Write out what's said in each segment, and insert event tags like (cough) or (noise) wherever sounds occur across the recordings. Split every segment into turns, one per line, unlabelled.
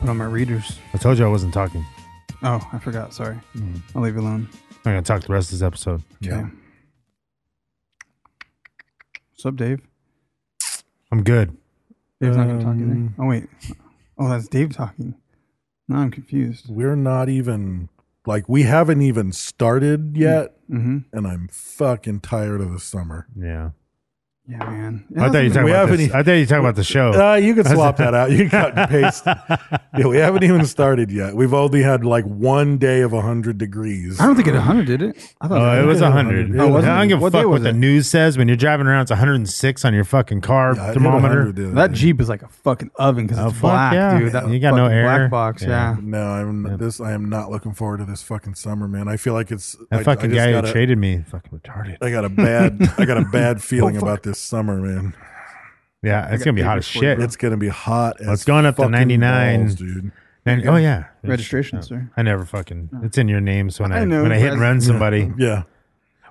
Put on my readers.
I told you I wasn't talking.
Oh, I forgot. Sorry.
Hmm.
I'll leave you alone.
I'm gonna talk the rest of this episode.
Yeah. What's up, Dave?
I'm good.
Dave's not gonna talk
Um,
either. Oh wait. Oh, that's Dave talking. Now I'm confused.
We're not even like we haven't even started yet,
Mm-hmm.
and I'm fucking tired of the summer.
Yeah.
Yeah, man.
I thought you were talking
We
about
haven't
this.
e-
I thought you were talking about the show.
Uh, you can swap that out. You can cut and paste. yeah, we haven't even started yet. We've only had like one day of hundred degrees.
I don't think it 100 did it. I thought
(laughs) Oh, it was
a
100.
Oh,
I
wasn't
don't
it?
give a
What day
fuck
was
what the
it?
news says. When you're driving around, it's 106 on your fucking car
Yeah, I hit
thermometer.
100 the other
That
day.
Jeep is like a fucking oven because
Oh,
it's
fuck
black,
yeah.
dude. That
You got no
fucking
air.
Black box,
Yeah.
yeah.
No, I'm this. I am not looking forward to this fucking summer, man. I feel like it's
That
I,
fucking
I just
guy
got
who
a-
traded me, fucking retarded.
I got a bad. I got a
(laughs)
bad feeling about this summer, man.
yeah, it's
got
gonna be hot as
papers for you,
shit.
bro.
It's gonna be hot. As
it's gone up to
fucking
99.
balls, dude.
And- oh yeah,
Registration,
It's-
sir.
I never fucking. It's in your name. So when I,
I know,
when I hit and
but-
run somebody,
Yeah,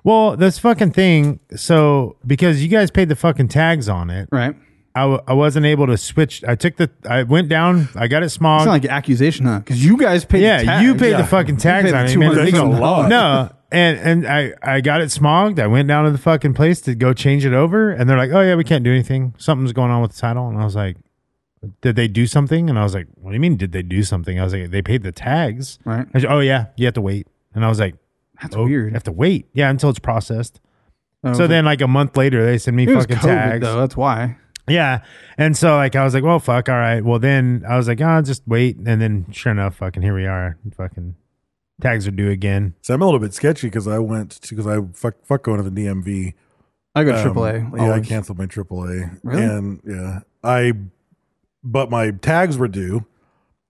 well, this fucking thing. So because you guys paid the fucking tags on it,
Right.
I, w- I wasn't able to switch. I took the. I went down. I got it
It's
smog.
not like an accusation, huh? Because you guys paid.
Um, yeah,
the tax.
you paid
Yeah.
the fucking
You
tags
paid
on
the
it. Man,
It's
they
a
$200.
lot.
no and and i i got it smogged i went down to the fucking place to go change it over and they're like oh yeah we can't do anything something's going on with the title and i was like did they do something and i was like what do you mean did they do something i was like they paid the tags
Right.
I said, oh yeah you have to wait and i was like
That's
oh,
weird.
you have to wait yeah until it's processed
Oh,
so
okay.
then like a month later they send me
it was
fucking
COVID,
tags
though. That's why.
yeah. And so like I was like, well fuck, all right. Well then I was like, ah, just wait. And then sure enough, fucking here we are. Fucking tags are due again.
so I'm a little bit sketchy because I went because I fuck fuck going to the DMV.
I go to
Um,
oh,
AAA.
Yeah, I
always.
canceled my AAA.
Really?
And yeah, I. But my tags were due,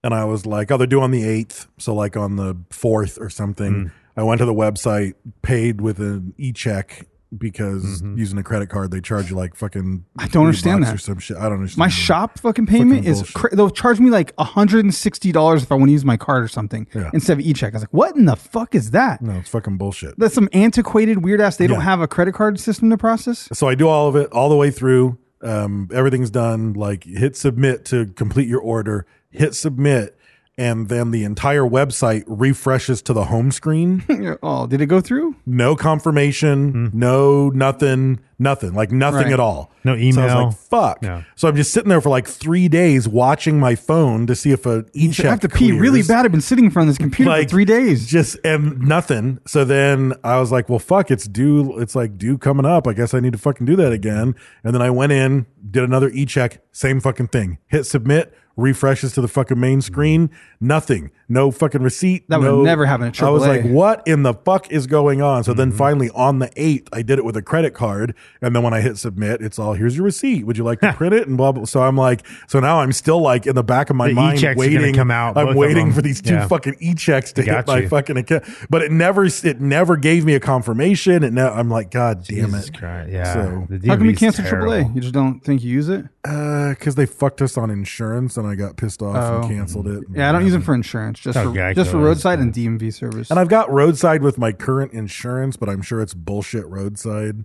and I was like, "Oh, they're due on the eighth, so like on the fourth or
Mm.
something." I went to the website, paid with an e-check because
Mm-hmm.
using a credit card they charge you like fucking.
I don't
three
understand
bucks
that.
Or some shit. I don't understand.
My
that.
shop fucking payment
Fucking
is
bullshit.
cra- they'll charge me like hundred and sixty dollars if I want to use my card or something
Yeah.
instead of e-check. I was like, what in the fuck is that?
No, it's fucking bullshit.
That's some antiquated weird ass. They don't
Yeah.
have a credit card system to process.
So I do all of it all the way through. Um, everything's done. Like hit submit to complete your order. Hit submit, and then the entire website refreshes to the home
(laughs)
screen.
oh, did it go through?
no confirmation, no nothing, nothing, like nothing
Hmm. Right.
at all.
No
So I
email.
was like, fuck.
Yeah.
So I'm just sitting there for like three days watching my phone to see if a e
I have to pee really bad. I've been sitting in front of this computer
Like
for three days.
Just and nothing. So then I was like, well, fuck, it's due. It's like due coming up. I guess I need to fucking do that again. And then I went in, did another e check, same fucking thing. Hit submit, refreshes to the fucking main screen. Nothing. No fucking receipt.
That would
no-
never happen at
I was
AAA.
like, what in the fuck is going on? So
Mm-hmm.
then finally on the eighth, I did it with a credit card. And then when I hit submit, it's all here's your receipt. Would you like
(laughs)
to print it? And blah blah. So I'm like, so now I'm still like in the back of my
The
mind
e-checks are gonna
waiting.
come out, both
I'm
of
waiting
them.
for these two
Yeah.
fucking e checks to
Got
hit my
you.
fucking account. But it never it never gave me a confirmation. And now I'm like, God damn
Jesus
it.
Christ. Yeah.
So-
The
How come you
DMV's
cancel AAA?
terrible.
You just don't think you use it?
Because Uh, they fucked us on insurance and I got pissed off
Oh.
and canceled it.
Yeah, I don't use them for insurance, just
Oh,
for
Geico
just for
is
roadside
bad.
and DMV service.
And I've got roadside with my current insurance, but I'm sure it's bullshit roadside.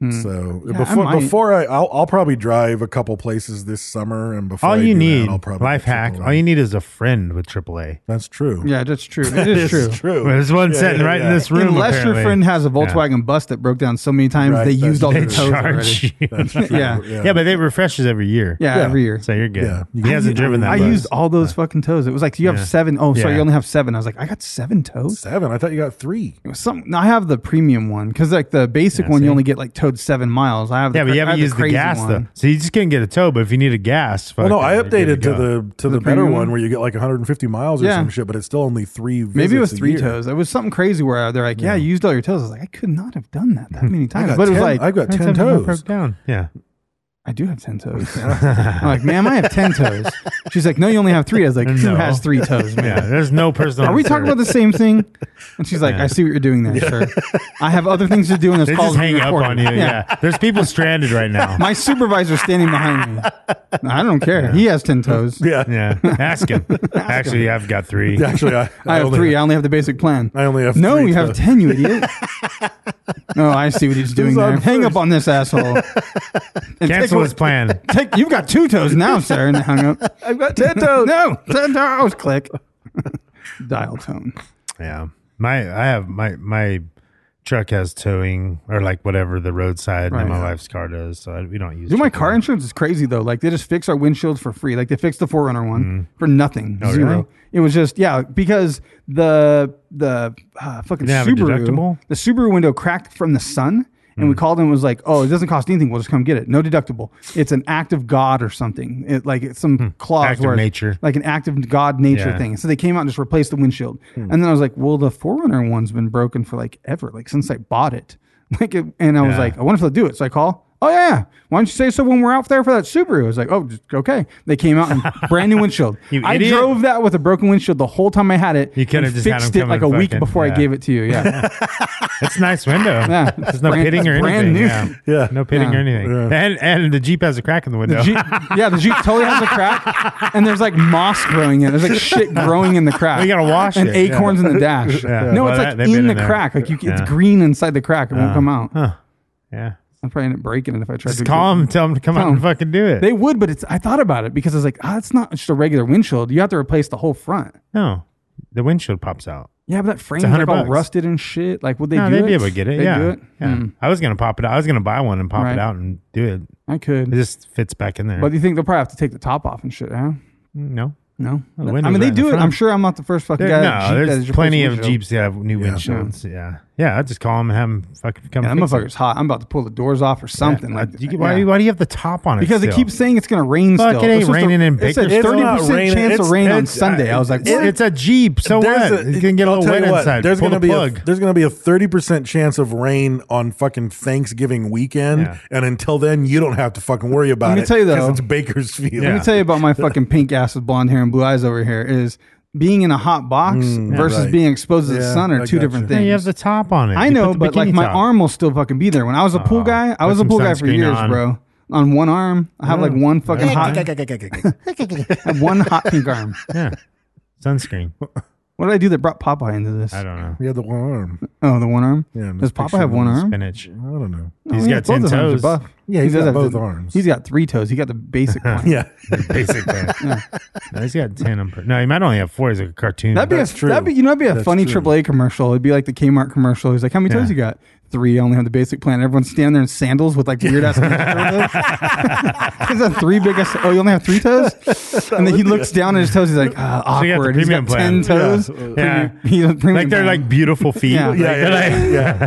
Hmm.
So
Yeah, I
before
might.
before I I'll, I'll probably drive a couple places this summer and before
All
I
you
do that,
need,
I'll probably
life
get
hack.
AAA.
All you need is a friend with AAA.
That's true. (laughs)
Yeah, that's true. It is true.
true.
There's one
Yeah,
sitting
yeah,
right in
yeah.
this room.
Unless
apparently.
your friend has a
Yeah.
Volkswagen bus that broke down so many times
Right,
they
that's
used all the
they (laughs)
toes already.
charge you.
(laughs) (laughs) That's true.
Yeah.
(laughs) yeah. but they refreshes every year.
Yeah,
Yeah.
every year.
So you're good.
Yeah.
He hasn't driven that.
I
bus.
used all those fucking toes. It was like you have
Yeah.
seven oh sorry,
Yeah.
you only have seven. I was like, I got seven toes.
Seven. I thought you got three.
It was Some I have the premium one because like the basic
Yeah,
one
see?
you only get like towed seven miles. I have the,
Yeah, but
cra- I
you
have
haven't used the
crazy
gas
one.
though, so you just couldn't get a tow. But if you need a gas,
Well,
fuck
no,
it,
I
you're good
updated to
go.
the to the,
The
better
premium one?
one where you get like 150 miles or
Yeah.
some shit, but it's still only three.
Maybe it was
visits a
three
year.
toes. It was something crazy where uh, they're like, yeah. you used all your toes. I was like, I could not have done that
Hmm.
that many
I
times.
got
But it was
ten-
like,
I've got
That's
ten
something I
toes.
(laughs)
broke down. Yeah,
I do have 10 toes.
(laughs)
I'm like, ma'am, I have 10 toes. She's like, no, you only have three. I was like, who
No.
has three
(laughs)
toes, man?
yeah. There's no personal.
Are we talking about the same thing? And she's like, I see what you're doing there, sir. I have other things to do in this
They
call.
just hang up on you. Yeah. there's people stranded right
(laughs)
now.
My supervisor's standing behind me. I don't care. He has 10 toes.
Yeah.
yeah, ask
(laughs)
him. Actually, I've got three.
Actually, I,
I have
only-
three. I only have the basic plan.
I only have
No,
three
you have
toes.
10, you
(laughs)
idiot. oh, I see what he's doing
on
there. Hang up
first.
on
(laughs)
this asshole. And take
Cancel
away- (laughs)
his plan.
Take, you've got two toes now, sir. And I hung
(laughs)
up. I've got 10 toes. no, 10 toes. Click. (laughs) Dial tone.
Yeah, my I have my my truck has towing or like whatever the roadside,
Right.
and my wife's car does. So I, we don't use.
Dude, my
AAA.
car insurance is crazy though. Like they just fix our windshields for free. Like they fixed the Forerunner one for nothing,
Oh,
zero.
really?
It was just yeah, because the the uh, fucking
They have a
Subaru
deductible? Mm.
the Subaru window cracked from the sun, and we called them. and was like, oh, it doesn't cost anything. We'll just come get it. No deductible. It's an act of God or something. It like it's some clause
Hmm. Act of
where
nature.
like an act of God nature
Yeah.
thing. So they came out and just replaced the windshield.
Hmm.
And then I was like, well, the Forerunner one's been broken for like ever, like since I bought it. (laughs) Like, it, and I was
Yeah.
like, I wonder if they'll do it. So I call. Oh yeah, why don't you say so when we're out there for that Subaru? I was like, oh just- okay. They came
(laughs)
out and brand new windshield.
You
I
idiot.
drove that with a broken windshield the whole time I had it.
You could
and
have just had
fixed it
them come
like a
and
week
fucking-
before I
yeah.
gave it to you.
(laughs)
Yeah,
It's a nice window.
(laughs) Yeah.
There's no
Brand-
pitting or
it's
anything.
brand new.
Yeah.
Yeah.
No pitting
Yeah.
or anything. And and the Jeep has a crack in the
the
window.
Jeep, yeah, the Jeep totally has a crack, and there's like moss growing in. it. There's like
(laughs)
shit growing in the crack.
Well, you gotta wash
and
it, yeah.
acorns in the dash.
(laughs) Yeah.
No,
Well,
it's
that-
like
they've been
in the
in there.
crack. Like you, c- it's
Yeah.
green inside the crack. It won't come out.
Huh. Yeah.
I'm probably end up breaking it if I try
Just
to
call them, tell them to come out
Tell 'em.
and fucking do it.
They would, but it's. I thought about it because I was like, ah, it's not just a regular windshield. You have to replace the whole front.
no. The windshield pops out.
Yeah, but that frame's
100
like all
bucks.
rusted and shit. Like, would they
no,
do
they'd
it?
be able to get it.
They
yeah.
do it?
Yeah.
Hmm,
I was gonna pop it out. I was gonna buy one and pop
Right.
it out and do it.
I
It
could.
just fits back in there.
But do you think they'll probably have to take the top off and shit? Huh?
no.
No,
The
I
window's
mean they
right in
do
the
it.
front.
I'm sure I'm not the first fucking
There-
guy. that
no,
Jeep that
there's
has
plenty
replaced
of
windshield.
Jeeps that have new windshields. Yeah. Yeah. I just call them and have them fucking come.
Yeah, that
fix it.
motherfucker's hot. I'm about to pull the doors off or something.
Yeah.
Like,
You- why,
yeah.
why do you have the top on it?
Because it
still?
keeps saying it's going to rain
Fuck,
still.
it ain't
It's supposed to-
raining in
It said
Bakersfield.
It's
30
not
percent
raining.
chance of
It's-
rain on
it's-
Sunday. I was like,
It's, uh,
what?
it's a Jeep. So what?
There's a-
it can get a
I'll
little
tell
wet
you what,
inside.
There's
Pull
gonna
the
be
plug.
a there's gonna be a thirty percent chance of rain on fucking Thanksgiving weekend,
Yeah.
and until then, you don't have to fucking worry about
Let me
it.
tell you,
'cause
though.
it's Bakersfield.
Yeah.
Let me
(laughs)
tell you about my fucking pink ass with blonde hair and blue eyes over here is being in a hot box versus
right.
being exposed to the
Yeah,
sun are
I
two
gotcha.
different
Yeah,
things.
you have the top on it.
I
You
know,
put the
but like
bikini
my
top.
arm will still fucking be there. When I was a pool guy, I
put
was a
some
pool guy for
sunscreen
years,
on.
bro. On one arm, I have like one fucking hot, I have one hot (laughs) pink arm.
Yeah.
(laughs)
Sunscreen.
What did I do that brought Popeye into this?
I don't know.
You had the one arm.
Oh, the one arm.
Yeah, I'm
Does
just
Popeye
picturing
have one
him
arm?
Spinach.
I don't know.
He's
(laughs)
Oh, yeah,
got
both
ten
his arms are
toes.
buff.
Yeah,
He
he's
does
got
have
both
the-
arms.
He's got three toes. He got the basic plan. (laughs)
Yeah,
Basically. (laughs) No, he's got ten. I'm per- no, he might only have four. He's like a cartoon.
That'd be
That's
a,
true.
That'd be you know that'd be a
That's
funny
true.
AAA commercial. It'd be like the Kmart commercial. He's like, "How many toes
Yeah.
you got? Three. I only have the basic plan." Everyone's standing there in sandals with like weird ass. (laughs)
(laughs)
He's got three big ass. Oh, you only have three
(laughs)
toes. and then he looks down at his toes. He's like, ah,
So you got the
awkward. He's
premium
got ten
plan.
toes.
yeah.
Premium- he's a premium
like they're
plan.
like beautiful feet.
Yeah.
Like,
Yeah,
they're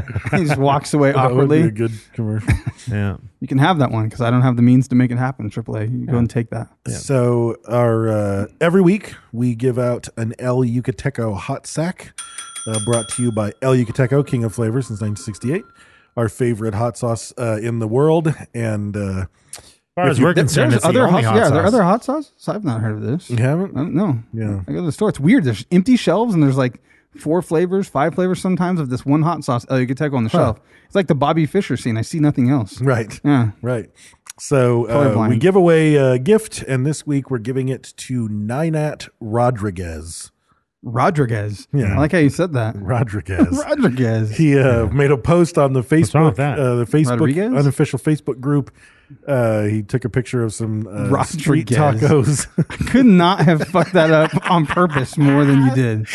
like-
(laughs)
yeah,
he just walks
(laughs)
away
that would be a
awkwardly.
good commercial.
You can have that one because I don't have the means to make it happen. AAA, you go and take that.
So our uh, every week we give out an El Yucateco hot sack, uh, brought to you by El Yucateco, King of Flavor since 1968, our favorite hot sauce uh, in the world, and uh,
As far as we're concerned, it's the
other
only hot
yeah, there are
sauce.
other hot sauces. I've not heard of this.
you haven't.
I don't know.
Yeah.
I go to the store. It's weird. There's empty shelves and there's like four flavors, five flavors sometimes of this one hot sauce uh, El Yucateco on the shelf. It's like the Bobby Fisher scene. I see nothing else.
Right.
Yeah.
Right. So uh,
Colorblind.
we give away a gift, and this week we're giving it to Ninat Rodriguez.
Rodriguez.
Yeah.
I like how you said that. (laughs)
Rodriguez.
Rodriguez.
he uh, made a post on the
wrong
Facebook,
with that?
uh, the Facebook
Rodriguez?
unofficial Facebook group. Uh, he took a picture of some uh, street
Rodriguez.
tacos. (laughs)
Could not have fucked that up on purpose more than you did.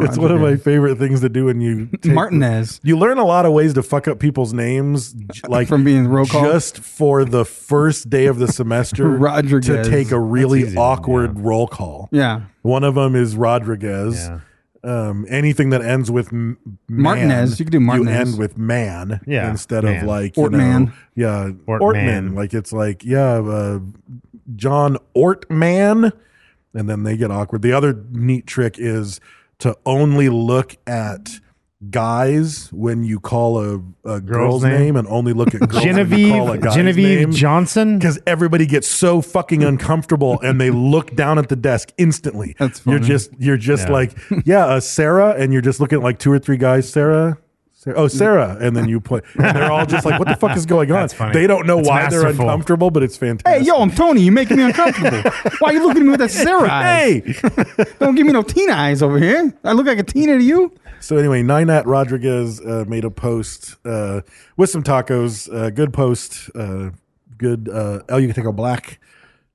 it's one of my favorite things to do when you take-
Martinez.
You learn a lot of ways to fuck up people's names, j- like
(laughs) From being roll call?
just for the first day of the semester.
(laughs) Rodriguez.
to take a
That's
really
easy one,
awkward roll call.
Yeah.
One of them is Rodriguez.
Yeah.
Um, anything that ends with m- man,
Martinez. You could do
You
Martinez.
end with man,
Yeah,
instead
man.
of like you
Ortman.
know, yeah,
Ortman.
Ortman. Like it's like yeah, uh, John Ortman, and then they get awkward. The other neat trick is to only look at guys when you call a, a girl's,
name?
name. and only
(laughs)
look at girls when you call a
Genevieve
guy's
Genevieve
name
Johnson.
because everybody gets so fucking uncomfortable and they look down at the desk instantly.
(laughs) That's
You're
funny.
just you're just
Yeah.
like yeah, uh, Sarah, and you're just looking at like two or three guys, Sarah. Sarah- Oh, Sarah, and then you play. And they're all just like, "What the fuck is going on?"
(laughs) That's funny.
They don't know
It's
why they're
masterful.
uncomfortable, but it's
Hey,
fantastic.
yo, I'm Tony. You're making me uncomfortable. Why are you looking at me with that Sarah eyes?
(laughs)
hey.
Don't give me no Tina eyes over here. I look like a Tina to you?
So anyway, Ninat Rodriguez uh, made a post uh, with some tacos. Uh, good post. Uh, good. Uh, El Yucateco Black.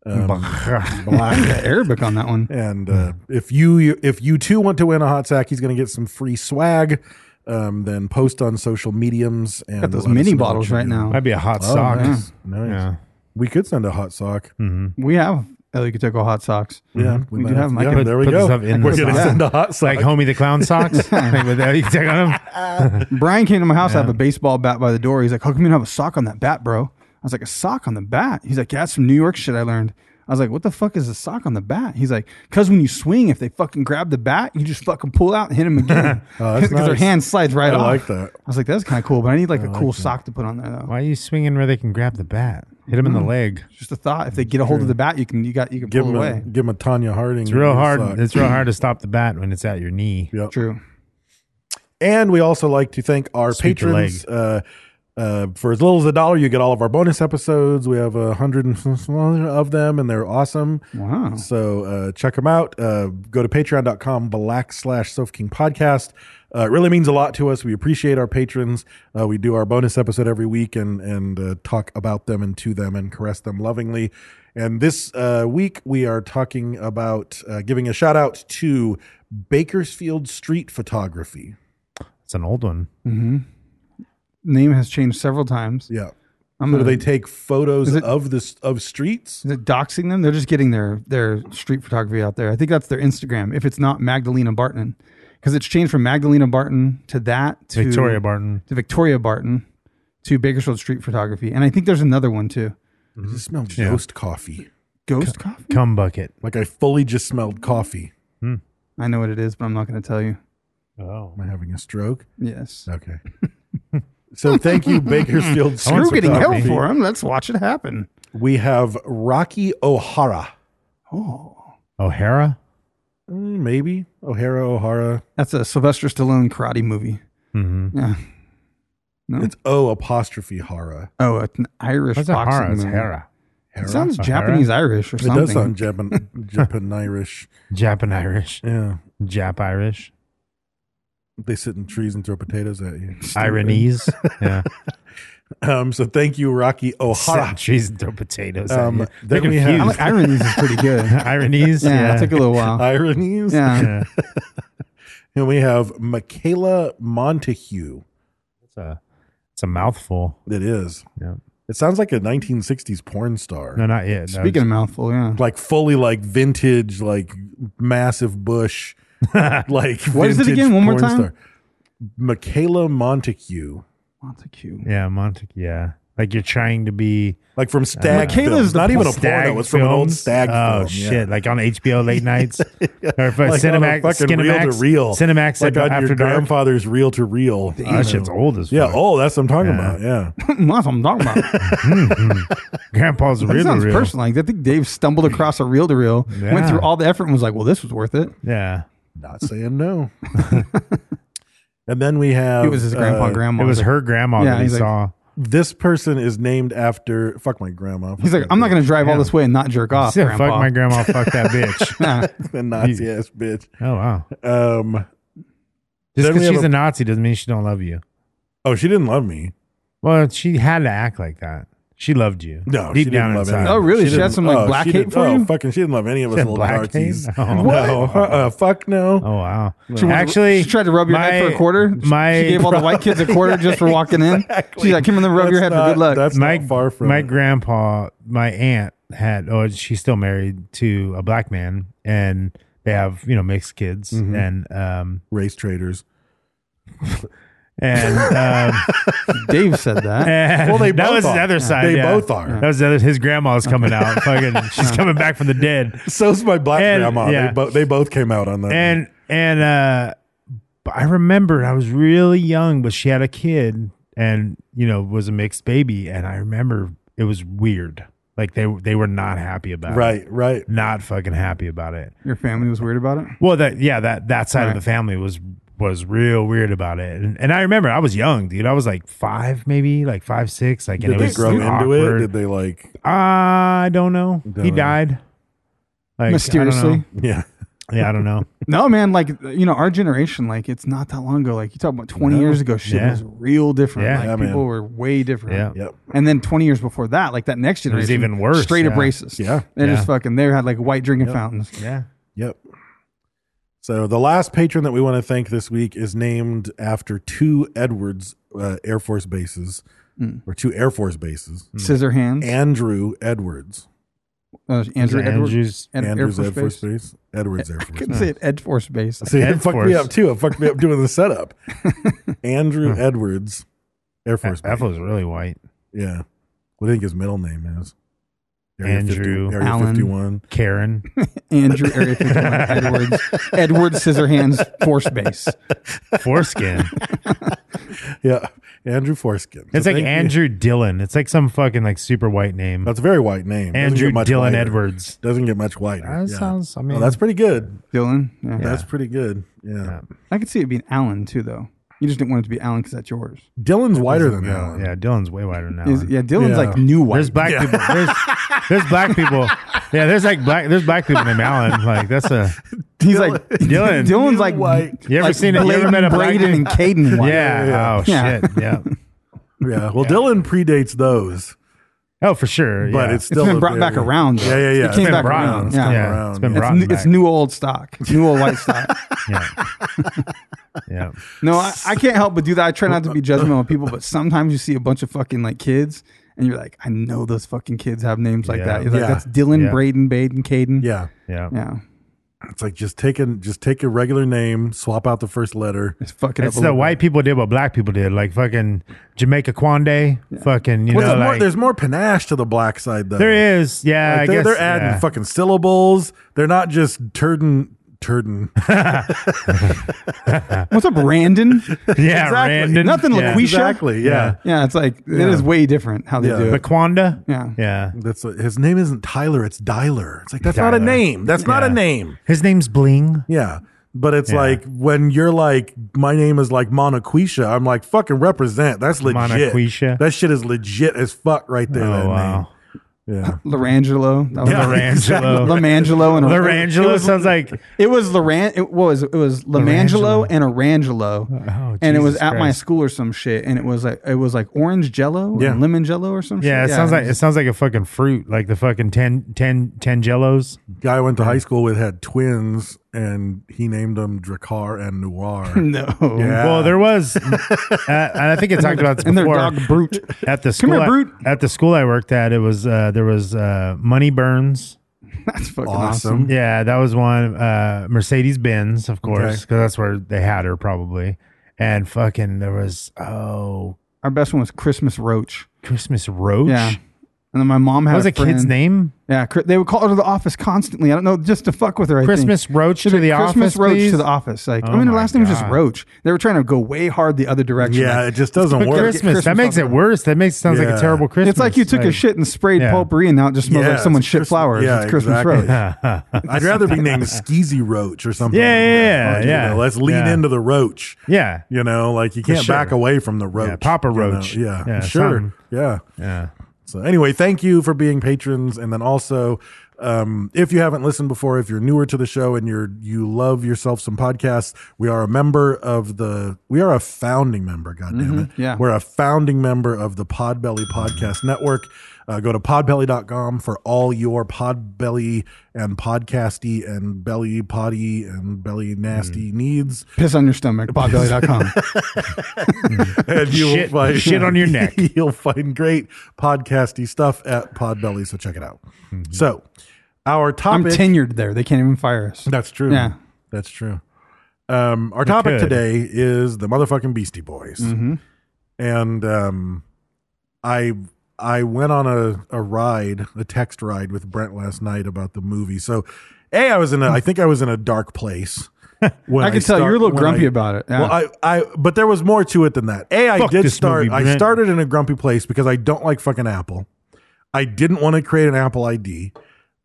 Um, black.
(laughs) Arabic on that one.
And uh, if you if you too want to win a hot sack, he's going to get some free swag. Um, then post on social mediums and
Got those
let us
mini
know what
bottles
you
right
do.
now.
That'd be a hot
Oh,
sock.
yeah.
Nice.
Yeah. Mm-hmm.
We could send a hot sock.
We have El Yucateco hot socks.
Yeah,
We
might
do have 'em. I
yeah,
can
there we
put
go.
stuff in
We're
the
going to
sock.
send a hot sock.
Like Homie the Clown socks. like with that, you take on 'em?
Brian came to my house. I have a baseball bat by the door. He's like, "How come you don't have a sock on that bat, bro?" I was like, "A sock on the bat?" He's like, "Yeah, that's some New York shit I learned." I was like, "What the fuck is a sock on the bat?" He's like, "Cause when you swing, if they fucking grab the bat, you just fucking pull out and hit
(laughs)
them again
Oh,
(laughs) because
that's
their
nice.
hand slides right
I
off."
like that.
I was like, "That's kind of cool," but I need like a cool sock to put on there though.
Why are you swinging where they can grab the bat? Hit him in the leg.
Just a thought. If they get a hold of the bat, you can you got you can
Give
pull
him a
away.
give him a Tanya Harding.
It's real hard.
sock.
It's real hard to stop the bat when it's at your knee.
Yep.
True.
And we also like to thank our
Sweet your
patrons. Uh, uh, for as little as a dollar, you get all of our bonus episodes. We have a hundred and some of them, and they're awesome.
Wow.
So uh, check them out. Uh, go to patreon.com black slash Sofa King podcast. Uh, it really means a lot to us. We appreciate our patrons. Uh, we do our bonus episode every week and and uh, talk about them and to them and caress them lovingly. And this uh, week we are talking about uh, giving a shout out to Bakersfield Street Photography.
It's an old one.
Name has changed several times.
Yeah.
I'm
So do
gonna-
they take photos
Is it-
of the s- of streets?
Is it doxing them? They're just getting their their street photography out there. I think that's their Instagram. If it's not Magdalena Barton, because it's changed from Magdalena Barton to that to
Victoria Barton.
to Victoria Barton to Bakersfield Street Photography, and I think there's another one too.
I just smelled
Yeah.
ghost coffee.
Ghost coffee.
Cum bucket.
Like I fully just smelled coffee.
I know what it is, but I'm not going to tell you.
Oh.
Am I having a stroke?
Yes. (laughs)
Okay. so thank you, Bakersfield.
I want
Screw
some
Street
getting hell
photography.
for him. Let's watch it happen.
We have Rocky O'Hara.
O'Hara?
Mm, Maybe O'Hara O'Hara.
That's a Sylvester Stallone karate movie.
Mm-hmm.
Yeah. No.
It's O apostrophe Hara.
oh, it's an Irish
What's
boxing
O'Hara? It's
movie.
Hara.
It sounds
O'Hara?
Japanese Irish or
It
something.
does sound Japan
(laughs)
Japan Irish.
Japan Irish.
Yeah,
Jap Irish.
they sit in trees and throw potatoes at you.
Ironese.
(laughs)
Yeah.
Um, so thank you, Rocky O'Hara.
Sit trees and throw potatoes.
Um,
Um,
then we have-
I like
(laughs)
ironies is pretty good. yeah,
Ironese. Yeah.
it took a little
(laughs)
while.
Ironies. (laughs)
yeah.
Yeah.
And we have Michaela Montague.
It's a, it's a mouthful.
It is.
Yeah.
It sounds like a 1960s porn star.
No, not yet. No,
Speaking of mouthful, yeah.
(laughs)
Like fully like vintage, like massive
(laughs)
bush. like
What is it
vintage
again? One more
porn
time?
Michaela Montague.
Montague. (laughs)
Yeah, Montague. Yeah, like you're trying to be
Like from Stag.
Michaela's
films.
the
not even a
Stag
porno. It's from an old
films.
Stag
Oh
film. yeah.
shit! Like on HBO late
(laughs)
nights or for
Like on a
Cinemax,
fucking reel
Cinemax,
to reel.
Cinemax
Like
after,
on
after
your
dark.
grandfather's reel to reel.
Oh, that shit's old as
Yeah.
fuck.
Oh, that's what I'm talking
Yeah.
about. Yeah.
That's what I'm talking about. That
Grandpa's really
sounds
real.
personal. Like, I think Dave stumbled across a reel to reel, went
Yeah.
through all the effort and was like, well, this was worth it.
Yeah,
Not saying no. (laughs) and then we have.
It was his grandpa
uh,
and grandma.
Oh, uh, it was her grandma
Yeah,
that he
he's like-
saw.
this person is named after fuck my grandma.
He's like, I'm not going to drive all this way and not jerk off.
Yeah,
grandpa. (laughs)
fuck my grandma, fuck
(laughs)
that bitch.
the Nazi ass bitch.
Oh wow.
Um,
Just
Then we
because
have
she's
a-
a Nazi doesn't mean she don't love you.
oh, she didn't love me.
Well, she had to act like that. She loved you.
No,
deep
she
down
didn't love
inside.
any.
Oh, really? She had
didn't-
some, like, black
she
hate
didn't-
for
oh,
you?
fucking, she didn't love any of us
had
little
black hate?
Nazis.
Oh.
No, uh-uh, fuck no.
Oh wow!
She wanted-
Actually,
she tried to rub your head for a quarter.
My
she gave all the white kids a
(laughs)
quarter just for walking in. She's like, "Come in and rub your head
That's
for
not-
good luck."
That's
my
not far from
my
it.
grandpa, my aunt had. Oh, she's still married to a black man, and they have you know mixed kids,
Mm-hmm.
and um
race
(laughs)
traders.
and um,
(laughs) Dave said
(laughs)
that.
(laughs)
and
Well, they
that
both
was
are.
the other side.
They
yeah.
both are.
That was the other. His grandma's coming out. Fucking,
(laughs)
she's coming back from the dead.
So's my black
And-
grandma.
yeah.
They, bo- they both came out on that.
and and uh but I remember I was really young, but she had a kid and you know was a mixed baby, and I remember it was weird. Like they they were not happy about it.
right, right.
not fucking happy about it.
Your family was weird about it.
Well, that yeah that that side
Right.
of the family was was real weird about it, and and I remember I was young, dude. I was like five, maybe like five, six. Like and
Did
it
they
was
grow into
awkward. Ah,
it? Did they like?
I don't know.
know.
he died. Like, I don't know.
Mysteriously. (laughs)
Yeah,
yeah, I don't know. (laughs)
No, man. Like you know, our generation, like it's not that long ago. Like you talk about twenty
No.
years ago, shit
Yeah.
was real different.
Yeah.
like
Yeah, man.
people were way different.
(laughs)
Yeah.
yep.
And then twenty years before that, like that next generation,
even worse,
Straight up
yeah.
racist.
Yeah.
They're
Yeah.
just fucking. They had like white drinking fountains.
Yeah.
Yep. So the last patron that we want to thank this week is named after two Edwards uh, Air Force bases,
Hmm.
or two Air Force bases.
Hmm.
Scissor hands.
Andrew Edwards,
Uh, Andrew
Is it
Edwards.
Andrews-
Ed-
Andrews Air Force
Base.
Base, Edwards
(laughs)
Air Force.
Couldn't say it. Ed Force Base.
(laughs) See, it
Ed
fucked
Force.
me up too. It fucked me up doing the
(laughs)
setup. Andrew
Hmm.
Edwards Air Force
That
Base.
was really white.
Yeah. What do you think his middle name is?
Andrew.
50 Area
Alan.
51.
Karen.
Andrew Area 51
(laughs)
Edwards Edward Scissorhands Force Base.
(laughs)
Foreskin.
Yeah. (laughs) Andrew Foreskin.
It's
So
like
thank you.
Andrew Dillon. It's like some fucking like super white name.
That's a very white name. Doesn't
Andrew
get much
Dylan
whiter.
Edwards.
Doesn't get much whiter.
That sounds- I mean-
Oh, that's pretty good.
Dylan. Yeah.
That's pretty good. Yeah.
I could see it being Allen too, though. You just didn't want it to be Allen because that's yours.
Dylan's whiter than that
yeah, Dylan's way whiter now.
Is- yeah, Dylan's
Yeah.
like
(laughs)
new white.
There's black people. There's, there's black people. Yeah, there's like black. There's black people named Alan. Like
(laughs)
that's a.
He's like
Dylan.
Dylan's
New
like
white.
You ever
like
seen it? You ever
Bladen,
met a black
Braden
dude?
and Caden white.
Yeah. Oh
Yeah.
shit. Yeah.
(laughs) Yeah. Well, Dylan predates those,
Oh, for sure.
but
yeah.
it's still
been
a
brought
big
back
one.
around, though.
Yeah, yeah, yeah.
It
It's
came
been
back
brought-
around.
it's
Yeah.
come
Yeah,
around.
it's been
Yeah.
brought
It's, n-
back.
it's new old stock, new old white stock.
(laughs)
Yeah. yeah.
No, I, I can't help but do that. I try not to be judgmental of people, but sometimes you see a bunch of fucking like kids, and you're like, I know those fucking kids have names like
Yeah.
that. You're like,
Yeah.
that's Dylan,
Yeah.
Braden, Baden, Caden.
Yeah.
Yeah.
yeah.
It's like just take a just take a regular name, swap out the first letter.
It's fucking.
It's the white people did what black people did, like fucking Jamaica Quande, fucking you
Well,
know,
there's, more,
like,
there's more panache to the black side though.
there is, yeah,
Like,
I
they're,
guess
they're adding
yeah.
fucking syllables. They're not just turdin turdin.
What's up,
(laughs)
Brandon?
yeah,
(laughs) Exactly.
Randon.
Nothing
yeah.
Laquisha.
exactly. Yeah.
yeah, it's like
Yeah.
it is way different how they
Yeah.
do it.
Laquanda,
Yeah.
yeah.
That's what, his name isn't Tyler. It's Dyler. It's like that's not a
Dyler.
name. That's not a
Yeah.
name.
His name's Bling.
Yeah. But it's
Yeah.
like when you're like, my name is like Monaquisha. I'm like, fucking represent. That's legit.
Monaquisha.
That shit is legit as fuck right there.
Oh,
that
wow.
name. Yeah.
Larangelo. That was
(laughs)
Yeah.
(laughs)
Larangelo.
Lamangelo and It
Larangelo
was,
sounds like
it was Laran. It was it was Lamangelo and Orangelo,
Oh,
and it was
Jesus
at my
Christ.
school or some shit, and it was like it was like orange jello
Yeah.
and lemon jello or some shit.
yeah. It sounds like it
it's
sounds like a fucking fruit, like the fucking tan tan tangelos.
Guy I went to high school with had twins and he named them Dracar and Noir.
(laughs) no.
Yeah.
(laughs) Well, there was, (laughs) uh, and I think I talked about this
And their
before.
dog, Brute.
at the school
here,
I-
Brute.
at the school I worked at, it was uh, there was uh, Money Burns.
(laughs) That's fucking awesome.
awesome.
Yeah, that was one. Uh, Mercedes Benz, of course,
Okay.
because that's where they had her probably. And fucking, there was oh
Our best one was Christmas Roach.
Christmas Roach.
Yeah. And then my mom had
What was
a
a kid's
friend-
name?
Yeah, Chri- they would call her to the office constantly. I don't know, just to fuck with her. I think.
Christmas Roach to the
Christmas
office,
Roach
please?
to the office. Like,
Oh
I mean, her
my
last name was just
God.
Roach. They were trying to go way hard the other direction.
Yeah,
Like,
it just doesn't
But
work.
Christmas. That
Christmas
makes
off.
it worse. That makes it sounds like
Yeah.
a terrible Christmas.
it's like you took a
(laughs)
shit and sprayed
Yeah.
potpourri, and now it just smells
Yeah,
like someone
it's
shit
Christmas-
flowers.
yeah,
it's Christmas
exactly. (laughs)
Roach.
I'd rather be
(laughs)
named Skeezy Roach or something.
Yeah,
like
yeah,
that.
yeah, yeah.
You know, let's lean
Yeah.
into the roach.
Yeah.
You know, like you can't
sure.
back away from the roach.
Papa
you know?
Roach.
Yeah,
Yeah,
sure.
something.
Yeah.
Yeah.
So anyway, thank you for being patrons, and then also, um, if you haven't listened before, if you're newer to the show and you're you love yourself some podcasts, we are a member of the we are a founding member. God damn
Mm-hmm.
it,
yeah.
we're a founding member of the Podbelly Podcast Network. Uh, go to podbelly.com for all your podbelly and podcasty and belly potty and belly
Mm.
nasty needs.
Piss on
(laughs)
your stomach. Podbelly.com.
And you'll
Shit- shit on your neck.
(laughs) you'll find great podcasty stuff at Podbelly, so check it out. So, our
I'm
topic.
tenured there. They can't even fire us.
that's true.
Yeah.
that's true. Um, our topic
could.
today is the motherfucking Beastie Boys,
Mm-hmm.
and um, I I went on a a ride, a text ride with Brent last night about the movie. So, a I was in a I think I was in a dark
(laughs)
place. When
I can tell you're a little
when
grumpy about it. Yeah.
Well, I, I but there was more to it than that. A I
Fuck
did
this
start.
movie,
I
Brent.
started in a grumpy place because I don't like fucking Apple. I didn't want to create an Apple ID.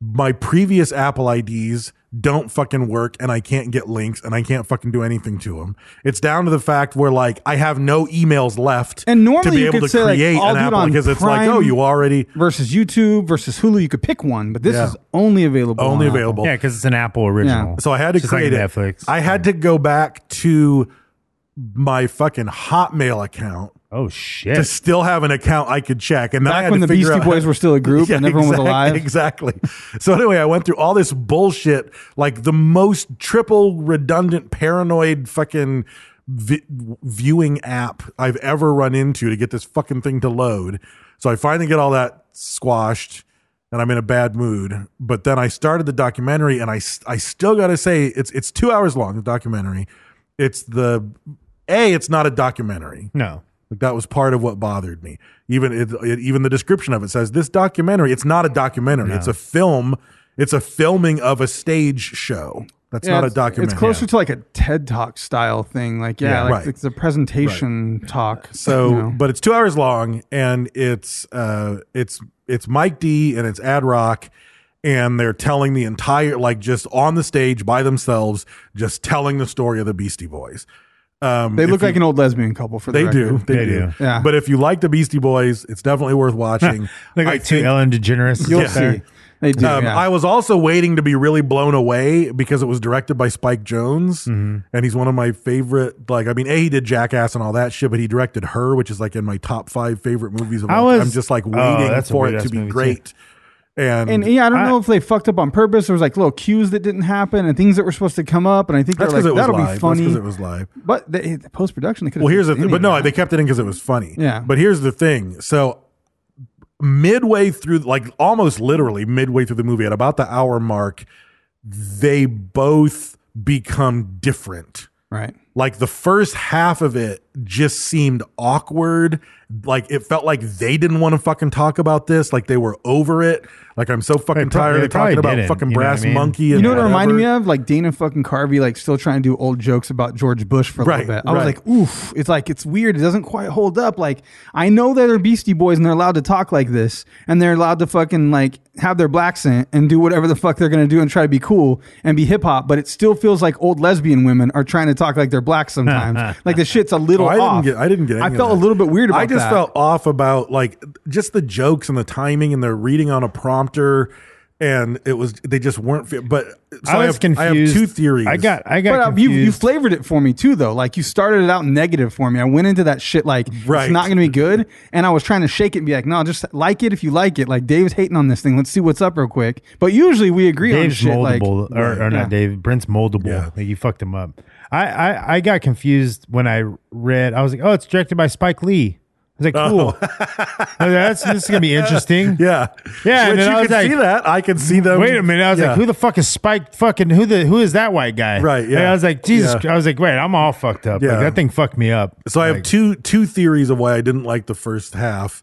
My previous Apple IDs don't fucking work and I can't get links and I can't fucking do anything to them. It's down to the fact where like I have no emails left
And normally
to be
you
able
could
to
say, like,
create
I'll
an
do it
Apple
on
because it's like,
Prime
oh, you already
versus YouTube versus Hulu, you could pick one, but this
Yeah.
is only available.
only
on Apple.
available.
Yeah, because it's an Apple original.
Yeah.
So I had to
It's just like
create it.
Netflix.
I had to go back to my fucking Hotmail account
oh shit.
to still have an account I could check. And then I
Back
had
when
to
the
figure
Beastie
out-
Boys
(laughs)
were still a group and everyone was
exact-
alive.
Exactly. So anyway, I went through all this bullshit, like the most triple redundant, paranoid fucking vi- viewing app I've ever run into to get this fucking thing to load. So I finally get all that squashed. And I'm in a bad mood, but then I started the documentary, and I, s- I still gotta say it's it's two hours long. The documentary, it's the a it's not a documentary.
no.
Like that was part of what bothered me. Even it, it, even the description of it says this documentary. It's not a documentary. It's a film. It's a filming of a stage show. That's
Yeah,
not a
it's-
documentary.
It's closer to like a TED Talk style thing. Like, yeah,
Yeah.
like
Right.
it's a presentation talk.
So,
(laughs) you know.
but it's two hours long, and it's uh, it's it's Mike D and it's Ad Rock, and they're telling the entire like just on the stage by themselves, just telling the story of the Beastie Boys. Um,
they
if
look
you-
like an old lesbian couple for the
They
record.
do. They,
They
do.
do.
Yeah.
But if you like the Beastie Boys, it's definitely worth
(laughs)
watching.
Look
I
like two
think-
Ellen DeGeneres.
You'll
Yeah.
see. They do.
Um,
yeah.
I was also waiting to be really blown away because it was directed by Spike Jones,
Mm-hmm.
and he's one of my favorite. Like, I mean, a he did Jackass and all that shit, but he directed her, which is like in my top five favorite movies of
I
all
was-
time. I'm just like
Oh,
waiting
that's a
for it
weird-ass
to be
movie, too.
great. And,
and yeah, I don't
I-
know if they fucked up on purpose. There was like little cues that didn't happen and things that were supposed to come up. And I think they're
that's
like,
because it was
that'll
live.
be
That's
funny.
because it was live.
but they, post production, they could.
Well, here's the thing, but no, they kept it in because it was funny.
Yeah.
But here's the thing. So midway through, like almost literally midway through the movie, at about the hour mark, they both become different.
right.
like the first half of it just seemed awkward like it felt like they didn't want to fucking talk about this like they were over it like i'm so fucking
They prob-
tired
they
of talking
probably
about
didn't,
fucking
you know what
brass
I mean?
monkey and
You know what it
whatever.
reminded me of? Like Dana fucking Carvey, like still trying to do old jokes about George Bush for a
Right,
little bit. I was
right.
like, oof, it's like it's weird. It doesn't quite hold up. Like I know that they're Beastie Boys and they're allowed to talk like this, and they're allowed to fucking like have their black scent and do whatever the fuck they're gonna do and try to be cool and be hip hop. But it still feels like old lesbian women are trying to talk like they're
(laughs)
black sometimes. like the shit's a little.
Oh, I
off.
didn't get. I didn't get. Any
I
of
felt a
that.
little bit weird about
I just
that.
felt off about like just the jokes and the timing and the reading on a prompter, and it was they just weren't. Fit, but so
I was
have,
confused.
I have two theories.
I got. I got.
But uh, you,
confused.
you flavored it for me too, though. Like you started it out negative for me. I went into that shit like
Right.
it's not going to be good, and I was trying to shake it and be like, no, just like it if you like it. Like Dave's hating on this thing. Let's see what's up real quick. But usually we agree
Dave's
on shit.
moldable,
Like,
or, or
Yeah.
not Dave. Brent's moldable.
Yeah.
Like you fucked him up. I, I I got confused when I read. I was like, oh, it's directed by Spike Lee. I was like, cool. I was like, That's this is gonna
(laughs)
be interesting.
Yeah, Which
Yeah, and then
you
I was
could see
like-
that. I could see them.
Wait a minute. I was
Yeah.
like, who the fuck is Spike fucking who the who is that white guy?
Right, yeah.
And I was like, Jesus
Yeah.
Christ. I was like, wait, I'm all fucked up.
Yeah.
Like, that thing fucked me up.
So I have
Like,
two two theories of why I didn't like the first half.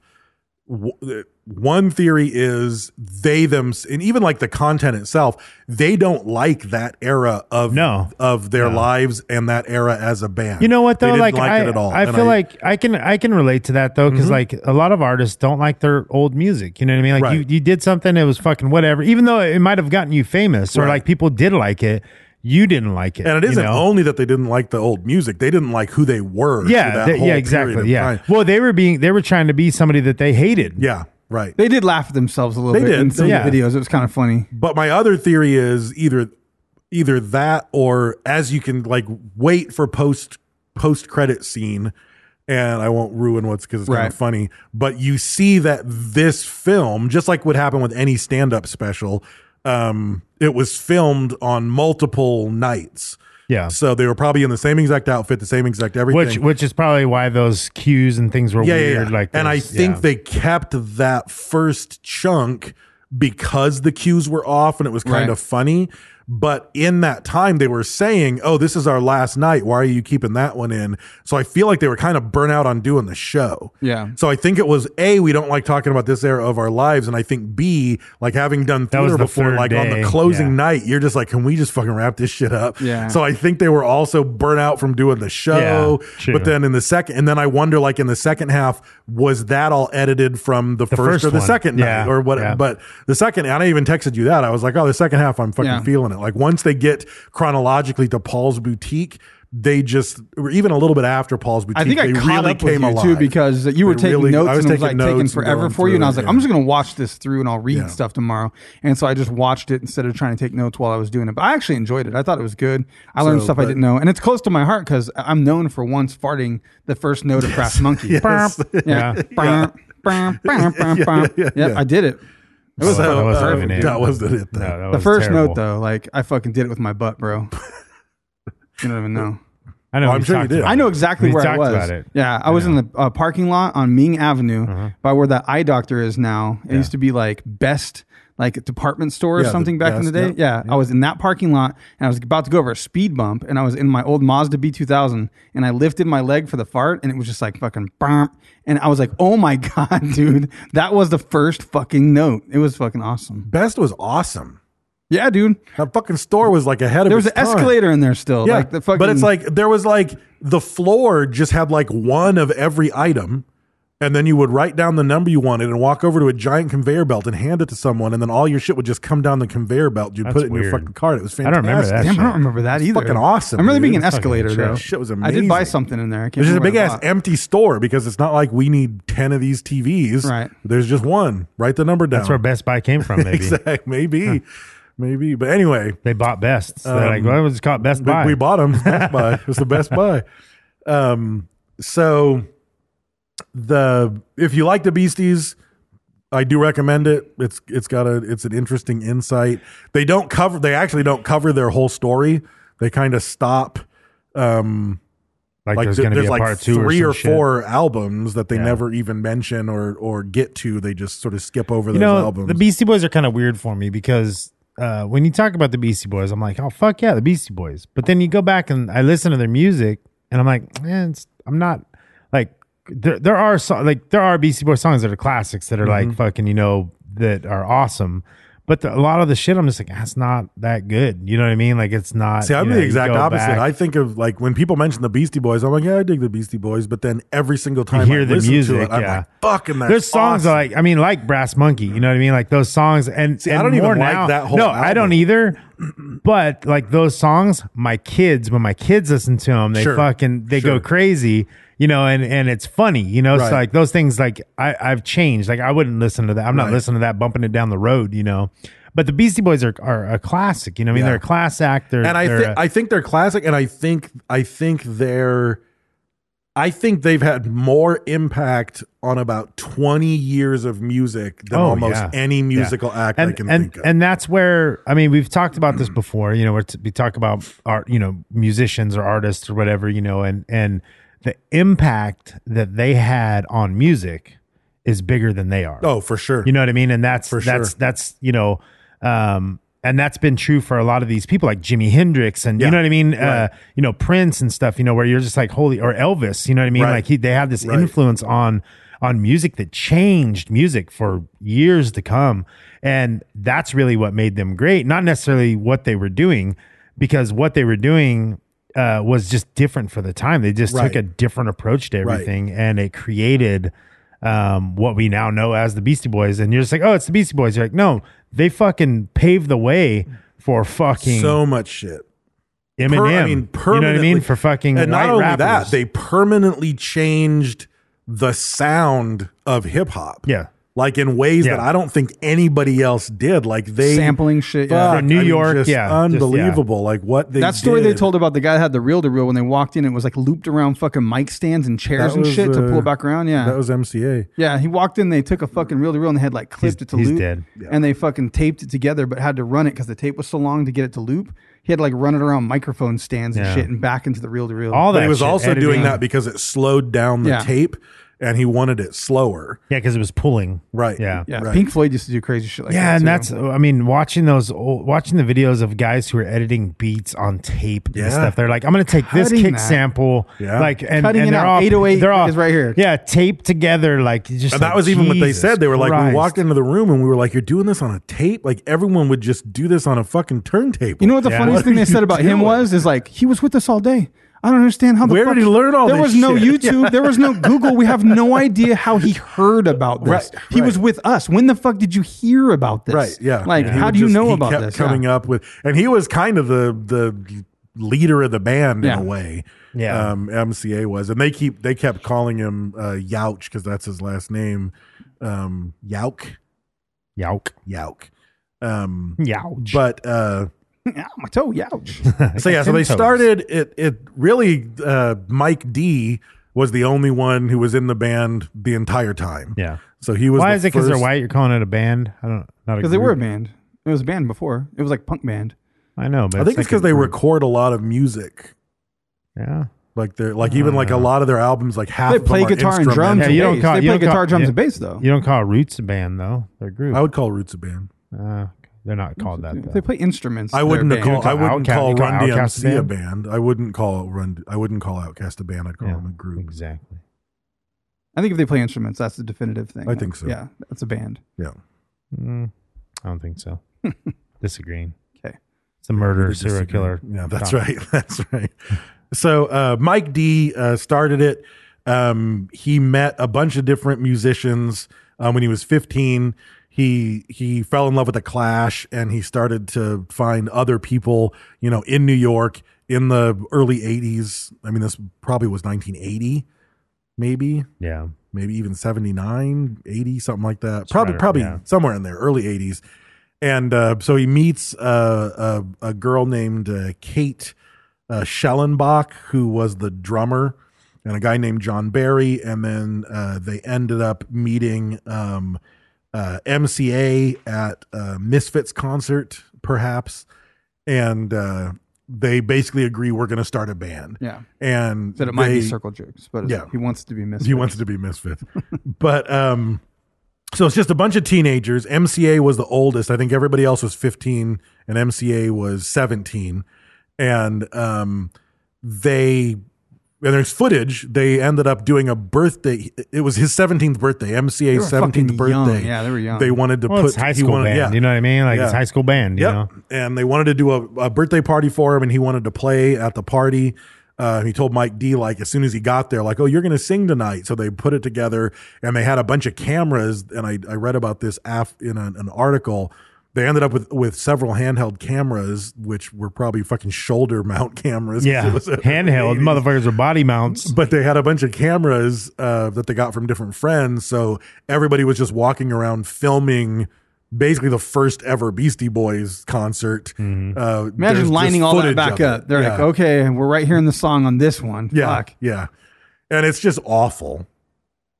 W- one theory is they them and even like the content itself, they don't like that era of
No.
of their lives and that era as a band.
You know what
They
though?
didn't
like, I,
it at all.
I
And Mm-hmm.
feel like I can I can relate to that though because like a lot of artists don't like their old music. You know what I mean? Like you
Right.
you did something it was fucking whatever, even though it might have gotten you famous or
Right.
like people did like it, you didn't like it.
and it
you
isn't
know?
only that they didn't like the old music; they didn't like who they were. through
yeah
that
they-
whole period
yeah
of
exactly yeah.
time.
Well, they were being they were trying to be somebody that they hated.
yeah, right.
They did laugh at themselves a little
They
bit
did,
in some
yeah.
of the videos. It was kind of funny.
But my other theory is either either that or as you can like wait for post post credit scene and I won't ruin what's because it's kind
Right.
of funny, but you see that this film, just like would happen with any stand up special, um, it was filmed on multiple nights.
Yeah.
So they were probably in the same exact outfit, the same exact everything.
Which which is probably why those cues and things were weird. Like
and I
this.
think
Yeah.
they kept that first chunk because the cues were off and it was kind
Right.
of funny. But in that time, they were saying, "Oh, this is our last night. Why are you keeping that one in?" So I feel like they were kind of burnt out on doing the show.
Yeah.
So I think it was a we don't like talking about this era of our lives, and I think b like having done
That was
theater
the
before,
third
like on
day,
the closing
yeah.
night, you're just like, "Can we just fucking wrap this shit up?"
Yeah.
So I think they were also burnt out from doing the show.
Yeah, true.
but then then in the second, and then I wonder, like in the second half, was that all edited from the, first,
first
or the
one.
second
Yeah,
night or what?
yeah.
But the second, and I even texted you that I was like, oh, the second half, I'm fucking
Yeah.
feeling it. Like once they get chronologically to Paul's boutique, they just or even a little bit after Paul's boutique,
I think
they
I caught
really
up with
came
you
alive
too because you were
They
taking
really-
notes and it was like
notes
taking
and
forever
going
for you. And
through
I was
it,
like,
yeah.
I'm just gonna watch this through and I'll read
Yeah.
stuff tomorrow. And so I just watched it instead of trying to take notes while I was doing it. But I actually enjoyed it. I thought it was good. I learned
So,
stuff I
but-
didn't know, and it's close to my heart because I'm known for once farting the first note of
(laughs)
Crash Monkey.
Burp.
Yeah.
yeah.
Burp, burp, burp, burp, burp.
yeah,
Yep,
yeah.
I did it. It was
So,
That
perfect.
wasn't even
uh,
it.
that was the it.
No, that
the
was
first
terrible.
note though, like I fucking did it with my butt, bro.
(laughs)
you don't even know.
I know.
Well, Oh, I'm
we
sure you
talked
did.
about
I know
it.
exactly
We
where I
talked
was.
about it.
Yeah, I was in the uh, parking lot on Ming Avenue by where that eye doctor is now. It used to be like best like department store or
Yeah, the
something back in the day.
best,
Yeah, I was in that parking lot and I was about to go over a speed bump and I was in my old Mazda B2000 and I lifted my leg for the fart and it was just like fucking bump and I was like, "Oh my (laughs) god, dude, that was the first fucking note." It was fucking awesome.
Best was awesome.
Yeah, dude.
That fucking store was like ahead of
There was an
its time.
escalator in there still. like the fucking
but it's like there was like the floor just had like one of every item, and then you would write down the number you wanted and walk over to a giant conveyor belt and hand it to someone, and then all your shit would just come down the conveyor belt. You'd
That's
put it in your
weird.
fucking cart. It was
I
fantastic.
don't remember that
Damn, I
shit.
don't remember that either.
fucking awesome,
I remember
dude.
being an
It's fucking
escalator though.
trash.
Shit was
I did buy
amazing.
something in there. I can't
There's just a
remember
big
what I
ass
bought.
empty store because it's not like we need ten of these TVs.
Right.
There's just one. Write the number down.
That's
(laughs)
where Best Buy came from. Maybe
exactly. Maybe, maybe. But anyway,
they bought Best. So they're
Um,
like, well, it was called Best
We-
Buy.
We bought
(laughs)
them. It's Best Buy. It was the Best Buy. Um, so the if you like the Beasties, I do recommend it. It's it's got a it's an interesting insight. They don't cover. They actually don't cover their whole story. They kind of stop. Um,
like,
like
there's
th-
going to be a
like
part two
three
or,
or,
some shit.
four albums that they
Yeah.
never even mention or or get to. They just sort of skip over
You
those
know,
albums.
the Beastie Boys are kind of weird for me because uh, when you talk about the Beastie Boys, I'm like, oh fuck yeah, the Beastie Boys. But then you go back and I listen to their music, and I'm like, eh, it's, I'm not like there. There are so, like there are Beastie Boys songs that are classics that are
Mm-hmm.
like fucking you know that are awesome. But the, a lot of the shit, I'm just like, that's not that good. You know what I mean? Like, it's not.
See, I'm
you know,
the
you
exact
go
opposite.
back-
I think of like when people mention the Beastie Boys, I'm like, yeah, I dig the Beastie Boys, but then every single time
you hear
I
the
listen
music,
to it, I'm
yeah.
like, fucking that's
There's songs
awesome.
like I mean, like Brass Monkey. You know what I mean? Like those songs, and,
See, I
and
don't even
more
like
now.
that whole
no, I
album.
don't either. But like those songs, my kids, when my kids listen to them, they
Sure.
fucking they
Sure.
go crazy. You know, and and it's funny. You know,
Right.
so like those things, like I I've changed. Like I wouldn't listen to that. I'm
Right.
not listening to that. Bumping it down the road. You know. But the Beastie Boys are, are a classic, you know. what I mean,
Yeah.
they're a class act. They're,
and I
they're uh,
think
a-
I think they're classic, and I think I think they're, I think they've had more impact on about 20 years of music than almost
Oh, yeah.
any
Yeah.
musical act
and,
I can
and,
think of.
And that's where I mean, we've talked about this before. You know, we're t- we talk about art, you know, musicians or artists or whatever. You know, and and the impact that they had on music is bigger than they are.
oh, for sure.
You know what I mean? And that's
For
that's
sure.
that's you know, um, and that's been true for a lot of these people like Jimi Hendrix and
Yeah.
you know what I mean? Uh,
Right.
you know Prince and stuff. You know where you're just like holy or Elvis. You know what I mean?
Right.
Like he they had this
Right.
influence on on music that changed music for years to come. And that's really what made them great, not necessarily what they were doing, because what they were doing uh, was just different for the time. They just
Right.
took a different approach to
Right.
everything and it created um, what we now know as the Beastie Boys. And you're just like, oh, it's the Beastie Boys. You're like, no, they fucking paved the way for fucking
so much shit.
Eminem.
Per- I mean,
you know what I
permanently.
mean? For fucking
and
white
not only
rappers.
that, they permanently changed the sound of hip hop.
Yeah.
like in ways
Yeah.
that I don't think anybody else did. Like they
Sampling shit, yeah.
From New York, yeah, just- yeah.
unbelievable. Like what they
that story they
did.
told about the guy that had the reel to reel when they walked in, it was like looped around fucking mic stands and chairs
That
and
was,
shit to
uh,
pull it back around. Yeah,
That was MCA.
yeah. He walked in, they took a fucking reel to reel and they had like clipped
He's-
it to
he's
loop,
dead.
and they fucking taped it together, but had to run it because the tape was so long to get it to loop. He had to like run it around microphone stands and
Yeah.
shit and back into the reel to reel.
all that
But he was
shit,
also
editing.
doing that because it slowed down the
Yeah.
tape, and he wanted it slower.
Yeah, because it was pulling.
Right.
Yeah.
Yeah,
Right.
Pink Floyd used to do crazy shit like
yeah,
that.
and
too.
that's I mean, watching those old, watching the videos of guys who are editing beats on tape
Yeah.
and stuff. They're like, I'm gonna take this
Cutting
kick
that.
sample,
Yeah.
like and,
Cutting
and
it
they're
out.
all
808
they're all
is right here.
yeah, taped together, like
And
just. like,
that was even what they
Jesus
said. They were like,
Christ.
we walked into the room and we were like, "You're doing this on a tape? Like everyone would just do this on a fucking turntable."
You know what the
Yeah.
funniest
What
thing
are
they
you
said about him
doing?
was is like he was with us all day. I don't understand how the
Where
fuck-
did he learn all
There
this
was no
shit? (laughs)
YouTube. There was no Google. We have no idea how he heard about this.
Right,
He was
right.
with us. When the fuck did you hear about this?
Right. Yeah.
Like
He
how
would
do you
just-
know
he
about
kept
this?
Coming up with, and he was kind of the the leader of the band
Yeah.
in a way.
Yeah.
Um, MCA was, and they keep they kept calling him uh, Youch because that's his last name. Um, Yauk,
Yowk,
Yauk. Um,
yowch.
but uh,
Yeah. My toe.
(laughs)
Ouch.
so yeah, so they
Ten toes.
started it. It really uh, Mike D was the only one who was in the band the entire time.
Yeah.
So he was.
Why
the
is it because they're
first-
white? You're calling it a band? I don't. Not
Because they were a
group.
band. It was a band before. It was like punk band.
I know, but
I think it's
like
because
a
they
group.
record a lot of music
Yeah.
Like they're like even like a lot of their albums, like half
They
of them
play
are
guitar and
instrumental.
drums.
Uh. Yeah, you
and
don't
bass.
call-
they
you
play
don't call-
guitar, drums,
yeah.
and bass though.
You don't call Roots a band though. They're a group.
I would call Roots a band.
Uh, they're not called that.
They
Though.
play instruments.
I
they're
wouldn't
a
have
band.
called. I wouldn't
Outka-
call
you call
Run
Outkast a
DMC a
band?
band. I wouldn't call Run. I wouldn't call Outcast a band. I'd call
Yeah,
them a group.
Exactly.
I think if they play instruments, that's the definitive thing.
I think so.
Yeah, that's a band.
Yeah.
Mm, I don't
(laughs)
think so. Disagreeing.
'Kay.
It's a murderer, serial
Disagree.
killer.
Yeah, that's (laughs)
Doc.
right. That's right. So uh, Mike D uh, started it. Um, he met a bunch of different musicians um, when he was 15. He he fell in love with the Clash, and he started to find other people, you know, in New York in the early 80s. I mean, this probably was 1980, maybe
Yeah.
maybe even 79 80 something like that
It's
probably
right ar-
probably
yeah.
somewhere in there early 80s and uh, so he meets uh, a, a girl named uh, kate uh, schellenbach who was the drummer and a guy named john barry and then uh, they ended up meeting um, uh, mca at uh, misfits concert perhaps and uh, they basically agree we're going to start a band
Yeah.
and
Said it might be
they-
circle jerks, but
Yeah.
he wants to be missed.
he wants to be misfit. (laughs) but um, so it's just a bunch of teenagers. MCA was the oldest. I think everybody else was 15, and MCA was 17. And um, they and there's footage. They ended up doing a birthday. It was his 17th birthday. MCA's
They were fucking
17th birthday.
young. Yeah, they were young.
They wanted to
Well,
put
it's high
he
school
wanted-
band.
yeah.
You know what I mean? Like it's
Yeah.
high school band. You
Yep. (laughs)
know.
And they wanted to do a, a birthday party for him, and he wanted to play at the party. Uh, he told Mike D like as soon as he got there, like, "Oh, you're going to sing tonight." So they put it together, and they had a bunch of cameras. And I, I read about this af- in an, an article. They ended up with with several handheld cameras, which were probably fucking shoulder mount (laughs) cameras.
Yeah.
It was a- (laughs)
Handheld motherfuckers with body mounts.
but they had a bunch of cameras uh, that they got from different friends. So everybody was just walking around filming basically the first ever Beastie Boys concert. Uh, there's
Mm-hmm. Imagine
just
lining all that
footage
back
of it.
up. They're like,
Yeah.
okay, we're right here in the song on this one.
Yeah.
Fuck.
Yeah. And it's just awful.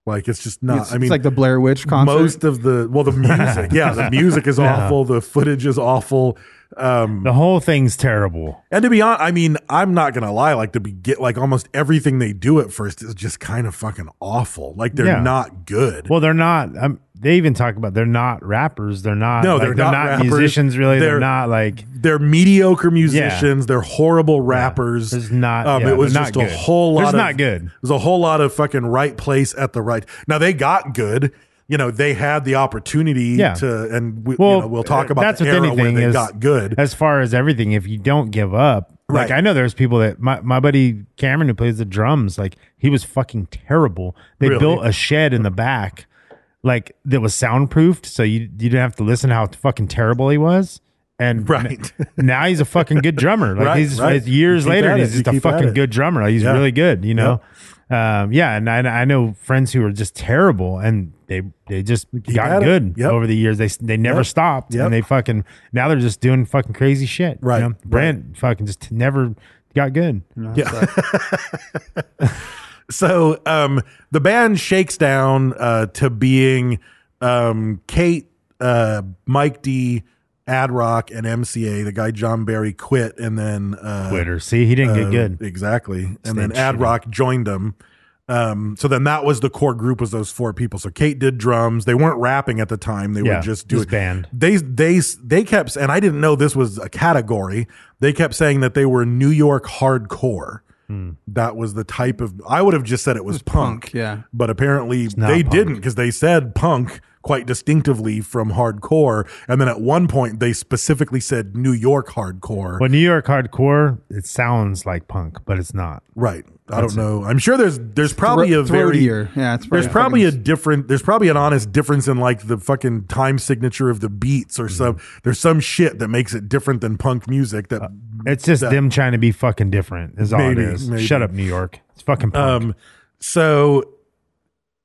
Like, it's just not.
it's,
I mean,
it's like the Blair Witch concert. (laughs)
most of the well, the music, yeah, the music is awful. The footage is awful.
The whole thing's terrible.
And to be honest, I mean, I'm not gonna lie. Like to be get like almost everything they do at first is just kind of fucking awful. Like they're
Yeah.
not good.
Well, they're not. Um, they even talk about they're not rappers. They're not.
No,
like,
they're not rappers.
musicians. Really, they're,
They're-
not like.
they're mediocre musicians. They're horrible rappers. Um,
There's not- yeah,
it was
they're not
just
good.
a whole lot.
There's
of,
not good.
It was a whole lot of fucking right place at the right. Now they got good. You know, they had the opportunity
Yeah.
to, and we,
Well, uh,
you know, we'll talk about
that's
the
with
era
anything
when they
is-
got good.
As far as everything, if you don't give up, like
Right.
I know there's people that my, my buddy Cameron who plays the drums, like he was fucking terrible. They
Really?
built a shed in the back, like that was soundproofed, so you you didn't have to listen to how fucking terrible he was. And
(laughs) Right. (laughs)
n- now he's a fucking good drummer. Like
Right,
he's
right.
it's years
You keep
later,
at
and
it,
he's
you
just a
keep at
fucking
it.
good drummer. Like, he's
Yeah.
really good, you know. Um, yeah, and I, I know friends who are just terrible, and they they just got
at it.
good
Yep.
over the years. They they never
Yep.
stopped,
Yep.
and they fucking now they're just doing fucking crazy shit. you
Right.
know?
Right.
Brent fucking just never got good.
So um, the band shakes down uh, to being um, Kate, uh, Mike D, Ad Rock, and MCA. The guy John Barry quit, and then uh,
Twitter, see, he didn't
uh,
get good.
exactly. and then
Same
Ad
shit.
Rock joined them. Um, so then that was the core group was those four people. So Kate did drums. They weren't rapping at the time. They
Yeah,
were just doing
just band.
They they they kept and I didn't know this was a category. They kept saying that they were New York hardcore.
Hmm.
That was the type of I would have just said it was, punk,
punk, yeah.
But apparently
not
they
punk.
didn't because they said punk quite distinctively from hardcore. And then at one point they specifically said New York hardcore.
Well, New York hardcore, it sounds like punk, but it's not.
Right. I don't know. I'm sure there's there's probably a
Thro-
very
throatier. Yeah, it's
there's
probably
probably a
fucking-
different there's probably an honest difference in like the fucking time signature of the beats or some
Mm-hmm.
there's some shit that makes it different than punk music that
It's just
that-
them trying to be fucking different. Is all
Maybe,
it is.
maybe.
Shut up, New York. It's fucking
Uh,
punk.
Um, so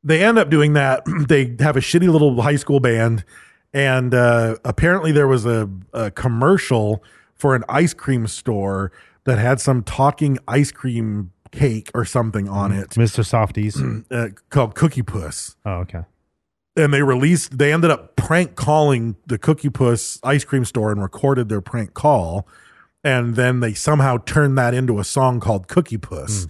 they end up doing that. (clears throat) they have a shitty little high school band, and uh, apparently there was a, a commercial for an ice cream store that had some talking ice cream cake or something on
Mm-hmm.
it (clears throat)
Mr. Softies.
uh, called Cookie Puss.
oh, okay.
and they released they ended up prank calling the cookie puss ice cream store and recorded their prank call and then they somehow turned that into a song called cookie
Hmm.
puss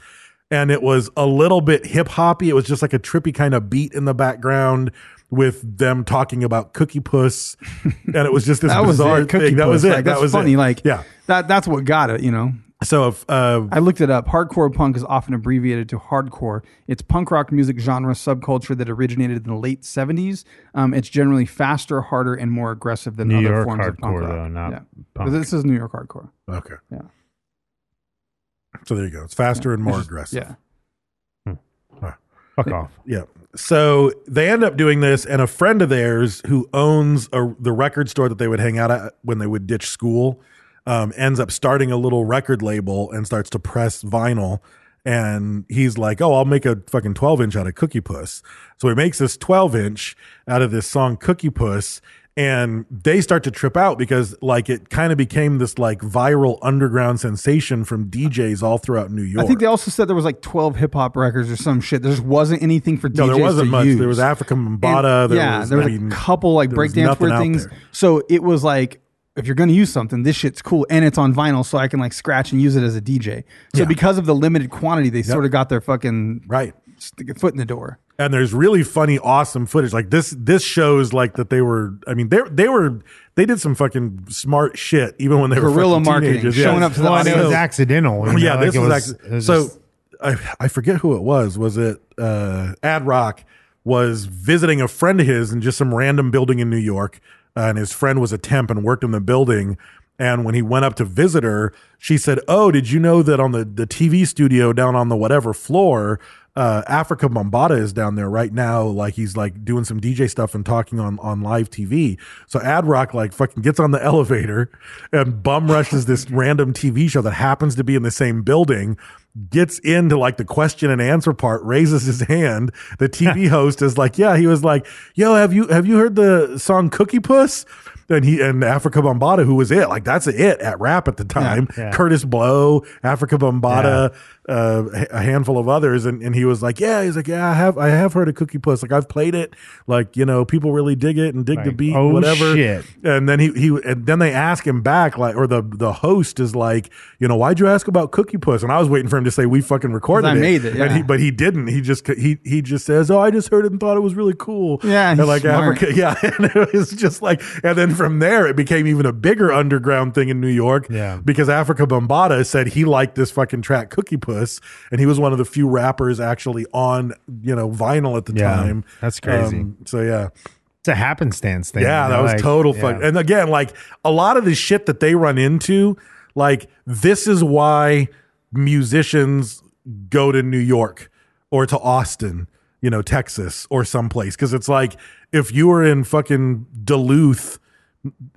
and it was a little bit hip hoppy it was just like a trippy kind of beat in the background with them talking about cookie
(laughs)
puss and it was just this
That was
bizarre
it. Cookie
thing that
Puss.
was it
Like,
that
that's
was
funny.
it.
Like
yeah
that that's what got it. You know,
so if uh
I looked it up. Hardcore punk is often abbreviated to hardcore. It's punk rock music genre subculture that originated in the late '70s. Um, it's generally faster, harder, and more aggressive than
New
other
York
forms of punk
hardcore,
rock.
though, not
yeah.
punk.
This is New York hardcore.
okay
Yeah.
so there you go it's faster and more aggressive
Yeah.
Fuck off.
Yeah. So they end up doing this, and a friend of theirs who owns a, the record store that they would hang out at when they would ditch school um, ends up starting a little record label and starts to press vinyl. And he's like, "Oh, I'll make a fucking twelve inch out of Cookie Puss." So he makes this twelve inch out of this song Cookie Puss, and they start to trip out because like it kind of became this like viral underground sensation from DJs all throughout New York.
I think they also said there was like 12 hip hop records or some shit. There just wasn't anything for DJs
No, there wasn't
to
much.
use.
There was Africa Bambaataa,
And-
there
yeah,
was-
there was
I
a
mean,
couple like
there was
breakdance
nothing
weird
out
things.
there.
So it was like, if you're going to use something, this shit's cool and it's on vinyl, so I can like scratch and use it as a DJ. So
Yeah.
because of the limited quantity, they sort of got their fucking
right.
st- foot in the door.
and there's really funny, awesome footage. Like this, this shows like that they were. I mean, they they were they did some fucking smart shit, even when they were
Guerrilla
fucking
marketing,
teenagers.
showing up to the
Well, and it was
So-
accidental. you know,
yeah,
like
this
it
was,
it
actually,
was
so.
just-
I I forget who it was. Was it uh, Ad Rock? Was visiting a friend of his in just some random building in New York, uh, and his friend was a temp and worked in the building. And when he went up to visit her, she said, "Oh, did you know that on the the TV studio down on the whatever floor?" Uh, Africa Bombata is down there right now. Like he's like doing some DJ stuff and talking on, on live TV. So Ad Rock like fucking gets on the (laughs) elevator and bum rushes this random TV show that happens to be in the same building gets into like the question and answer part, raises his hand. The
(laughs)
TV host is like, "Yeah." He was like, "Yo, have you have you heard the song Cookie Puss?" And he and Africa Bombata, who was it? Like that's it at rap at the time.
Yeah.
Curtis Blow, Africa Bombata, uh, h- a handful of others, and, and he was like, "Yeah." He's like, "Yeah, I have I have heard of Cookie Puss. Like I've played it. Like you know, people really dig it and dig the
Like,
beat,
oh,
whatever."
shit.
and then he he and then they ask him back like or the the host is like you know why'd you ask about cookie puss and i was waiting for him to say we fucking recorded
I
it,
made it,
And he,
yeah.
but he didn't he just he he just says oh i just heard it and thought it was really cool
Yeah,
and
he's
like
smart.
africa (laughs) yeah and it was just like and then from there it became even a bigger underground thing in new york
Yeah.
because africa bombata said he liked this fucking track cookie puss and he was one of the few rappers actually on you know vinyl at the
Yeah,
time Um,
that's crazy.
so yeah
It's a happenstance thing.
yeah,
you
that
know,
was
like-
total fuck.
yeah.
And again, like a lot of the shit that they run into, like this is why musicians go to New York or to Austin, you know, Texas or someplace. Cause it's like if you were in fucking Duluth,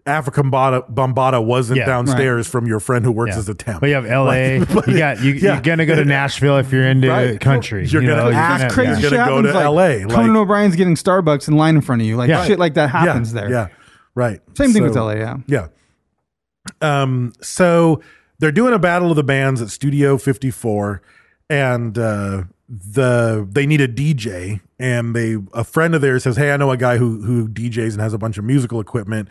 African Bombata, Bombata wasn't
Yeah, right.
downstairs from your friend who works
Yeah.
as a temp.
But you have L.A. you got you,
yeah.
you're gonna go to Nashville if you're into
Right.
country.
You're
you
gonna
know, you're
act
gonna-
crazy
You're
shit
gonna go
happens.
to LA,
like,
like-
Conan O'Brien's getting Starbucks in line in front of you. Like
Yeah.
shit like that
Yeah,
happens there.
Yeah. Right.
Same thing with LA, yeah.
Yeah. Um, so they're doing a battle of the bands at Studio 54, and uh, the they need a DJ, and they a friend of theirs says, "Hey, I know a guy who who DJs and has a bunch of musical equipment,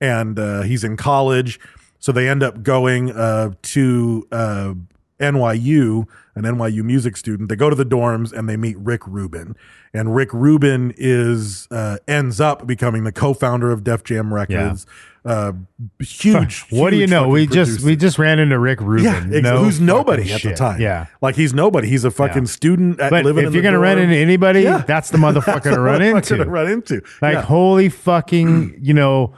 and uh, he's in college." So they end up going uh, to uh, NYU, an NYU music student. They go to the dorms and they meet Rick Rubin, and Rick Rubin is uh, ends up becoming the co-founder of Def Jam Records. Uh, huge.
(laughs) What do you
huge
know?
fucking
We just
producer.
we just ran into Rick Rubin.
yeah, ex-
No
who's
fucking
nobody at the
shit.
time.
Yeah.
like he's nobody. He's a fucking
Yeah.
student at
But
living.
if
in
you're
the
gonna run
dorm. (laughs)
into anybody,
Yeah.
that's the motherfucker to run
Motherfucker
into.
to run into.
Like
Yeah.
holy fucking, you know,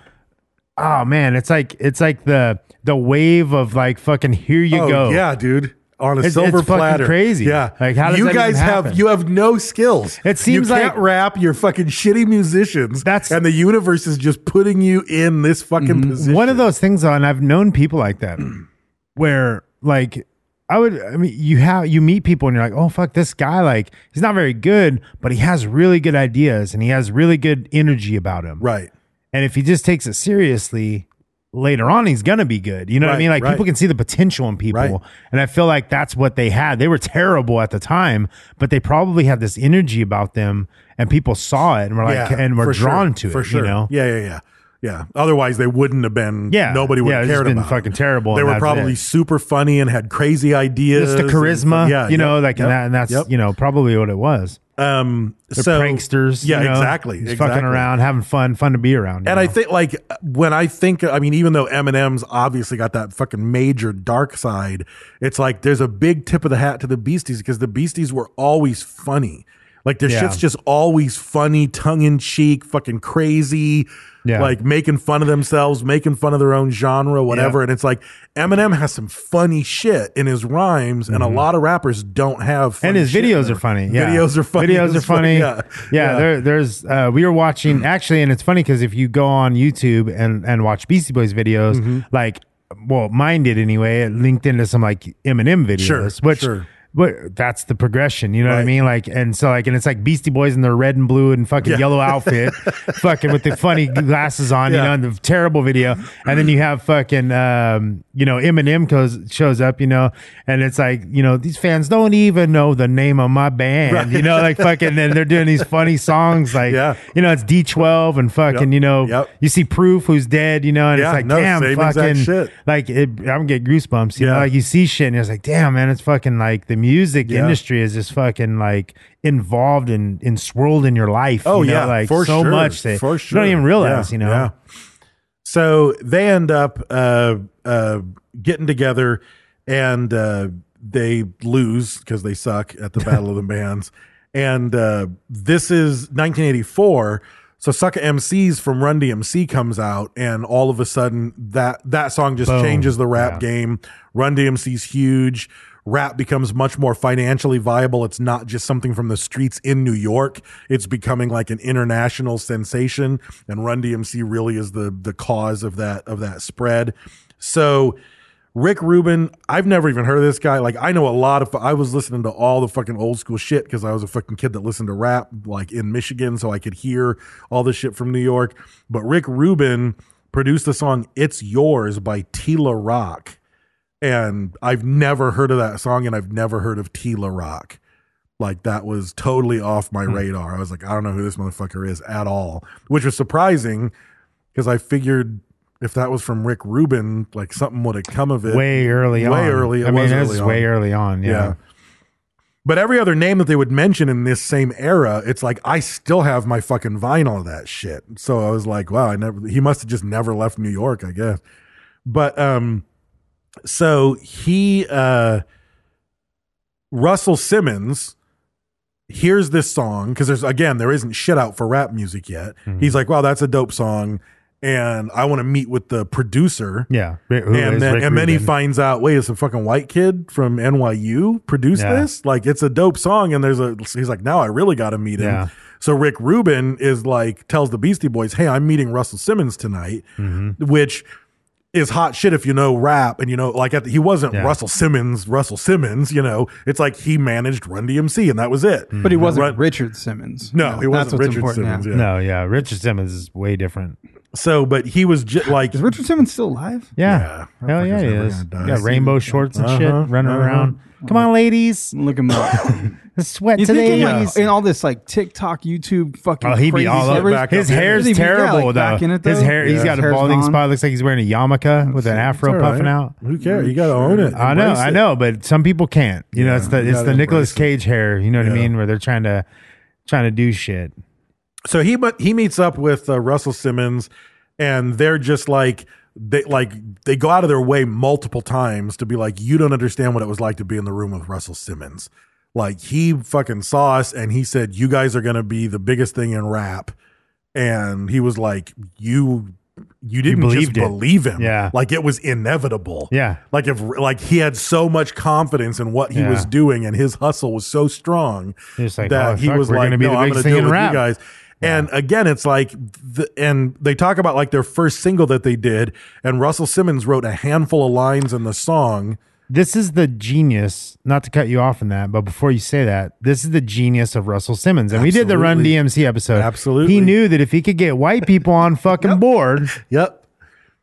oh man, it's like it's like the the wave of like fucking here you
oh,
go.
Yeah, dude. On a
It's-
silver
it's fucking
platter,
crazy.
Yeah,
Like, how does
you
that
guys
even
have
happen?
you have no skills.
It seems
you can't
like-
rap. You're fucking shitty musicians.
That's-
and the universe is just putting you in this fucking position.
Mm-hmm. One of those things though, and I've known people like that (clears throat) where like I would I mean you have you meet people and you're like, oh fuck, this guy like he's not very good, but he has really good ideas and he has really good energy about him.
right?
And if he just takes it seriously, later on he's gonna be good. You know what
Right,
I mean? Like
right.
people can see the potential in people.
Right.
And I feel like that's what they had. They were terrible at the time, but they probably had this energy about them and people saw it and were like and were
for sure,
drawn to it.
for sure.
You know?
Yeah, yeah, yeah, yeah. Otherwise, they wouldn't have been.
Yeah,
nobody would
yeah,
have
it's
cared
been
about. them.
fucking terrible
They
and
were
that's
probably
it.
super funny and had crazy ideas.
Just the
and-
charisma,
yeah,
you know,
yep,
like
yep,
and, that, and that's
yep.
you know probably what it was.
um,
They're
so,
pranksters,
Yeah,
you know,
exactly.
just
exactly.
fucking around, having fun, fun to be around. you
And I
know?
think, like, when I think, I mean, even though Eminem's obviously got that fucking major dark side, it's like there's a big tip of the hat to the Beasties because the Beasties were always funny. Like, their
Yeah.
shit's just always funny, tongue in cheek, fucking crazy,
Yeah.
like making fun of themselves, making fun of their own genre, whatever.
Yeah.
And it's like Eminem has some funny shit in his rhymes, and a lot of rappers don't have. Funny
Mm-hmm. and his
shit in
videos
them.
are funny. Yeah.
Videos are funny.
Videos are
as fuck,
funny.
Yeah.
Yeah, there- there's uh, we
(clears throat)
were watching actually, and it's funny because if you go on YouTube and and watch Beastie Boys videos,
Mm-hmm.
like well, mine did anyway. It linked into some like Eminem videos,
Sure,
which.
sure.
But that's the progression, you know what I
Right.
mean? Like, and so like, and it's like Beastie Boys in their red and blue and fucking
Yeah. (laughs)
yellow outfit, fucking with the funny glasses on,
Yeah.
you know, and the terrible video. And then you have fucking, um, you know, Eminem goes, shows up, you know, and it's like, you know, these fans don't even know the name of my band, you know,
(laughs)
like fucking, and they're doing these funny songs, like,
Yeah.
you know, it's D12 and fucking,
Yep.
you know,
Yep.
you see Proof who's dead, you know, and
Yeah,
it's like,
no, same
damn,
exact
fucking,
shit.
like, it, I'm getting goosebumps, you
Yeah.
know, like you see shit and it's like, damn, man, it's fucking like the music
Yeah.
industry is just fucking like involved and, and swirled in your life.
Oh,
you know,
yeah,
like
for
so
sure,
much that
for
you don't
sure.
even realize,
Yeah,
you know.
yeah. So they end up uh, uh, getting together and uh, they lose because they suck at the Battle of the Bands. And uh, this is 1984. So Sucker MCs from Run DMC comes out, and all of a sudden that that song just
Boom.
changes the rap
Yeah.
game. Run DMC's huge. Rap becomes much more financially viable. It's not just something from the streets in New York. It's becoming like an international sensation. And Run DMC really is the the cause of that of that spread. So Rick Rubin, I've never even heard of this guy. Like, I know a lot of, I was listening to all the fucking old school shit because I was a fucking kid that listened to rap, like in Michigan, so I could hear all this shit from New York. But Rick Rubin produced the song It's Yours by Tila Rock. And I've never heard of that song and I've never heard of Tila Rock. Like, that was totally off my radar. I was like, I don't know who this motherfucker is at all, which was surprising because I figured if that was from Rick Rubin, like something would have come of it
way early
way
on.
early. It
I mean,
was
that's
early on.
way early on. Yeah.
But every other name that they would mention in this same era, it's like I still have my fucking vinyl of that shit. So I was like, wow, I never. He must have just never left New York, I guess. But um, so he uh, Russell Simmons hears this song because there's again there isn't shit out for rap music yet.
Mm-hmm.
He's like, wow, that's a dope song, and I want to meet with the producer
Yeah. Ri- who
and
is
then,
Rick
and then he
Rubin?
finds out, wait, it's a fucking white kid from NYU produced
Yeah.
this. Like, it's a dope song. And there's a, he's like, now I really got to meet him.
Yeah.
So Rick Rubin is like, tells the Beastie Boys, hey, I'm meeting Russell Simmons tonight,
Mm-hmm.
which is hot shit if you know rap and you know, like, at the, he wasn't
Yeah.
Russell Simmons, Russell Simmons, you know, it's like he managed Run DMC and that was it.
But he
Mm-hmm.
wasn't
Run-
Richard Simmons.
Mm-hmm. No,
You know,
he wasn't
what's
Richard
important,
Simmons.
yeah.
Yeah.
No, yeah. Richard Simmons is way different.
So, but he was just like,
Is Richard Simmons still alive?
Yeah.
Yeah.
Hell yeah, he
Motherfucker's never
is.
gonna die.
Yeah, rainbow shorts and shit
Uh-huh,
running
uh-huh.
around. Come on, ladies.
Look him
(laughs)
up.
Let's sweat
You
today.
think in, like, in all this like TikTok, YouTube, fucking
Oh, he'd
crazy
be all over.
celebrities-
back
His
up.
hair's
Yeah, like
terrible though.
back in it,
His
though.
hair. He's
Yeah.
got a
Hair's
balding
gone.
spot. Looks like he's wearing a yarmulke with an afro
Oh, all right.
puffing out.
who cares? You got to own it.
I know,
Embrace
I
it.
know, but some people can't. You know, it's the
you
it's
gotta
the Nicolas
embrace it.
Cage hair. You know what I
Yeah.
mean? Where they're trying to trying to do shit.
so he but he meets up with uh, Russell Simmons, and they're just like they like they go out of their way multiple times to be like, you don't understand what it was like to be in the room with Russell Simmons. Like he fucking saw us, and he said, you guys are gonna be the biggest thing in rap. And he was like, you. You didn't just
believed it.
believe him.
Yeah.
Like it was inevitable.
Yeah.
Like if like he had so much confidence in what he
Yeah.
was doing and his hustle was so strong
It's like,
that
oh,
he
fuck,
was
we're
like,
gonna be
no,
the
I'm going
biggest
to deal
thing in
with
rap."
you guys. And again, it's like, the, and they talk about like their first single that they did, and Russell Simmons wrote a handful of lines in the song.
This is the genius. Not to cut you off on that, but before you say that, this is the genius of Russell Simmons. And we did the Run
Absolutely.
DMC episode.
Absolutely.
he knew that if he could get white people on fucking board,
Yep.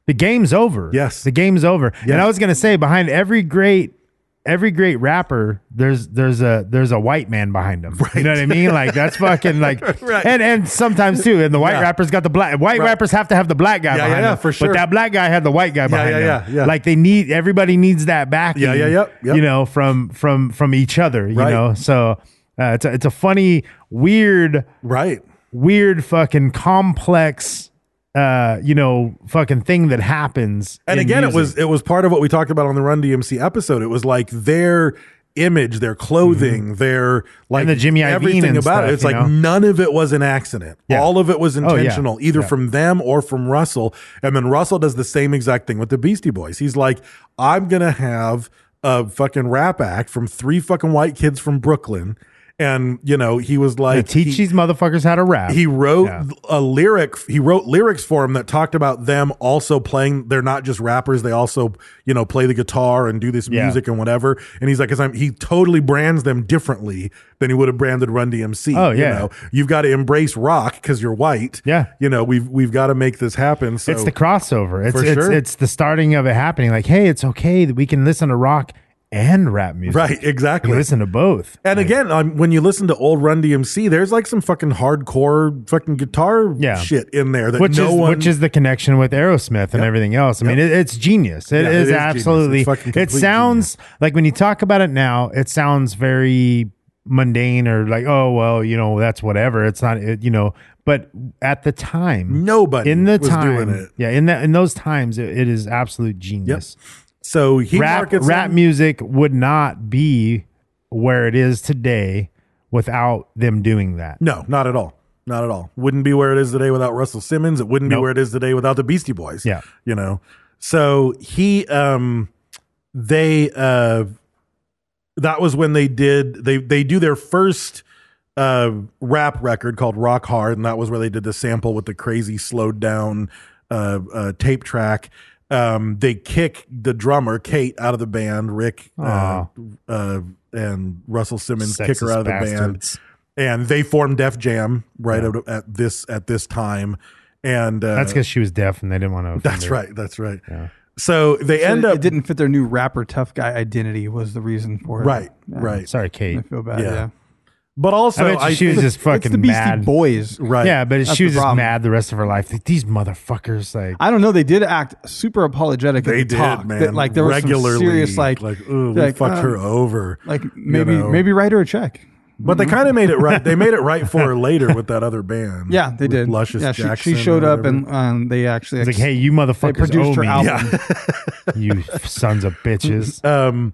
the game's over.
Yes.
the game's over.
Yes.
And I was gonna say, behind every great, every great rapper, there's there's a there's a white man behind him. You know what I mean? Like that's fucking
(laughs)
like,
Right.
and and sometimes too, and the white
Yeah.
rappers got the black. White
Right.
rappers have to have the black guy
Yeah,
behind
yeah, yeah,
them
for sure.
But that black guy had the white guy behind
yeah,
him.
yeah, yeah.
Like they need everybody needs that back.
Yeah, yeah, yep, yep.
You know, from from from each other. You
Right.
know, so. Uh, it's a, it's a funny, weird,
Right.
weird fucking complex uh you know fucking thing that happens
And
in
again, it was
music.
it was part of what we talked about on the Run DMC episode. It was like their image, their clothing, their like
Mm-hmm. And the Jimmy Iovine
everything
and
about it.
stuff,
It's
you
like
know?
none of it was an accident.
Yeah.
All of it was
Oh, yeah.
intentional, either
Yeah.
from them or from Russell. And then Russell does the same exact thing with the Beastie Boys. He's like, I'm gonna have a fucking rap act from three fucking white kids from Brooklyn. And you know, he was
To
like
teach
he-
these motherfuckers how to rap
he wrote
Yeah.
a lyric he wrote lyrics for him that talked about them also playing they're not just rappers they also you know play the guitar and do this
Yeah.
music and whatever and he's like because i'm he totally brands them differently than he would have branded run dmc
Oh,
you
yeah.
know you've got to embrace rock because you're white
Yeah.
you know we've we've got to make this happen so
it's the crossover it's
For
it's,
sure.
it's the starting of it happening like hey it's okay that we can listen to rock and rap music
right
we
exactly
can listen to both
And again, um, when you listen to old Run DMC, there's like some fucking hardcore fucking guitar
Yeah.
shit in there that
which
no
is
one
which is the connection with Aerosmith and
Yep.
everything else. I mean,
Yep.
it, it's genius. It
Yeah, it
is
is genius.
absolutely.
It's fucking
it
complete
sounds like when you talk about it now, it sounds very mundane or like, oh well, you know, that's whatever. It's not, it, you know. But at the time,
Nobody
in the
was
time,
doing it.
yeah, in that in those times, it, it is absolute genius.
so he
Rap
markets
rap
them-
music would not be where it is today without them doing that.
No, not at all. Not at all. Wouldn't be where it is today without Russell Simmons. It wouldn't be
Nope.
where it is today without the Beastie Boys.
Yeah.
You know. So he um they uh that was when they did they they do their first uh rap record called Rock Hard and that was where they did the sample with the crazy slowed down uh, uh tape track um, they kick the drummer Kate out of the band. Rick uh, uh, and Russell Simmons kick her
Sexist
out of the
bastards.
band, and they form Def Jam right out at this at this time. And uh,
That's because she was deaf and they didn't want
(laughs)
to.
that's right. That's right. So they
And
end
it,
up
it didn't fit their new rapper tough guy identity was the reason for it.
right,
Yeah.
right.
Sorry, Kate.
I feel bad.
Yeah.
Yeah.
But also,
I bet you
I
she was
think-
just fucking
it's the Beastie
mad.
Boys.
right.
Yeah, but
That's
she was
the
just
problem.
mad the rest of her life. Like these motherfuckers. Like
I don't know. They did act super apologetic.
they
at the
did,
talk,
man.
That, like there was
regularly,
some serious like
like, ooh, we
like,
fucked
um,
her over.
Like
you
maybe
know.
maybe mm-hmm. write her a check.
But they kind of made it right. They made it right
(laughs)
for her later with that other band.
Yeah, they
with
did.
Luscious
yeah,
Jackson.
she, she showed
or
up
whatever.
and um, they actually
it's like,
ex-
hey, you
they
motherfuckers owe
produced her
me.
album.
(laughs) you sons of
(laughs)
bitches.
Uh,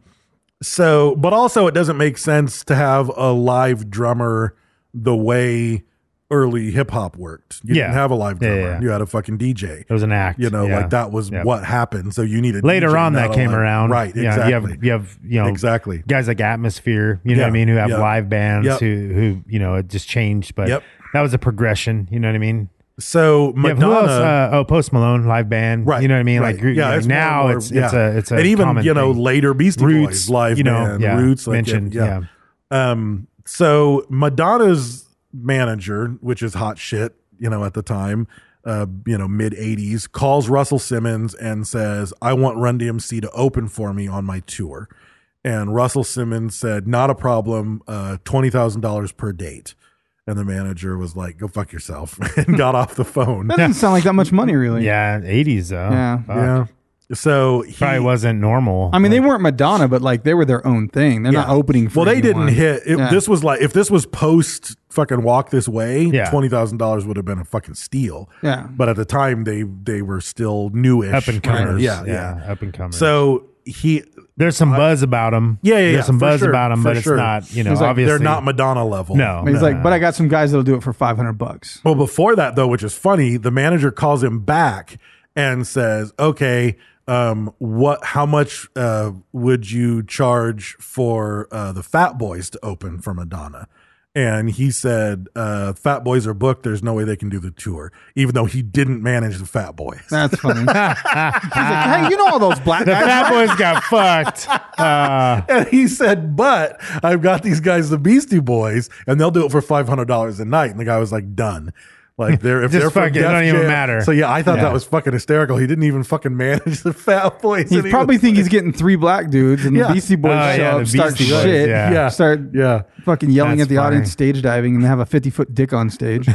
so, but also it doesn't make sense to have a live drummer the way early hip hop worked. You
Yeah.
didn't have a live
Yeah,
drummer.
yeah, yeah.
You had a fucking DJ.
It was an act.
You know,
Yeah.
like that was
Yeah.
what happened. So you needed
Later on, that came around.
right? Exactly.
Yeah, you have you have you know
exactly.
guys like Atmosphere. You know what I
Yeah,
mean? Who have
yeah.
live bands
Yep.
who who you know it just changed. But
Yep.
that was a progression. You know what I mean?
So
Yeah, who
Madonna.
else? Uh, oh, Post Malone live band.
Right.
You know what I mean?
right.
Like you know,
it's more
now
and more-
it's it's
yeah.
a it's a
and even
common
you know
thing.
later Beastie Boys live
you know,
band,
yeah,
Roots like,
mentioned. yeah.
Um, so Madonna's manager, which is hot shit, you know, at the time, uh, you know, mid '80s, calls Russell Simmons and says, "I want Run DMC to open for me on my tour." And Russell Simmons said, "Not a problem. Uh, Twenty thousand dollars per date." And the manager was like, "Go fuck yourself," (laughs) and got off the phone.
That (laughs) doesn't sound like that much money, really.
Yeah, eighties though.
Yeah.
Fuck.
Yeah. So he,
Probably wasn't normal.
I mean, they weren't Madonna, but like they were their own thing. They're not
Yeah.
opening. for
Well, they
anyone.
didn't hit. It,
Yeah.
This was like if this was post fucking walk this way,
Yeah.
twenty thousand dollars would have been a fucking steal.
Yeah.
but at the time they they were still newish,
up and comers.
Yeah,
Yeah,
yeah,
up and comers.
So he,
there's some buzz about them.
Yeah, yeah, yeah,
There's some
for
buzz
sure,
about them,
for
but it's
sure.
not. You know,
It's like
obviously
they're not Madonna level.
No.
But He's
Nah.
like, but I got some guys that'll do it for five hundred bucks.
Well, before that though, which is funny, the manager calls him back and says, "Okay, um, what? How much uh, would you charge for uh, the Fat Boys to open for Madonna?" And he said, uh, "Fat Boys are booked. There's no way they can do the tour, even though he didn't manage the Fat Boys."
That's
(laughs)
funny. He's like, hey, you know all those black
The
guys. (laughs)
Fat Boys got fucked. Uh,
And (laughs) he said, "But I've got these guys, the Beastie Boys, and they'll do it for five hundred dollars a night." And the guy was like, "Done."
(laughs)
Like they're if
Just
they're from
fuck it, it
Def
don't even
Jam-
matter.
So yeah, I thought
Yeah.
that was fucking hysterical. He didn't even fucking manage (laughs) the Fat Boys.
He's
and he
probably
was-
think he's getting three black dudes, and
Yeah.
the (laughs) Beastie Boys
Oh,
show
yeah, the
up, start
Beastie Boys,
shit,
yeah.
Yeah.
(laughs) start
Yeah.
fucking yelling
That's
at the
funny.
audience, stage diving, and have a fifty foot dick
(laughs)
on stage.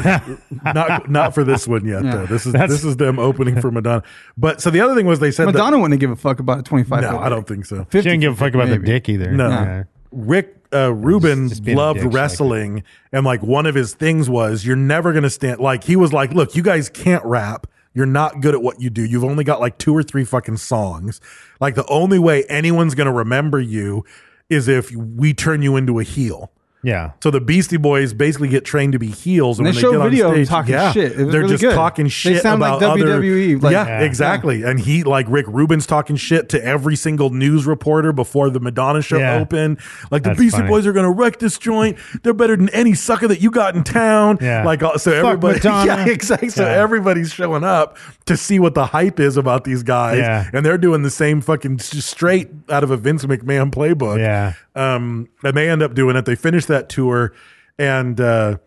not not for this one
(laughs)
yet
Yeah.
though. This is
That's-
this is them opening for Madonna. But so the other thing was they said that-
Madonna wouldn't give a fuck about a twenty five.
no, I don't think so.
she didn't give a fuck about the
maybe.
dick either.
No.
Yeah.
Rick uh, Rubin
Just- just being a
loved
dick, like-
wrestling, and like one of his things was, "You're never gonna stand." Like he was like, "Look, you guys can't rap. You're not good at what you do. You've only got like two or three fucking songs. Like the only way anyone's gonna remember you is if we turn you into a heel."
Yeah.
So the Beastie Boys basically get trained to be heels, and
They
when
show
they get on
video of
stage,
talking
yeah,
shit. It was
they're
really
just
good.
talking
They
shit
sound like
about other-
WWE, like-
yeah,
Yeah.
exactly. And he like Rick Rubin's talking shit to every single news reporter before the Madonna show
Yeah.
opened. Like the
That's
Beastie
funny.
Boys are gonna wreck this joint. They're better than any sucker that you got in town.
Yeah.
Like uh, so
Fuck
everybody, (laughs)
Madonna.
yeah, exactly. So
Yeah.
everybody's showing up to see what the hype is about these guys,
Yeah.
and they're doing the same fucking s- straight out of a Vince McMahon playbook.
Yeah.
Um, and they end up doing it. They finish that tour and uh,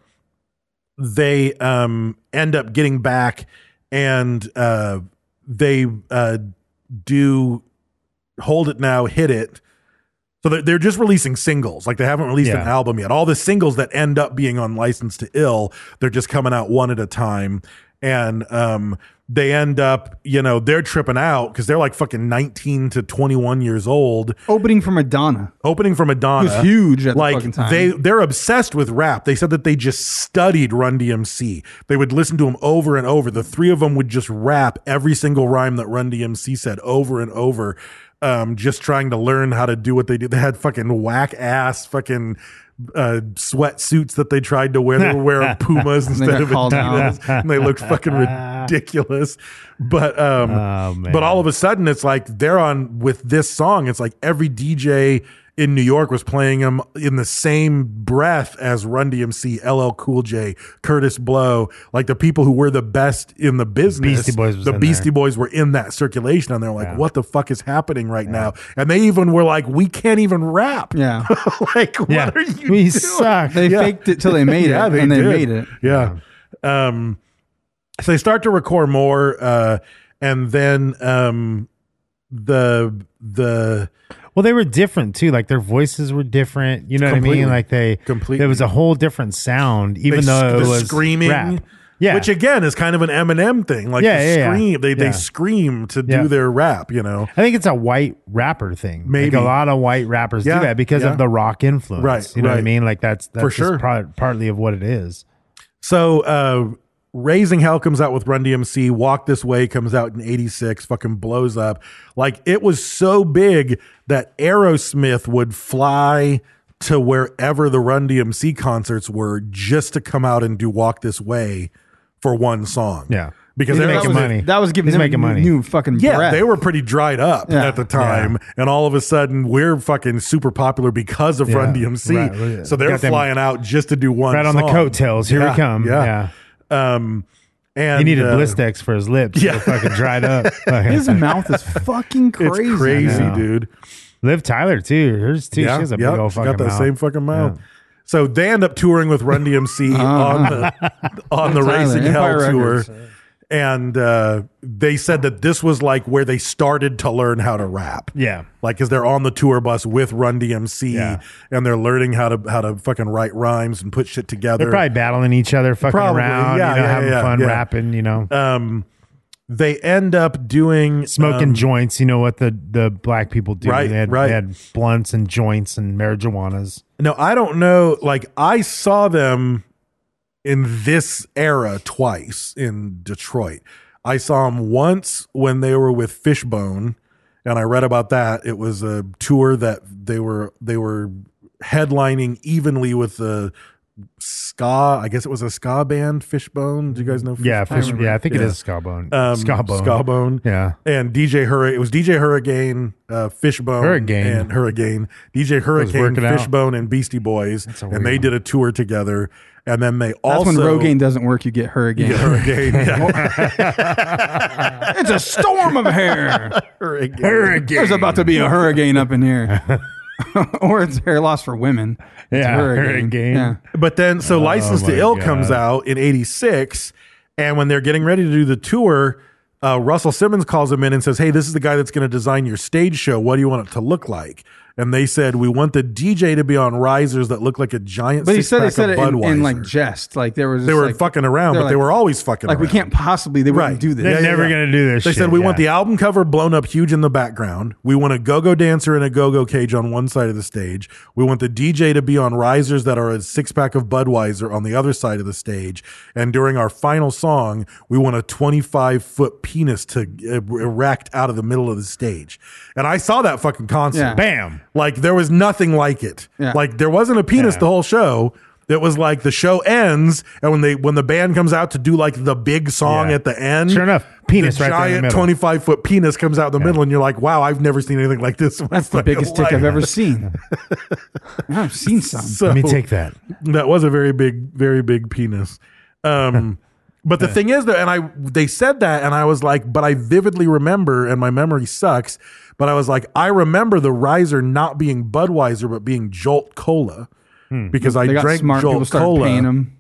they um, end up getting back and uh, they uh, do Hold It Now, Hit It. So they're, they're just releasing singles. Like they haven't released an
Yeah.
album yet. All the singles that end up being on License to Ill, they're just coming out one at a time. And um, they end up, you know, they're tripping out because they're like fucking 19 to 21 years old
Opening for Madonna.
opening for Madonna
Who's huge at the
like
fucking time.
they they're obsessed with rap. They said that they just studied Run DMC. They would listen to him over and over. The three of them would just rap every single rhyme that Run DMC said over and over. Um, just trying to learn how to do what they do. They had fucking whack ass fucking uh, sweatsuits that they tried to wear. They were
(laughs)
wearing Pumas instead
got
of
called out.
(laughs)
Adidas, and they looked fucking ridiculous. But um,
Oh, man.
but all of a sudden it's like they're on with this song. It's like every DJ in New York was playing him in the same breath as Run DMC, LL Cool J, Curtis Blow, like the people who were the best in the business.
Beastie Boys was
the
in
Beastie
there.
Boys were in that circulation, and they're like,
Yeah.
"What the fuck is happening right now?" And they even were like, "We can't even rap."
Yeah.
(laughs) like what (laughs)
Yeah.
are you?
We
doing?
suck.
They
Yeah.
faked it
(laughs)
till they made
yeah,
it,
they
and they
did.
made it.
Yeah. Um, so they start to record more, uh, and then um, the the
Well, they were different too. Like their voices were different. You know what I
Completely.
mean? Like they
Completely.
There was a whole different sound, even
they-
though it
the
was
screaming,
Rap. Yeah,
which again is kind of an Eminem thing. Like
Yeah,
the
yeah, yeah.
scream, they
Yeah.
they scream to
Yeah.
do their rap. You know,
I think it's a white rapper thing. Like,
Maybe.
a lot of white rappers
Yeah,
do that because
yeah.
of the rock influence.
Right,
You know what I
right.
mean? Like that's that's
For
just
sure.
part, partly of what it is.
So uh Raising Hell comes out with Run DMC, Walk This Way comes out in 86, fucking blows up. Like it was so big that Aerosmith would fly to wherever the Run DMC concerts were just to come out and do Walk This Way for one song.
Yeah.
Because
He's
Aerosmith-
making
was,
money.
That was giving
He's
them
making
new-
money.
new fucking
yeah,
breath.
they were pretty dried up
Yeah.
at the time, and all of a sudden we're fucking super popular because of
Yeah,
Run DMC.
right.
So they're
Got them
flying out just to do one.
Right on the
song.
coattails. Here
Yeah,
we come. Yeah.
Um, and
He needed
uh,
Blistex for his lips. Yeah. fucking
(laughs)
dried up.
His mouth is fucking
It's
crazy.
crazy,
Yeah.
dude.
Liv Tyler too. Hers too. she has a
yep,
big old
she
fucking
got that
mouth.
same fucking mouth. So they end up touring with Run
(laughs)
DMC
Uh-huh.
on the on the
Tyler,
Racing Hell
Empire
tour,
Records.
and uh, they said that this was like where they started to learn how to rap.
Yeah.
like because they're on the tour bus with Run DMC,
Yeah.
and they're learning how to how to fucking write rhymes and put shit together.
They're probably battling each other, fucking
Probably,
around,
yeah,
you know,
yeah,
having
yeah,
fun,
yeah.
rapping, you know,
um, they end up doing
smoking
um,
joints. You know what the the black people do?
Right,
they had,
right.
They had blunts and joints and marijuanas.
No, I don't know. Like I saw them in this era twice in Detroit. I saw them once when they were with Fishbone, and I read about that. It was a tour that they were they were headlining evenly with the ska. I guess it was a ska band, Fishbone. Do you guys know?
Yeah,
Fishbone?
fish, yeah, I think it
Yeah.
is Skawbone.
Um,
Skawbone.
Skawbone.
Yeah.
And DJ Hurricane. It was DJ Hurricane, uh, Fishbone.
Hurricane.
And Hurricane. DJ Hurricane,
working out.
Fishbone, and Beastie Boys.
a
And
weird
they
one.
did a tour together. And then they
That's
also.
when Rogaine doesn't work. You get her
(laughs)
again.
Yeah,
(laughs)
Hurricane. (laughs) Yeah,
it's a storm of hair.
Hurricane.
There's about to be a hurricane up in here. or it's hair loss for women. It's
Yeah, hurricane.
Yeah.
(laughs) But then,
Oh
so License to
my
Ill
God.
comes out in 86. And when they're getting ready to do the tour, uh, Russell Simmons calls him in and says, Hey, this is the guy that's going to design your stage show. What do you want it to look like? And they said, We want the DJ to be on risers that look like a giant
But he said they
six-pack
said
of
it in, in, like
Budweiser."
jest. Like there was
They were fucking around, but they were always fucking
like we
around.
can't possibly they wouldn't
Right.
do this.
They're
Yeah, yeah,
never
yeah.
going to do this
They
shit.
said we want the
yeah.
album cover blown up huge in the background. We want a go-go dancer and a go-go cage on one side of the stage. We want the DJ to be on risers that are a six-pack of Budweiser on the other side of the stage. And during our final song, we want a 25-foot penis to uh, erect out of the middle of the stage. And I saw that fucking concert.
Yeah.
Bam.
Like there was nothing like it.
Yeah.
Like there wasn't a penis
Yeah.
the whole show. It was like the show ends, and when they when the band comes out to do like the big song
Yeah.
at the end,
Sure enough, penis
the
right there in the
giant
middle.
twenty five foot penis comes out in the middle, and you're like, wow, I've never seen anything like this. in my
That's the
fucking
biggest dick I've
life. (laughs)
ever seen. I've seen some.
So,
Let me take that.
that was a very big, very big penis.
(laughs)
Um, but the thing is, though, and I they said that, and I was like, but I vividly remember, and my memory sucks. But I was like, I remember the riser not being Budweiser, but being Jolt Cola
Hmm.
because I
They got
drank
smart. People
Jolt
started
Cola.
paying them.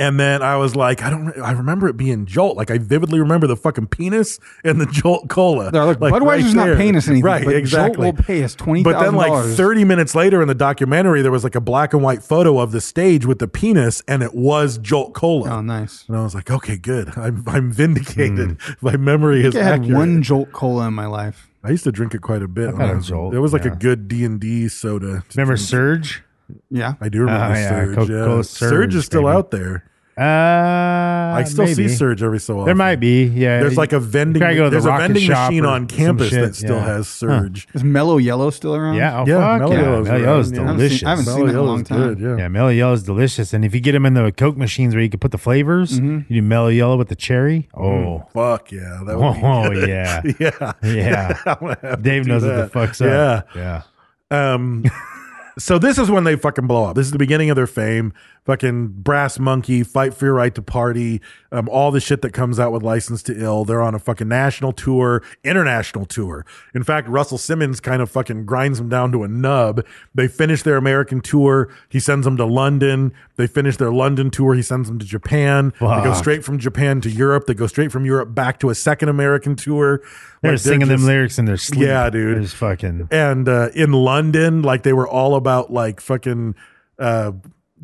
And then I was like, I don't, re- I remember it being Jolt. Like I vividly remember the fucking penis and the Jolt cola.
They're like, Budweiser's not
there.
paying us anything,
Right,
but Jolt
exactly.
will pay us
But then like
$20,000.
30 minutes later in the documentary, there was like a black and white photo of the stage with the penis and it was Jolt cola.
Oh, nice.
And I was like, okay, good. I'm, I'm vindicated. My memory is
Hmm. I had
accurate.
one jolt cola in my life.
I used to drink it quite a bit. when
had
I
a
was-
Jolt,
It was like
yeah.
a good D and D soda. to
Remember
drink.
Surge?
Yeah.
I do remember
Oh, yeah,
Surge.
Coca-Cola
yeah. Surge, is
Surge,
still
baby.
out there.
Uh, I
Uh,
I still see Surge every so often.
There might be. Yeah.
There's like a vending.
You gotta go to the
There's a
Rocket
vending
Shop
machine
or
on
some
campus
shit,
that still
yeah.
has Surge.
Is Mellow Yellow still around?
Yeah. Oh,
Yeah,
fuck
Mellow
yeah.
Yellow's
Mellow Yellow's
around, yeah.
delicious.
I haven't seen that in a long
is
time.
Good, yeah.
Yeah, mellow yellow is delicious, and if you get them in the Coke machines where you can put the flavors,
Mm-hmm.
you do mellow yellow with the cherry. Oh,
Fuck yeah. That would be
(laughs) oh
good.
yeah,
(laughs) yeah.
yeah.
(laughs) I'm gonna have to
Dave
do
knows
that.
what the fuck's
yeah.
up. Yeah,
Um, So this is when they fucking blow up. This is the beginning of their fame. Fucking Brass Monkey, Fight for Your Right to Party, um, all the shit that comes out with License to Ill. They're on a fucking national tour, international tour. In fact, Russell Simmons kind of fucking grinds them down to a nub. They finish their American tour. He sends them to London. They finish their London tour. He sends them to Japan. They go
Fuck.
straight from Japan to Europe. They go straight from Europe back to a second American tour.
They're
Like,
singing them
just-
lyrics in their sleep.
Yeah, dude.
It's fucking.
and uh, in London, like they were all about like fucking. Uh,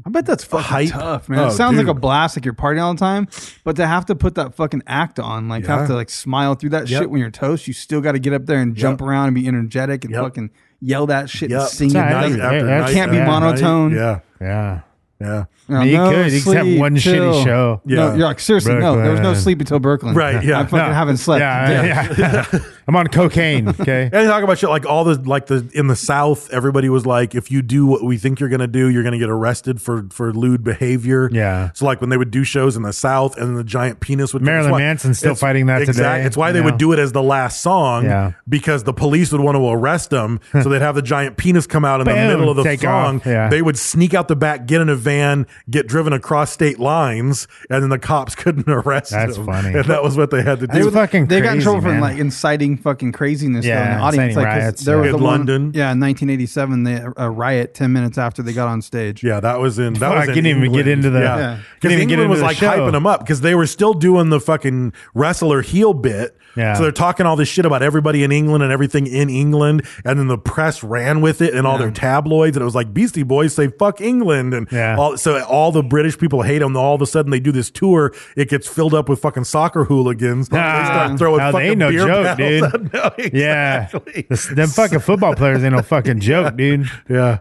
I bet that's fucking
Hype.
tough, man.
Oh,
it sounds
dude.
like a blast, like you're partying all the time, but to have to put that fucking act on, like
Yeah.
have to like smile through that
Yep.
shit when you're toast, you still got to get up there and jump around and be energetic and
Yep.
fucking yell that shit
Yep.
and sing
It's
it.
all right.
Doesn't-
Yeah, that can't
be
after
monotone.
Yeah,
Yeah.
yeah,
No,
He
no
could, except
sleep
one shitty
till-
show.
No,
Yeah.
you're like seriously, no, there was no
Brooklyn.
sleep until
(laughs)
Brooklyn.
right. Yeah,
I fucking
No.
haven't slept.
Yeah. yeah.
(laughs)
(laughs) I'm on cocaine. Okay.
And they talk about shit like all the like the in the South, everybody was like, if you do what we think you're gonna do, you're gonna get arrested for for lewd behavior.
Yeah.
So like when they would do shows in the South, and the giant penis would
Marilyn
It's why-
Manson's still
it's-
fighting that
exact-
today,
It's why they
you
would
know?
do it as the last song.
Yeah.
Because the police would want to arrest them, so they'd have the giant penis come out in the
Boom,
middle of the
take
song.
off, yeah.
They would sneak out the back, get in a van, get driven across state lines, and then the cops (laughs) couldn't arrest
That's
them.
funny.
And that was what they had to do.
That's fucking
they got in
crazy,
trouble
man.
for like inciting fucking craziness though, in
Yeah,
the audience.
inciting
Like 'cause
riots,
there
yeah.
was
In
the one-
London?
yeah, in 1987, they a riot 10 minutes after they got on stage.
Yeah, that was in. That
Fuck,
was in
didn't even
England.
get into the- Yeah.
Yeah,
Didn't
because
even get
England
into
was
the
like
show.
hyping them up because they were still doing the fucking wrestler heel bit.
Yeah.
So they're talking all this shit about everybody in England and everything in England, and then the press ran with it and all their tabloids, and it was like Beastie Boys say "fuck England" and
Yeah.
all. So all the British people hate them. All of a sudden, they do this tour. It gets filled up with fucking soccer hooligans. they
Ah,
start throwing
now they
fucking
ain't no
beer
joke,
paddles out.
dude.
(laughs) No,
Yeah.
exactly.
This- Them fucking football players ain't no fucking
(laughs)
joke, dude.
Yeah.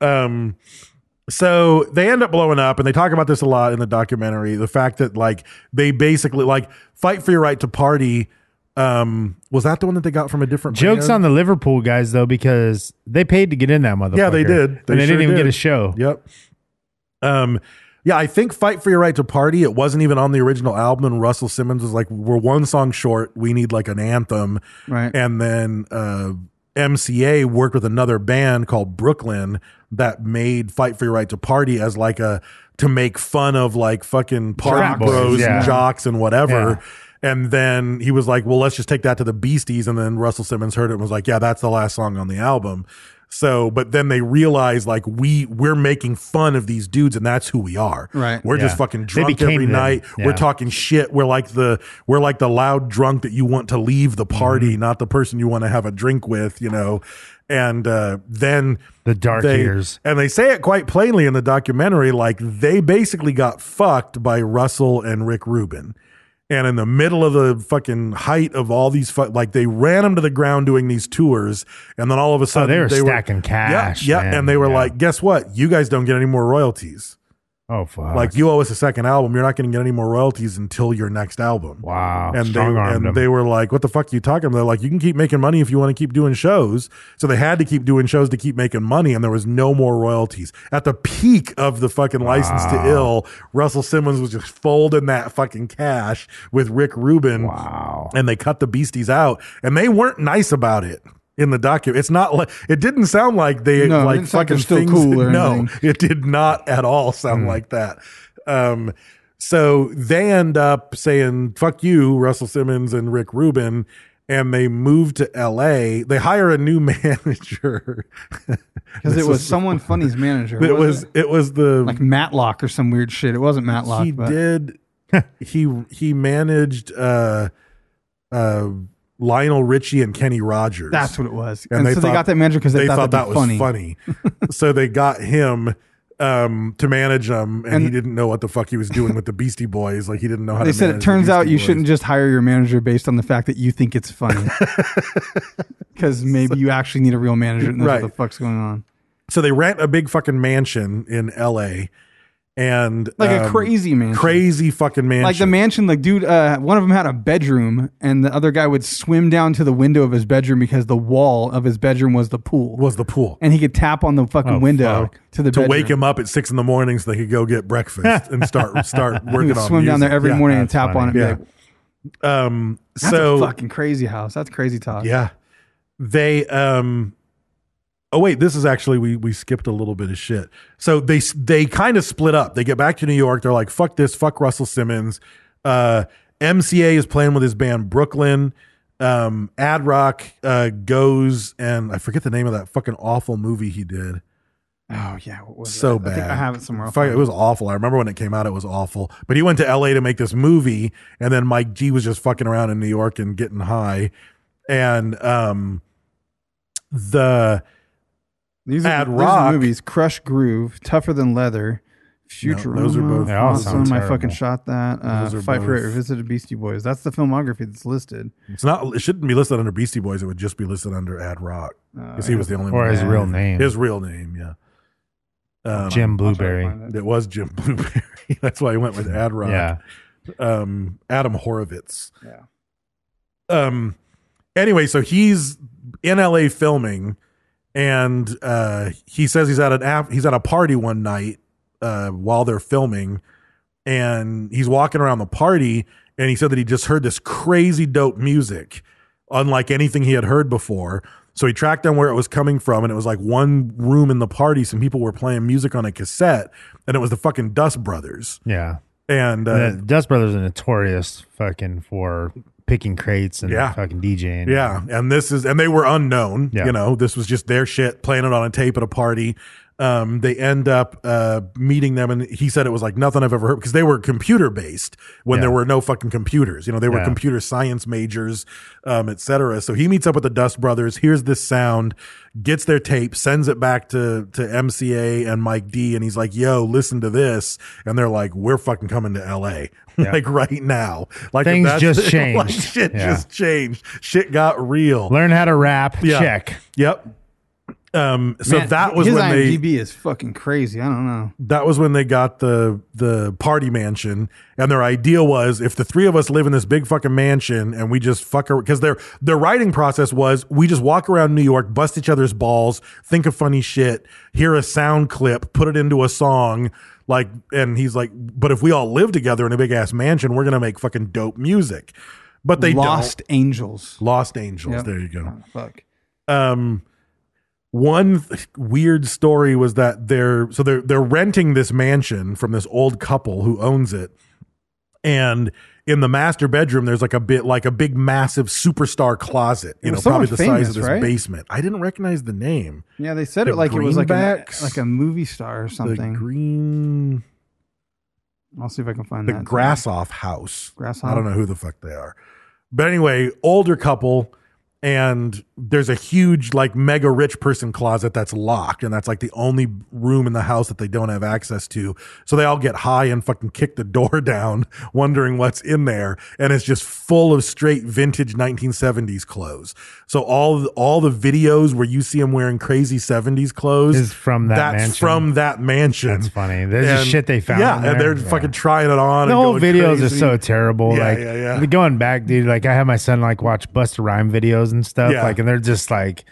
Um, so they end up blowing up, and they talk about this a lot in the documentary. The fact that like they basically like fight for your right to party. Um, was that the one that they got from a different
Jokes
band?
on the Liverpool guys though, because they paid to get in that motherfucker.
Yeah, they did.
and they
sure
didn't even
did.
get a show.
Yep. Um, yeah, I think "Fight for Your Right to Party." It wasn't even on the original album, and Russell Simmons was like, "We're one song short. We need like an anthem."
Right.
And then uh, MCA worked with another band called Brooklyn that made "Fight for Your Right to Party" as like a to make fun of like fucking
Frat
party
boys,
bros
yeah.
and jocks and whatever. And then he was like, "Well, let's just take that to the Beasties." And then Russell Simmons heard it and was like, "Yeah, that's the last song on the album." So, but then they realized like we we're making fun of these dudes, and that's who we are.
Right.
We're just
Yeah.
fucking
They
drunk
became
every
them.
night.
Yeah.
We're talking shit. We're like the we're like the loud drunk that you want to leave the party,
Mm-hmm.
not the person you want to have a drink with. You know. And uh, then
The dark
they-
years.
and they say it quite plainly in the documentary. Like they basically got fucked by Russell and Rick Rubin. And in the middle of the fucking height of all these, fu- like they ran them to the ground doing these tours, and then all of a sudden
Oh, they were stacking cash,
Yeah, yeah
man.
and they were
Yeah.
like, "Guess what? You guys don't get any more royalties.
Oh fuck.
Like you owe us a second album. You're not going to get any more royalties until your next album."
Wow.
and they
Strong-armed
and
them.
they were like, "What the fuck are you talking about?" They're like, "You can keep making money if you want to keep doing shows." So they had to keep doing shows to keep making money, and there was no more royalties. At the peak of the fucking license to ill, Russell Simmons was just folding that fucking cash with Rick Rubin.
Wow.
And they cut the beasties out, and they weren't nice about it. In the document, it's not like it didn't sound like they
No, it
like
didn't sound like
fucking
they're still
things-
cool
(laughs)
or
no,
anything. Hmm.
it did not at all sound like that. Um, so they end up saying, fuck you, Russell Simmons and Rick Rubin. And they move to LA. They hire a new (laughs) manager.
Because it was someone funny's manager.
it
wasn't
was, it was the,
like Matlock or some weird shit. It wasn't Matlock.
he
but (laughs)
did, he, he managed, uh, uh, Lionel Richie and Kenny Rogers.
That's what it was.
And
And,
they
so
thought-
they got that manager because they, thought, that'd be funny.
was funny. so they got him um, to manage them, and, he
And-
didn't know what the fuck he was doing with the Beastie Boys. Like he didn't know how.
They
to
said it
manage the
turns out
Beastie
you
Boys."
shouldn't just hire your manager based on the fact that you think
(laughs)
it's funny. Because maybe you actually need a real manager that knows
Right.
what the fuck's going on.
So they rent a big fucking mansion in L.A. and
Like a
um,
crazy mansion.
crazy fucking mansion.
Like the mansion, like dude, uh, one of them had a bedroom, and the other guy would swim down to the window of his bedroom because the wall of his bedroom was the pool,
was the pool.
and he could tap on the fucking
Oh,
window
fuck.
to the
to
bedroom.
wake him up at six in the morning so they could go get breakfast and start start
(laughs) He
working
would
on
swim down there
music.
every
Yeah.
morning and
that's
tap
funny.
on it. and be
Yeah.
like,
Um,
That's
so
a fucking crazy house. That's crazy talk.
Yeah. They um Oh wait, this is actually we we skipped a little bit of shit. So they they kind of split up. They get back to New York. They're like, fuck this, fuck Russell Simmons. Uh, MCA is playing with his band Brooklyn. Um, Ad Rock uh, goes and I forget the name of that fucking awful movie he did.
Oh yeah, what was
so
it?
bad.
I think I have it somewhere. I'll
Fuck,
find
it was awful. I remember when it came out, it was awful. But he went to L.A. to make this movie, and then Mike G was just fucking around in New York and getting high, and um, the
These are,
Ad
these are
Rock.
the movies: Crush Groove, Tougher Than Leather, Futurama.
those are both- They
all
Awesome,
sound
I fucking
terrible.
shot that. Uh,
Those are
Fight for It
both-
Revisited Beastie Boys. That's the filmography that's listed.
it's not it shouldn't be listed under Beastie Boys. It would just be listed under Ad Rock
Uh,
because he was the only
Or
one.
his real name.
His real name, yeah. Um,
Jim
I'll
Blueberry.
try to find
It was Jim (laughs) Blueberry. That's why I went with Ad Rock.
Yeah.
um, Adam Horovitz.
Yeah.
Um. Anyway, so he's in LA filming, and uh, he says he's at an af- he's at a party one night uh, while they're filming, and he's walking around the party, and he said that he just heard this crazy dope music, unlike anything he had heard before. So he tracked down where it was coming from, and it was like one room in the party. Some people were playing music on a cassette, and it was the fucking Dust Brothers.
Yeah.
And uh,
the Dust Brothers are notorious fucking for picking crates and
Yeah.
fucking DJing.
Yeah, and this is and they were unknown.
Yeah.
You know, this was just their shit playing it on a tape at a party. Um, they end up uh, meeting them, and he said it was like nothing I've ever heard because they were computer based when
Yeah.
there were no fucking computers. You know, they were
Yeah.
computer science majors, um, et cetera. So he meets up with the Dust Brothers, hears this sound, gets their tape, sends it back to to MCA and Mike D, and he's like, "Yo, listen to this," and they're like, "We're fucking coming to (laughs) L.A. like right now." Like if
Things
that's-
just
(laughs) like,
changed.
shit
Yeah.
just changed. Shit got real.
Learn how to rap.
Yeah.
Check.
Yep. Um, so
Man,
that was
his
when
IMDb
they
is fucking crazy. I don't know.
that was when they got the the party mansion, and their idea was if the three of us live in this big fucking mansion and we just fuck because their their writing process was we just walk around New York, bust each other's balls, think of funny shit, hear a sound clip, put it into a song, like, and he's like, but if we all live together in a big ass mansion, we're gonna make fucking dope music. But they
Lost Angels.
don't. Lost Angels.
Yep.
There you go.
Oh, fuck.
um one th- weird story was that they're so they're they're renting this mansion from this old couple who owns it and in the master bedroom there's like a bit like a big massive superstar closet you
It
know
was someone
probably the size
famous,
of this
right?
basement i didn't recognize the name
Yeah, they said
The
it like it was like a,
Greenbacks?
like a movie star or
the
something.
green
I'll see if I can find
the
that.
grass off house
Grass
i don't
Off?
know who the fuck they are but anyway older couple and there's a huge like mega rich person closet that's locked and that's like the only room in the house that they don't have access to so they all get high and fucking kick the (laughs) door down wondering what's in there and it's just full of straight vintage 1970s clothes so all all the videos where you see them wearing crazy 70s clothes
Is from that
that's
mansion.
from that mansion
That's funny. There's just shit they found
yeah
in
and
there.
they're
Yeah.
fucking trying it on
The
and
old
going
videos
crazy.
are so terrible.
Yeah,
like
yeah, yeah.
going back, dude. Like I have my son like watch Buster Rhyme videos and stuff.
Yeah.
Like and they're just like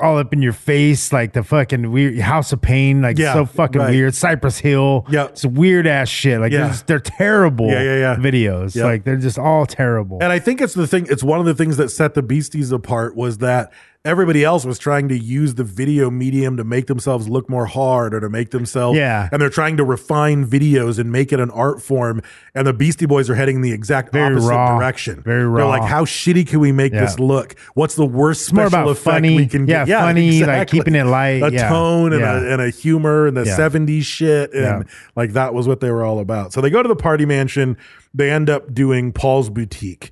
all up in your face, like the fucking weird House of Pain, like
Yeah,
so fucking
right.
weird. Cypress Hill,
Yep.
it's weird ass shit. Like
Yeah.
they're, just, they're terrible.
Yeah, yeah, yeah.
Videos,
Yep.
like they're just all terrible.
And I think it's the thing. It's one of the things that set the Beasties apart was that everybody else was trying to use the video medium to make themselves look more hard or to make themselves.
Yeah.
And they're trying to refine videos and make it an art form. And the Beastie Boys are heading in the exact
Very
opposite
raw.
direction.
Very
They're
raw.
like, how shitty can we make
Yeah.
this look? What's the worst
more
special
about
effect
funny-
we can
yeah,
get?
funny, like, keeping it light,
a
yeah,
tone and,
yeah.
A, and a humor and the
Yeah.
70s shit. And
Yeah.
like that was what they were all about. So they go to the party mansion. They end up doing Paul's Boutique.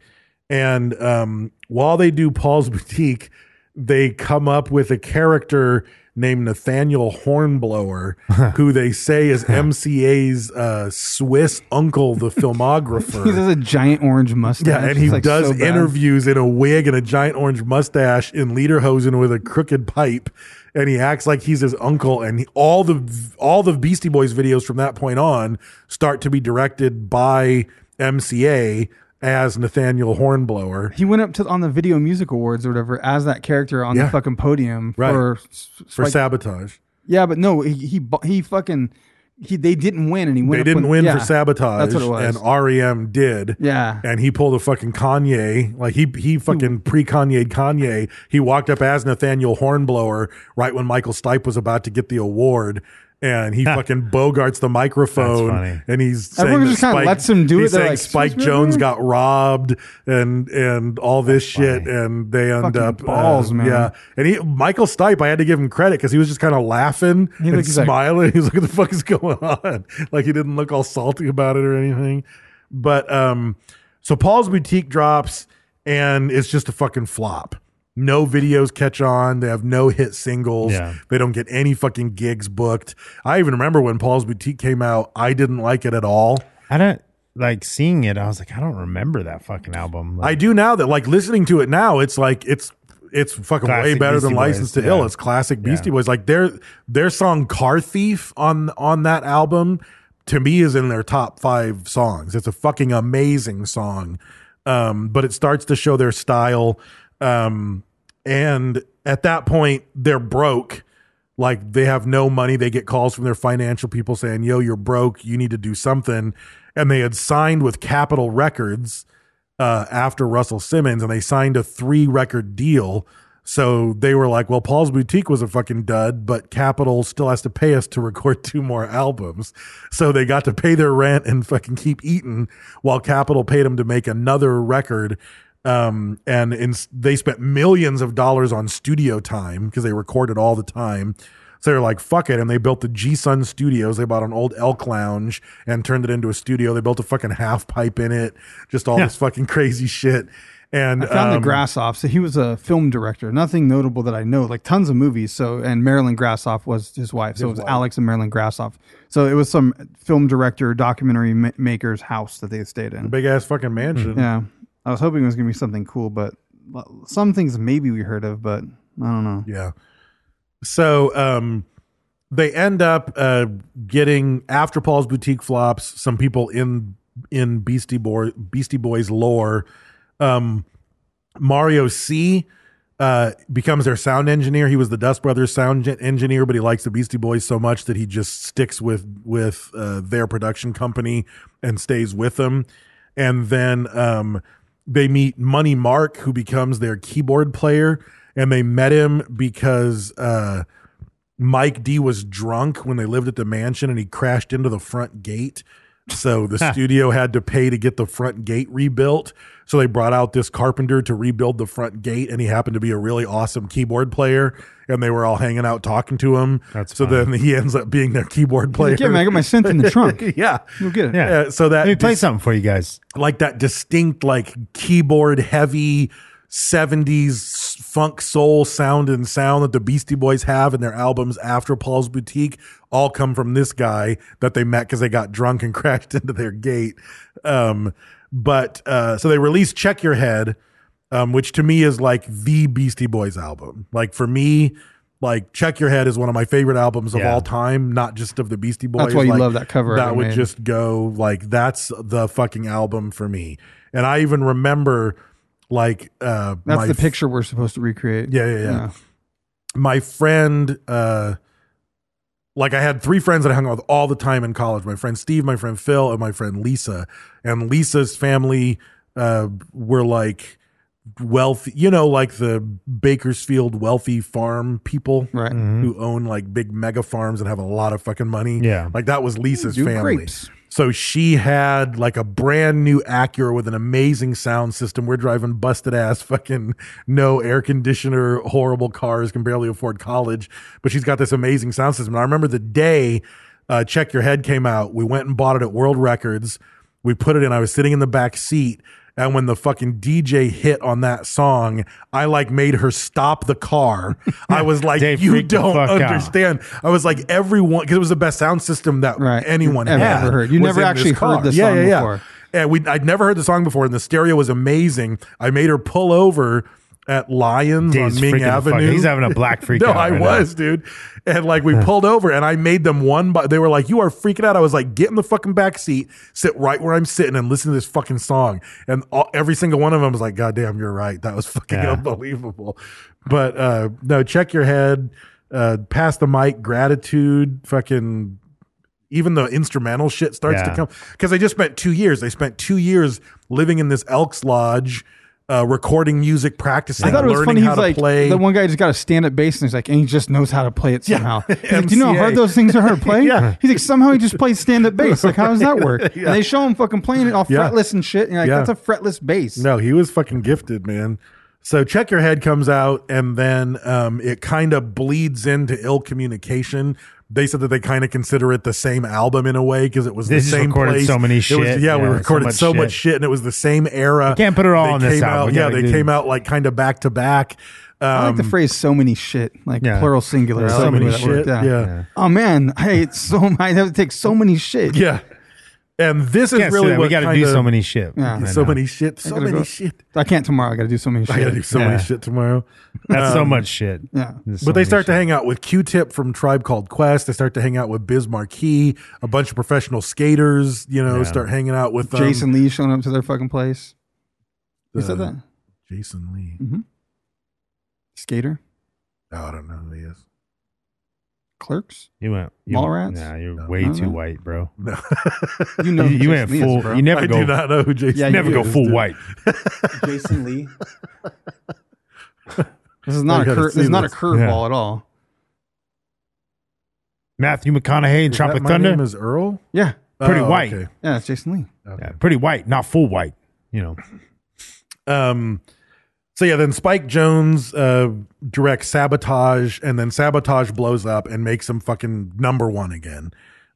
And um, while they do Paul's (laughs) Boutique, they come up with a character named Nathaniel Hornblower,
(laughs)
who they say is MCA's uh, Swiss uncle,
(laughs)
the filmographer.
He has a giant orange mustache.
Yeah, and he
It's, like,
does
so bad.
interviews in a wig and a giant orange mustache in lederhosen with a crooked pipe, and he acts like he's his uncle. And he- all the all the Beastie Boys videos from that point on start to be directed by MCA as Nathaniel Hornblower.
He went up to on the Video Music Awards or whatever as that character on
Yeah.
the fucking podium
Right.
for s-
For
like-
sabotage,
Yeah, but no, he he, bu- he fucking he they didn't win and he went
They
up
didn't
with-
win
yeah,
for sabotage.
That's what it was.
And REM did.
yeah. Hmm.
And he pulled a fucking Kanye. Like he he fucking pre Kanye Kanye. He walked up as Nathaniel Hornblower right when Michael Stipe was about to get the award. And he fucking bogarts the
funny.
microphone, and he's saying
Everyone
that
just kinda
Spike-
lets him do
he's
it. They're
saying
like,
Spike
"Excuse me,
Jones
man?"
got robbed, and and all this shit,
funny.
and they end
Fucking
up uh,
balls, man.
Yeah, and he Michael Stipe, I had to give him credit because he was just kind of laughing
He
and
looks like-
smiling. (laughs) he was like, "What the fuck is going on?" (laughs) Like he didn't look all salty about it or anything. But um, so Paul's boutique drops, and it's just a fucking flop. No videos catch on. They have no hit singles.
Yeah.
They don't get any fucking gigs booked. I even remember when Paul's Boutique came out, I didn't like it at all.
I don't like seeing it. I was like, I don't remember that fucking album.
I
Like,
do now that like listening to it now, it's like it's it's fucking way
Classic
better than
Beastie Boys,
License to Ill.
yeah.
It's classic Beastie
Yeah.
Boys. Like their their song Car Thief on on that album to me is in their top five songs. It's a fucking amazing song. Um, but it starts to show their style. Um, and at that point, they're broke. Like they have no money. They get calls from their financial people saying, "Yo, you're broke. You need to do something." And they had signed with Capitol Records, uh, after Russell Simmons, and they signed a three record deal. So they were like, "Well, Paul's Boutique was a fucking dud, but Capitol still has to pay us to (laughs) record two more albums." So they got to pay their rent and fucking keep eating, while Capitol paid them to make another record. Um, and in, they spent millions of dollars on studio time because they recorded all the time. So they're like, fuck it. And they built the G Sun Studios. They bought an old elk lounge and turned it into a studio. They built a fucking half pipe in it, just all this fucking crazy shit. And
I found
um,
the Grassoff. So he was a film director. Nothing notable that I know. Like tons of movies. So and Marilyn Grassoff was his wife. So it was Alex and Marilyn Grassoff. So it was some film director, documentary ma- maker's house that they stayed in.
big ass fucking mansion.
Yeah, I was hoping it was gonna be something cool, but l- some things maybe we heard of, but I don't know.
Yeah. So um, they end up uh, getting after Paul's boutique flops. Some people in in Beastie Boy Beastie Boys lore, um, Mario C. Uh, becomes their sound engineer. He was the Dust Brothers sound gen- engineer, but he likes the Beastie Boys so much that he just sticks with with uh, their production company and stays with them. And then um, they meet Money Mark, who becomes their keyboard player. And they met him because uh, Mike D was drunk when they lived at the mansion and he crashed into the front gate. So
(laughs)
the studio had to pay to get the front gate rebuilt. So they brought out this carpenter to rebuild the front gate and he happened to be a really awesome keyboard player and they were all hanging out talking to him.
That's
so
funny.
then he ends up being their keyboard player.
Like, yeah, man, I got my synth in the trunk.
(laughs) yeah.
You'll get it.
yeah.
Uh, so that
Let me play
dis-
something for you guys.
like that distinct like keyboard heavy 70s funk soul sound and sound that the Beastie Boys have in their albums after Paul's Boutique all come from this guy that they met because they got drunk and (laughs) crashed into their gate. Um, but uh, so they released Check Your Head, um, which to me is like the Beastie Boys album. Like for me, like Check Your Head is one of my favorite albums of
Yeah.
all time, not just of the Beastie Boys.
That's why you
Like,
love that cover
That
they
would
made.
just just go like that's the fucking album for me and i even remember like uh
That's
my
the picture we're supposed to recreate.
Yeah, yeah, yeah. my friend uh like I had three friends that I hung out with all the time in college. My friend Steve, my friend Phil, and my friend Lisa. And Lisa's family uh were like wealthy, you know, like the Bakersfield wealthy farm people
Right. Mm-hmm.
who own like big mega farms and have a lot of fucking money.
Yeah.
Like that was Lisa's
Do
family.
grapes.
So she had like a brand new Acura with an amazing sound system. We're driving busted ass fucking no air conditioner, horrible cars, can barely afford college. But she's got this amazing sound system. And I remember the day uh, Check Your Head came out, we went and bought it at World Records. We put it in. I was sitting in the back seat. And when the fucking DJ hit on that song, I like made her stop the car. I
(laughs)
was like,
Dave
you
freaked the
don't
fuck out."
understand. I was like, everyone, because it was the best sound system that
Right.
anyone
Ever,
had.
ever heard. You
was
never
in this
actually heard
car.
this
yeah,
song
yeah, yeah.
before.
And we, I'd never heard the song before, and the stereo was amazing. I made her pull over at Lions
Dave's
on Ming
freaking the fuck-
Avenue.
he's having
(laughs)
a black freak
no,
out
I
right now.
was, dude. And like we pulled over, and I made them one. But they were like, "You are freaking out." I was like, "Get in the fucking back seat, sit right where I'm sitting, and listen to this fucking song." And all, every single one of them was like, "God damn, you're right. That was fucking
Yeah.
unbelievable." But uh, no, check your head. Uh, pass the mic. Gratitude. Fucking even the instrumental shit starts
Yeah.
to come because they just spent two years. They spent two years living in this Elks Lodge, uh, recording music, practicing,
I thought it was
learning
funny.
how
He's
to
like
play.
the one guy just got a stand up bass and he's like, and he just knows how to play
(laughs)
it somehow. He's like, Do you know how
MCA.
hard those things are to play?
(laughs) Yeah.
He's like, somehow he just
(laughs)
plays stand up bass. Like, how does that work? And they show him fucking playing it all
Yeah.
fretless and shit. And you're like,
Yeah.
that's a fretless bass.
No, he was fucking gifted, man. So check your head comes out, and then um, it kind of bleeds into ill communication. They said that they kind of consider it the same album in a way because it was
They
the
just
same
recorded
place.
so many
It was-
shit.
yeah, we
Yeah, so
recorded
much
so much,
shit.
shit, and it was the same era.
can't put it all
They
on this
came
album.
out-
We
Yeah,
gotta
they
do-
came out like kind of back to back.
I like the
um,
phrase "so many shit," like
Yeah.
plural singular.
There's
I
so
like the
many
way that worked
shit,
out.
yeah. Yeah.
Oh man, (laughs) I hate so. I have to take so many shit.
Yeah, and this is
Can't
really
really that.
what
we got to do
kinda-
so many shit.
Yeah.
Right
so
now.
many shit,
I
so
gotta
many
go-
shit.
I can't tomorrow. I got to do so many shit.
I gotta do so
Yeah.
many shit tomorrow.
That's so
Um,
much shit.
Yeah.
There's so
But they
many
start to
shit.
hang out with Q-Tip from Tribe Called Quest. They start to hang out with Biz Marquee, a bunch of professional skaters. You know,
Yeah.
start hanging out with um,
Jason Lee showing up to their fucking place. Who said
the-
that?
Jason Lee.
Skater,
Oh, I don't know who he is.
clerks.
You went you
Mallrats?
Nah, you're way
Uh-huh.
No,
too
no.
white, bro.
No,
You know,
You,
who
you went
Jason Lee is,
full.
bro.
you never
I
go.
do not know who Jason.
Yeah, you
never
do.
go full
dude.
white.
Jason Lee. this is not
I
a
gotta
cur- this
see
is not a
this.
curveball at all.
Matthew McConaughey and
Is that
Tropic
my name
Thunder.
is Earl.
Yeah,
Pretty
Oh,
white.
okay.
yeah, it's Jason Lee.
Yeah, pretty white, not full white. You know,
Um, so yeah, then Spike Jones uh, directs Sabotage, and then Sabotage blows up and makes them fucking number one again.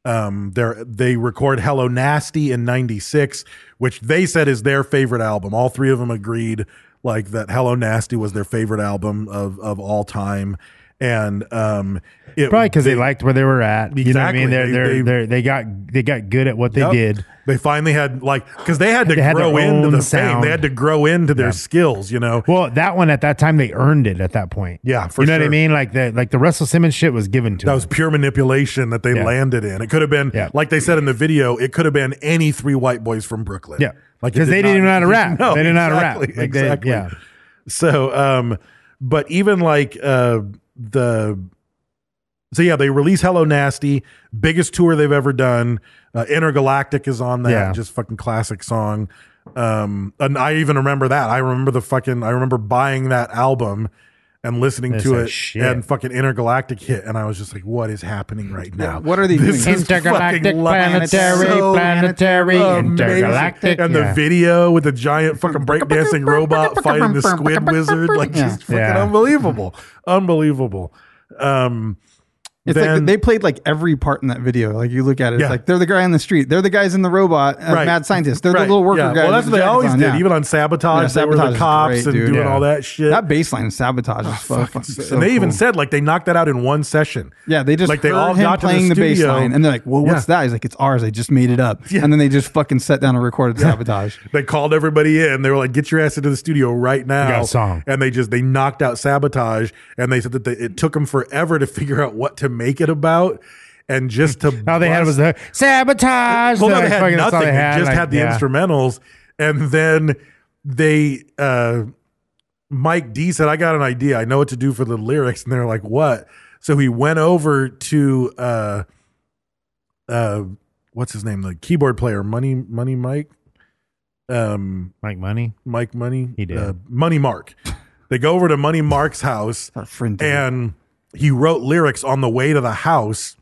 Um, they they record Hello Nasty in '96, which they said is their favorite album. All three of them agreed like that Hello Nasty was their favorite album of of all time, and um, it
probably because they, liked where they were at. You know what I mean?
Exactly.
They're,
They-
they're,
they-
they, are they got they got good at what they
Yep.
did.
They finally had like because they had to
They had their
grow into
own
the fame.
sound.
They had to grow into their
Yeah.
skills, you know.
Well, that one at that time they earned it at that point.
Yeah, for
you know what I
sure.
mean. Like the like the Russell Simmons shit was given to
That
them.
was pure manipulation that they
Yeah.
landed in. It could have been,
Yeah.
like they said in the video, it could have been any three white boys from Brooklyn.
yeah,
Like it
because
did
they didn't even know
not-
how to
(laughs)
rap.
No,
they didn't know how to rap.
exactly,
Like, they-
exactly.
yeah.
So, um, but even like uh, the so yeah, they release Hello Nasty, biggest tour they've ever done. Uh, Intergalactic is on that,
Yeah.
just fucking classic song. Um, and I even remember that. I remember the fucking. I remember buying that album and listening
It's
to
like,
it,
shit.
and fucking Intergalactic hit, and I was just like, "What is happening right now?
What are they
This
doing?
is fucking life so
planetary,
amazing. Oh, and the video with the giant fucking breakdancing robot fighting the squid wizard like
Yeah.
just fucking
Yeah.
unbelievable unbelievable um
It's
then-
like they played like every part in that video. Like you look at it,
Yeah.
it's like they're the guy on the street, they're the guys in the robot, uh,
Right.
mad scientist, they're
Right.
the little worker
Yeah.
guys.
well that's
with
what they
the jackets
always
on,
did
yeah.
even on sabotage
Yeah,
they were
Sabotage
the
is
cops
great,
and
dude.
doing
Yeah.
all that shit Oh,
That baseline in sabotage is fucking. so
and they even
cool.
said like they knocked that out in one session
Yeah, they just
like they
heard
all
him
got
playing
to the,
bass
studio.
line, and they're like, "Well, what's
Yeah.
that?" He's like, "It's ours. I just made it up."
Yeah.
And then they just fucking sat down and recorded sabotage.
they called everybody in. They were like, "Get your ass into the studio right now!"
got a song.
And they just they knocked out sabotage, and they said that they, it took them forever to figure out what to make it about, and just to
All they had
bust-
was the sabotage.
Well, no,
Like,
they had
fucking that's all
nothing. They, just
like,
had the
yeah.
instrumentals, and then they uh, Mike D said, "I got an idea. I know what to do for the lyrics." And they're like, "What?" So he went over to uh, uh, what's his name, the keyboard player, Money Money Mike, um,
Like money.
Mike Money,
He did.
uh, Money Mark. they go over to Money Mark's house,
Our friend did it.
and he wrote lyrics on the way to the house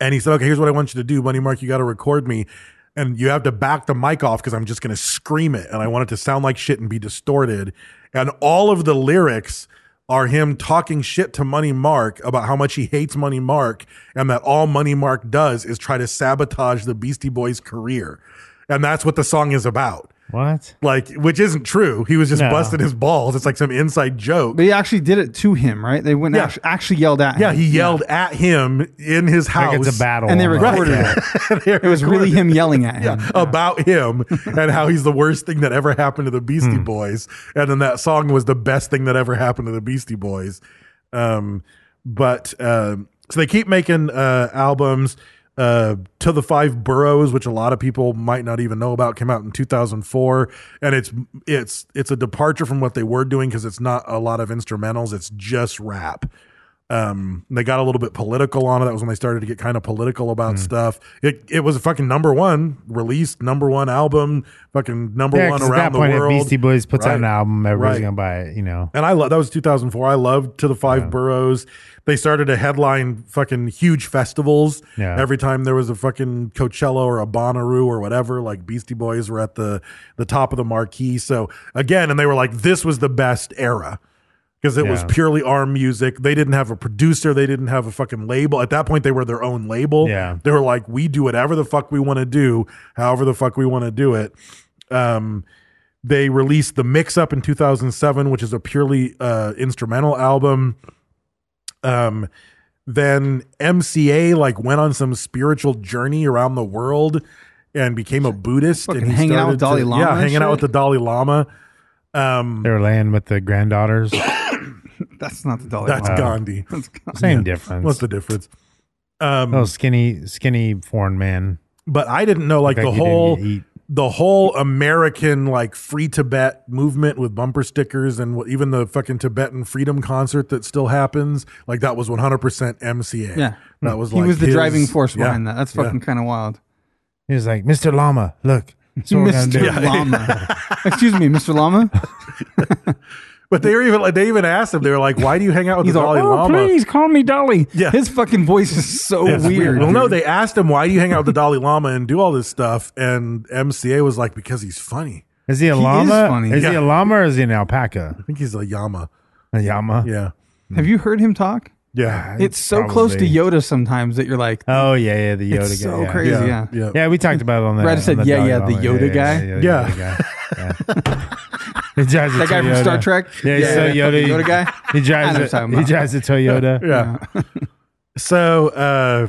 and he said okay here's what i want you to do money mark you got to record me and you have to back the mic off because i'm just going to scream it and i want it to sound like shit and be distorted and all of the lyrics are him talking shit to money mark about how much he hates money mark and that all money mark does is try to sabotage the beastie boys career and that's what the song is about
What?
like which isn't true he was just
No.
busting his balls it's like some inside joke
But he actually did it to him, right? They went
Yeah.
actually, actually yelled at him.
Yeah, he yelled at him in his house.
Like it's a
(laughs)
battle.
and they
almost.
recorded
Right.
it. it was really him yelling at him.
About him and how he's the worst thing that ever happened to the Beastie Boys. And then that song was the best thing that ever happened to the Beastie Boys. Um, but um, so they keep making uh, albums. Uh, to the Five Boroughs, which a lot of people might not even know about, came out in 2004, and it's it's it's a departure from what they were doing because it's not a lot of instrumentals; it's just rap. Um, they got a little bit political on it. That was when they started to get kind of political
Hmm.
about stuff. It it was a fucking number one released, number one album, fucking number
Yeah,
one
'cause
around
at that
the
point,
world.
if Beastie Boys puts out
Right.
an album, everybody's
Right.
gonna buy it. You know,
And I love that was 2004. I loved To the Five Boroughs. They started to headline fucking huge festivals.
Yeah.
Every time there was a fucking Coachella or a Bonnaroo or whatever, like Beastie Boys were at the the top of the marquee. So again, and they were like, this was the best era because it was
Yeah.
purely arm music. They didn't have a producer. They didn't have a fucking label. At that point, they were their own label.
Yeah.
They were like, we do whatever the fuck we want to do, however the fuck we want to do it. Um, they released the mix up in 2007 which is a purely uh, instrumental album um then mca like went on some spiritual journey around the world and became a buddhist
Fucking
and he
hanging out with
started
Dalai Lama
yeah
and
hanging out
shit?
with the dalai lama
they were laying with the (laughs) granddaughters.
That's not the Dalai
that's
Lama.
gandhi
That's gone.
Same
what's
difference.
the difference um
Oh, skinny, skinny foreign man.
but I didn't know like
bet
the
you didn't
whole
get eat.
the whole American like free Tibet movement with bumper stickers and what, even the fucking Tibetan freedom concert that still happens like that was 100% MCA.
Yeah.
That was
He
like
was the
his-
driving force
yeah,
behind that. That's
yeah.
fucking kind of wild.
He was like, Mister Llama, look, so we're gonna do.
Mr. Llama.
(laughs)
Excuse me, Mr. Llama.
But they were even like they even asked him they were like why do you hang out with
He's
the
all,
Dalai
oh,
Lama?
please call me Dolly.
Yeah.
His fucking voice is so
(laughs) It's
weird.
Well, no,
dude.
they asked him why do you hang out with the Dalai Lama and do all this stuff and MCA was like because he's funny.
Is he a
He is
llama?
funny.
Is, he
Yeah.
a llama or is he an alpaca?
I think he's a llama.
A llama.
Yeah.
Have you heard him talk?
Yeah.
It's so close to
probably.
Yoda sometimes that you're like,
Oh yeah, yeah, the Yoda
It's
guy.
so
yeah.
crazy. yeah.
Yeah.
Yeah, we talked about it on the.
Brad said,
on
yeah,
Dalai
yeah, the
Lama.
Yoda guy.
Yeah.
(laughs)
the Yoda guy. (laughs) Yeah. He drives a
That guy from
Toyota.
Star Trek?
Yeah, he's
Yeah,
so
yeah,
Yoda.
fucking Yoda guy?
He
I know what
drives.
you're
A,
talking
he
about.
drives a Toyota.
yeah. (laughs) so uh,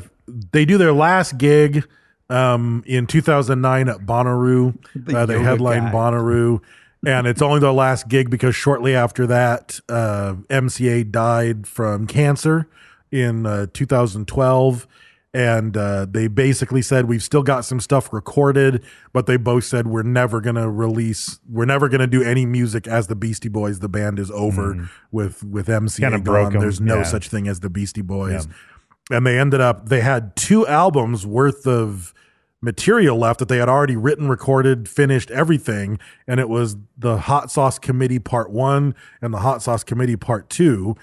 they do their last gig um, in 2009 at Bonnaroo.
The
Uh, they
yoga
headline
guy.
Bonnaroo, and it's only their last gig because shortly after that, uh, MCA died from cancer in uh, 2012. And uh, they basically said we've still got some stuff recorded, but they both said we're never gonna release, we're never gonna do any music as the Beastie Boys. The band is over with with MCA.
Kinda
gone.
broke 'em,
There's no
yeah.
such thing as the Beastie Boys. And they ended up, they had two albums worth of material left that they had already written, recorded, finished, everything. And it was the Hot Sauce Committee Part One and the Hot Sauce Committee Part Two.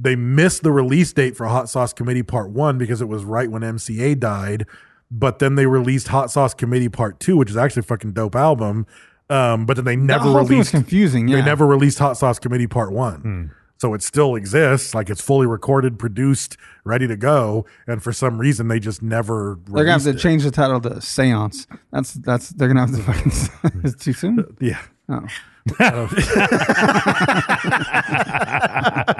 They missed the release date for Hot Sauce Committee Part One because it was right when MCA died. But then they released Hot Sauce Committee Part Two, which is actually a fucking dope album. Um, but then they
That
never
whole
released
thing was confusing. Yeah.
they never released Hot Sauce Committee Part One. So it still exists, like it's fully recorded, produced, ready to go. And for some reason, they just never.
They're gonna have to
released
change the title to Seance. That's that's they're gonna have to fucking. (laughs) it's
(laughs)
too soon.
it. Yeah.
Oh.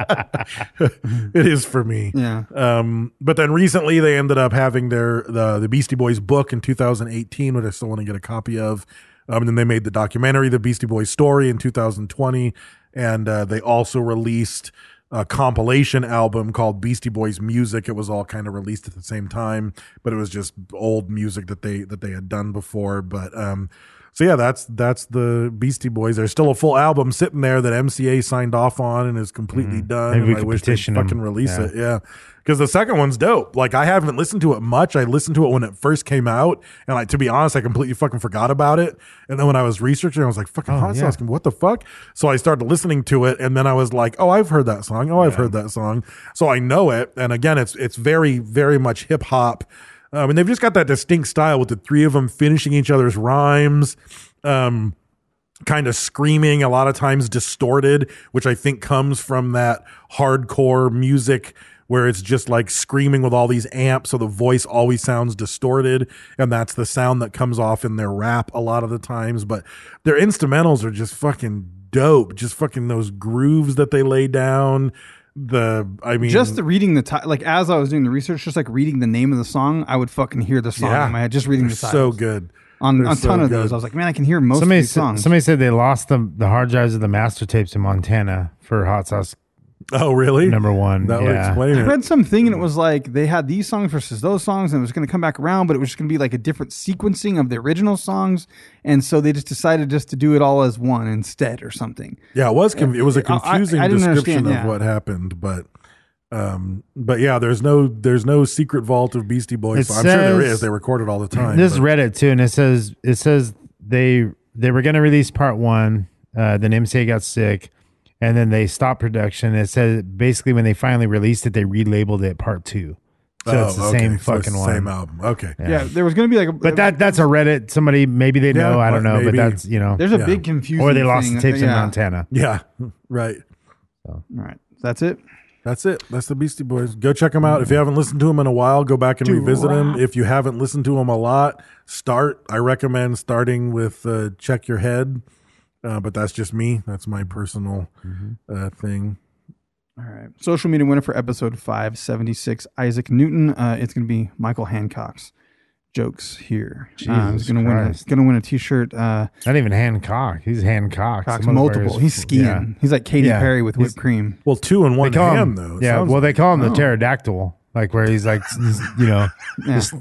it is for me.
Yeah.
Um, but then recently they ended up having their the, the Beastie Boys book in 2018, which I still want to get a copy of. Um, and then they made the documentary, The Beastie Boys Story, in 2020, and uh, they also released a compilation album called Beastie Boys Music. It was all kind of released at the same time, but it was just old music that they that they had done before. But um, so yeah, that's that's the Beastie Boys. There's still a full album sitting there that MCA signed off on and is completely done.
Mm-hmm. Maybe we
and I
could
wish they'd
petition 'em.
fucking release
Yeah.
it. Yeah. Because the second one's dope. Like I haven't listened to it much. I listened to it when it first came out, and like to be honest, I completely fucking forgot about it. And then when I was researching, I was like, "Fucking hot
yeah.
sauce, what the fuck?" So I started listening to it, and then I was like, "Oh, I've heard that song. Oh, I've heard that song." So I know it. And again, it's it's very very much hip hop, um, and they've just got that distinct style with the three of them finishing each other's rhymes. Um, kind of screaming, a lot of times distorted, which I think comes from that hardcore music where it's just like screaming with all these amps. So the voice always sounds distorted. And that's the sound that comes off in their rap a lot of the times. But their instrumentals are just fucking dope. Just fucking those grooves that they lay down. The, I mean,
Just the reading the title, like as I was doing the research, just like reading the name of the song, I would fucking hear the song in my head. Just reading
they're
the title.
so good.
on
They're
a ton
so
of
good.
those, I was like, man, I can hear most
Somebody
of these
said,
songs.
somebody said they lost the the hard drives of the master tapes in Montana for hot sauce.
Oh, really?
Number one,
That would
yeah.
explain
I
it.
read something and it was like they had these songs versus those songs and it was going to come back around, but it was just going to be like a different sequencing of the original songs, and so they just decided just to do it all as one instead or something.
Yeah, it was. Conf- it was a
I- I- I
confusing
didn't
description
understand,
of
yeah.
what happened, but Um, but yeah, there's no there's no secret vault of Beastie Boys.
It
I'm sure there
says-
is. They record it all the time.
This is
but-
Reddit too, and it says it says they they were going to release part one. Uh, then MCA got sick, and then they stopped production. It says basically when they finally released it, they relabeled it part two. So
Oh,
it's the
okay.
same
So it's
fucking
the
one.
Same album. Okay.
Yeah. Uh, there was going to be like, a,
But that that's a Reddit. Somebody maybe they know.
Yeah,
I don't know. But
maybe.
that's you know.
there's a
yeah.
big confusion.
or they lost the tapes in
yeah.
Montana.
Yeah. (laughs) Right.
All right, that's it.
That's it. That's the Beastie Boys. Go check them out. If you haven't listened to them in a while, go back and revisit them. If you haven't listened to them a lot, start. I recommend starting with uh, Check Your Head, uh, but that's just me. That's my personal
Mm-hmm.
uh, thing.
All right, social media winner for episode five seventy six, Isaac Newton. Uh, it's going to be Michael Hancock's jokes here. um, he's
Jesus
going to win.
Christ.
Going to win a T-shirt. Uh,
Not even Hancock. He's Hancock.
Cox
Some motherfuckers-
multiple. He's skiing.
Yeah.
He's like Katy
Yeah.
Perry with
He's-
whipped cream.
Well, two in
They
one
call
hand,
him,
though. it
Yeah.
sounds
Well, they
like.
call him the pterodactyl, like where he's like, (laughs) you know,
Oh. Yeah.
just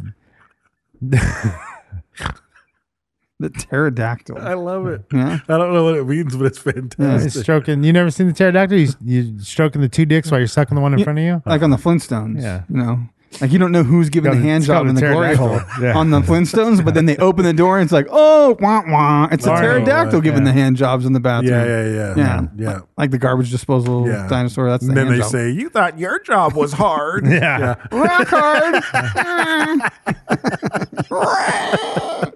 The pterodactyl.
Uh,
I love it.
yeah.
I don't know what it means, but it's fantastic.
He's stroking. You never seen the pterodactyl? You, you stroking the two dicks while you're sucking the one in front of you?
like on the Flintstones.
Yeah.
You know, like you don't know who's giving
Got
the
a-
hand
it's got
job
a
in the glory hole
pterodactyl. Yeah. (laughs)
on the Flintstones, but then they open the door and it's like, oh, wah, wah. It's a
Sorry.
pterodactyl giving
Yeah.
the hand jobs in the bathroom.
yeah, yeah, yeah,
Yeah.
yeah.
Like the garbage disposal
Yeah.
dinosaur. That's the
And then
hand
they
job.
say, "You thought your job was
(laughs)
hard."
Yeah.
rock hard. (laughs)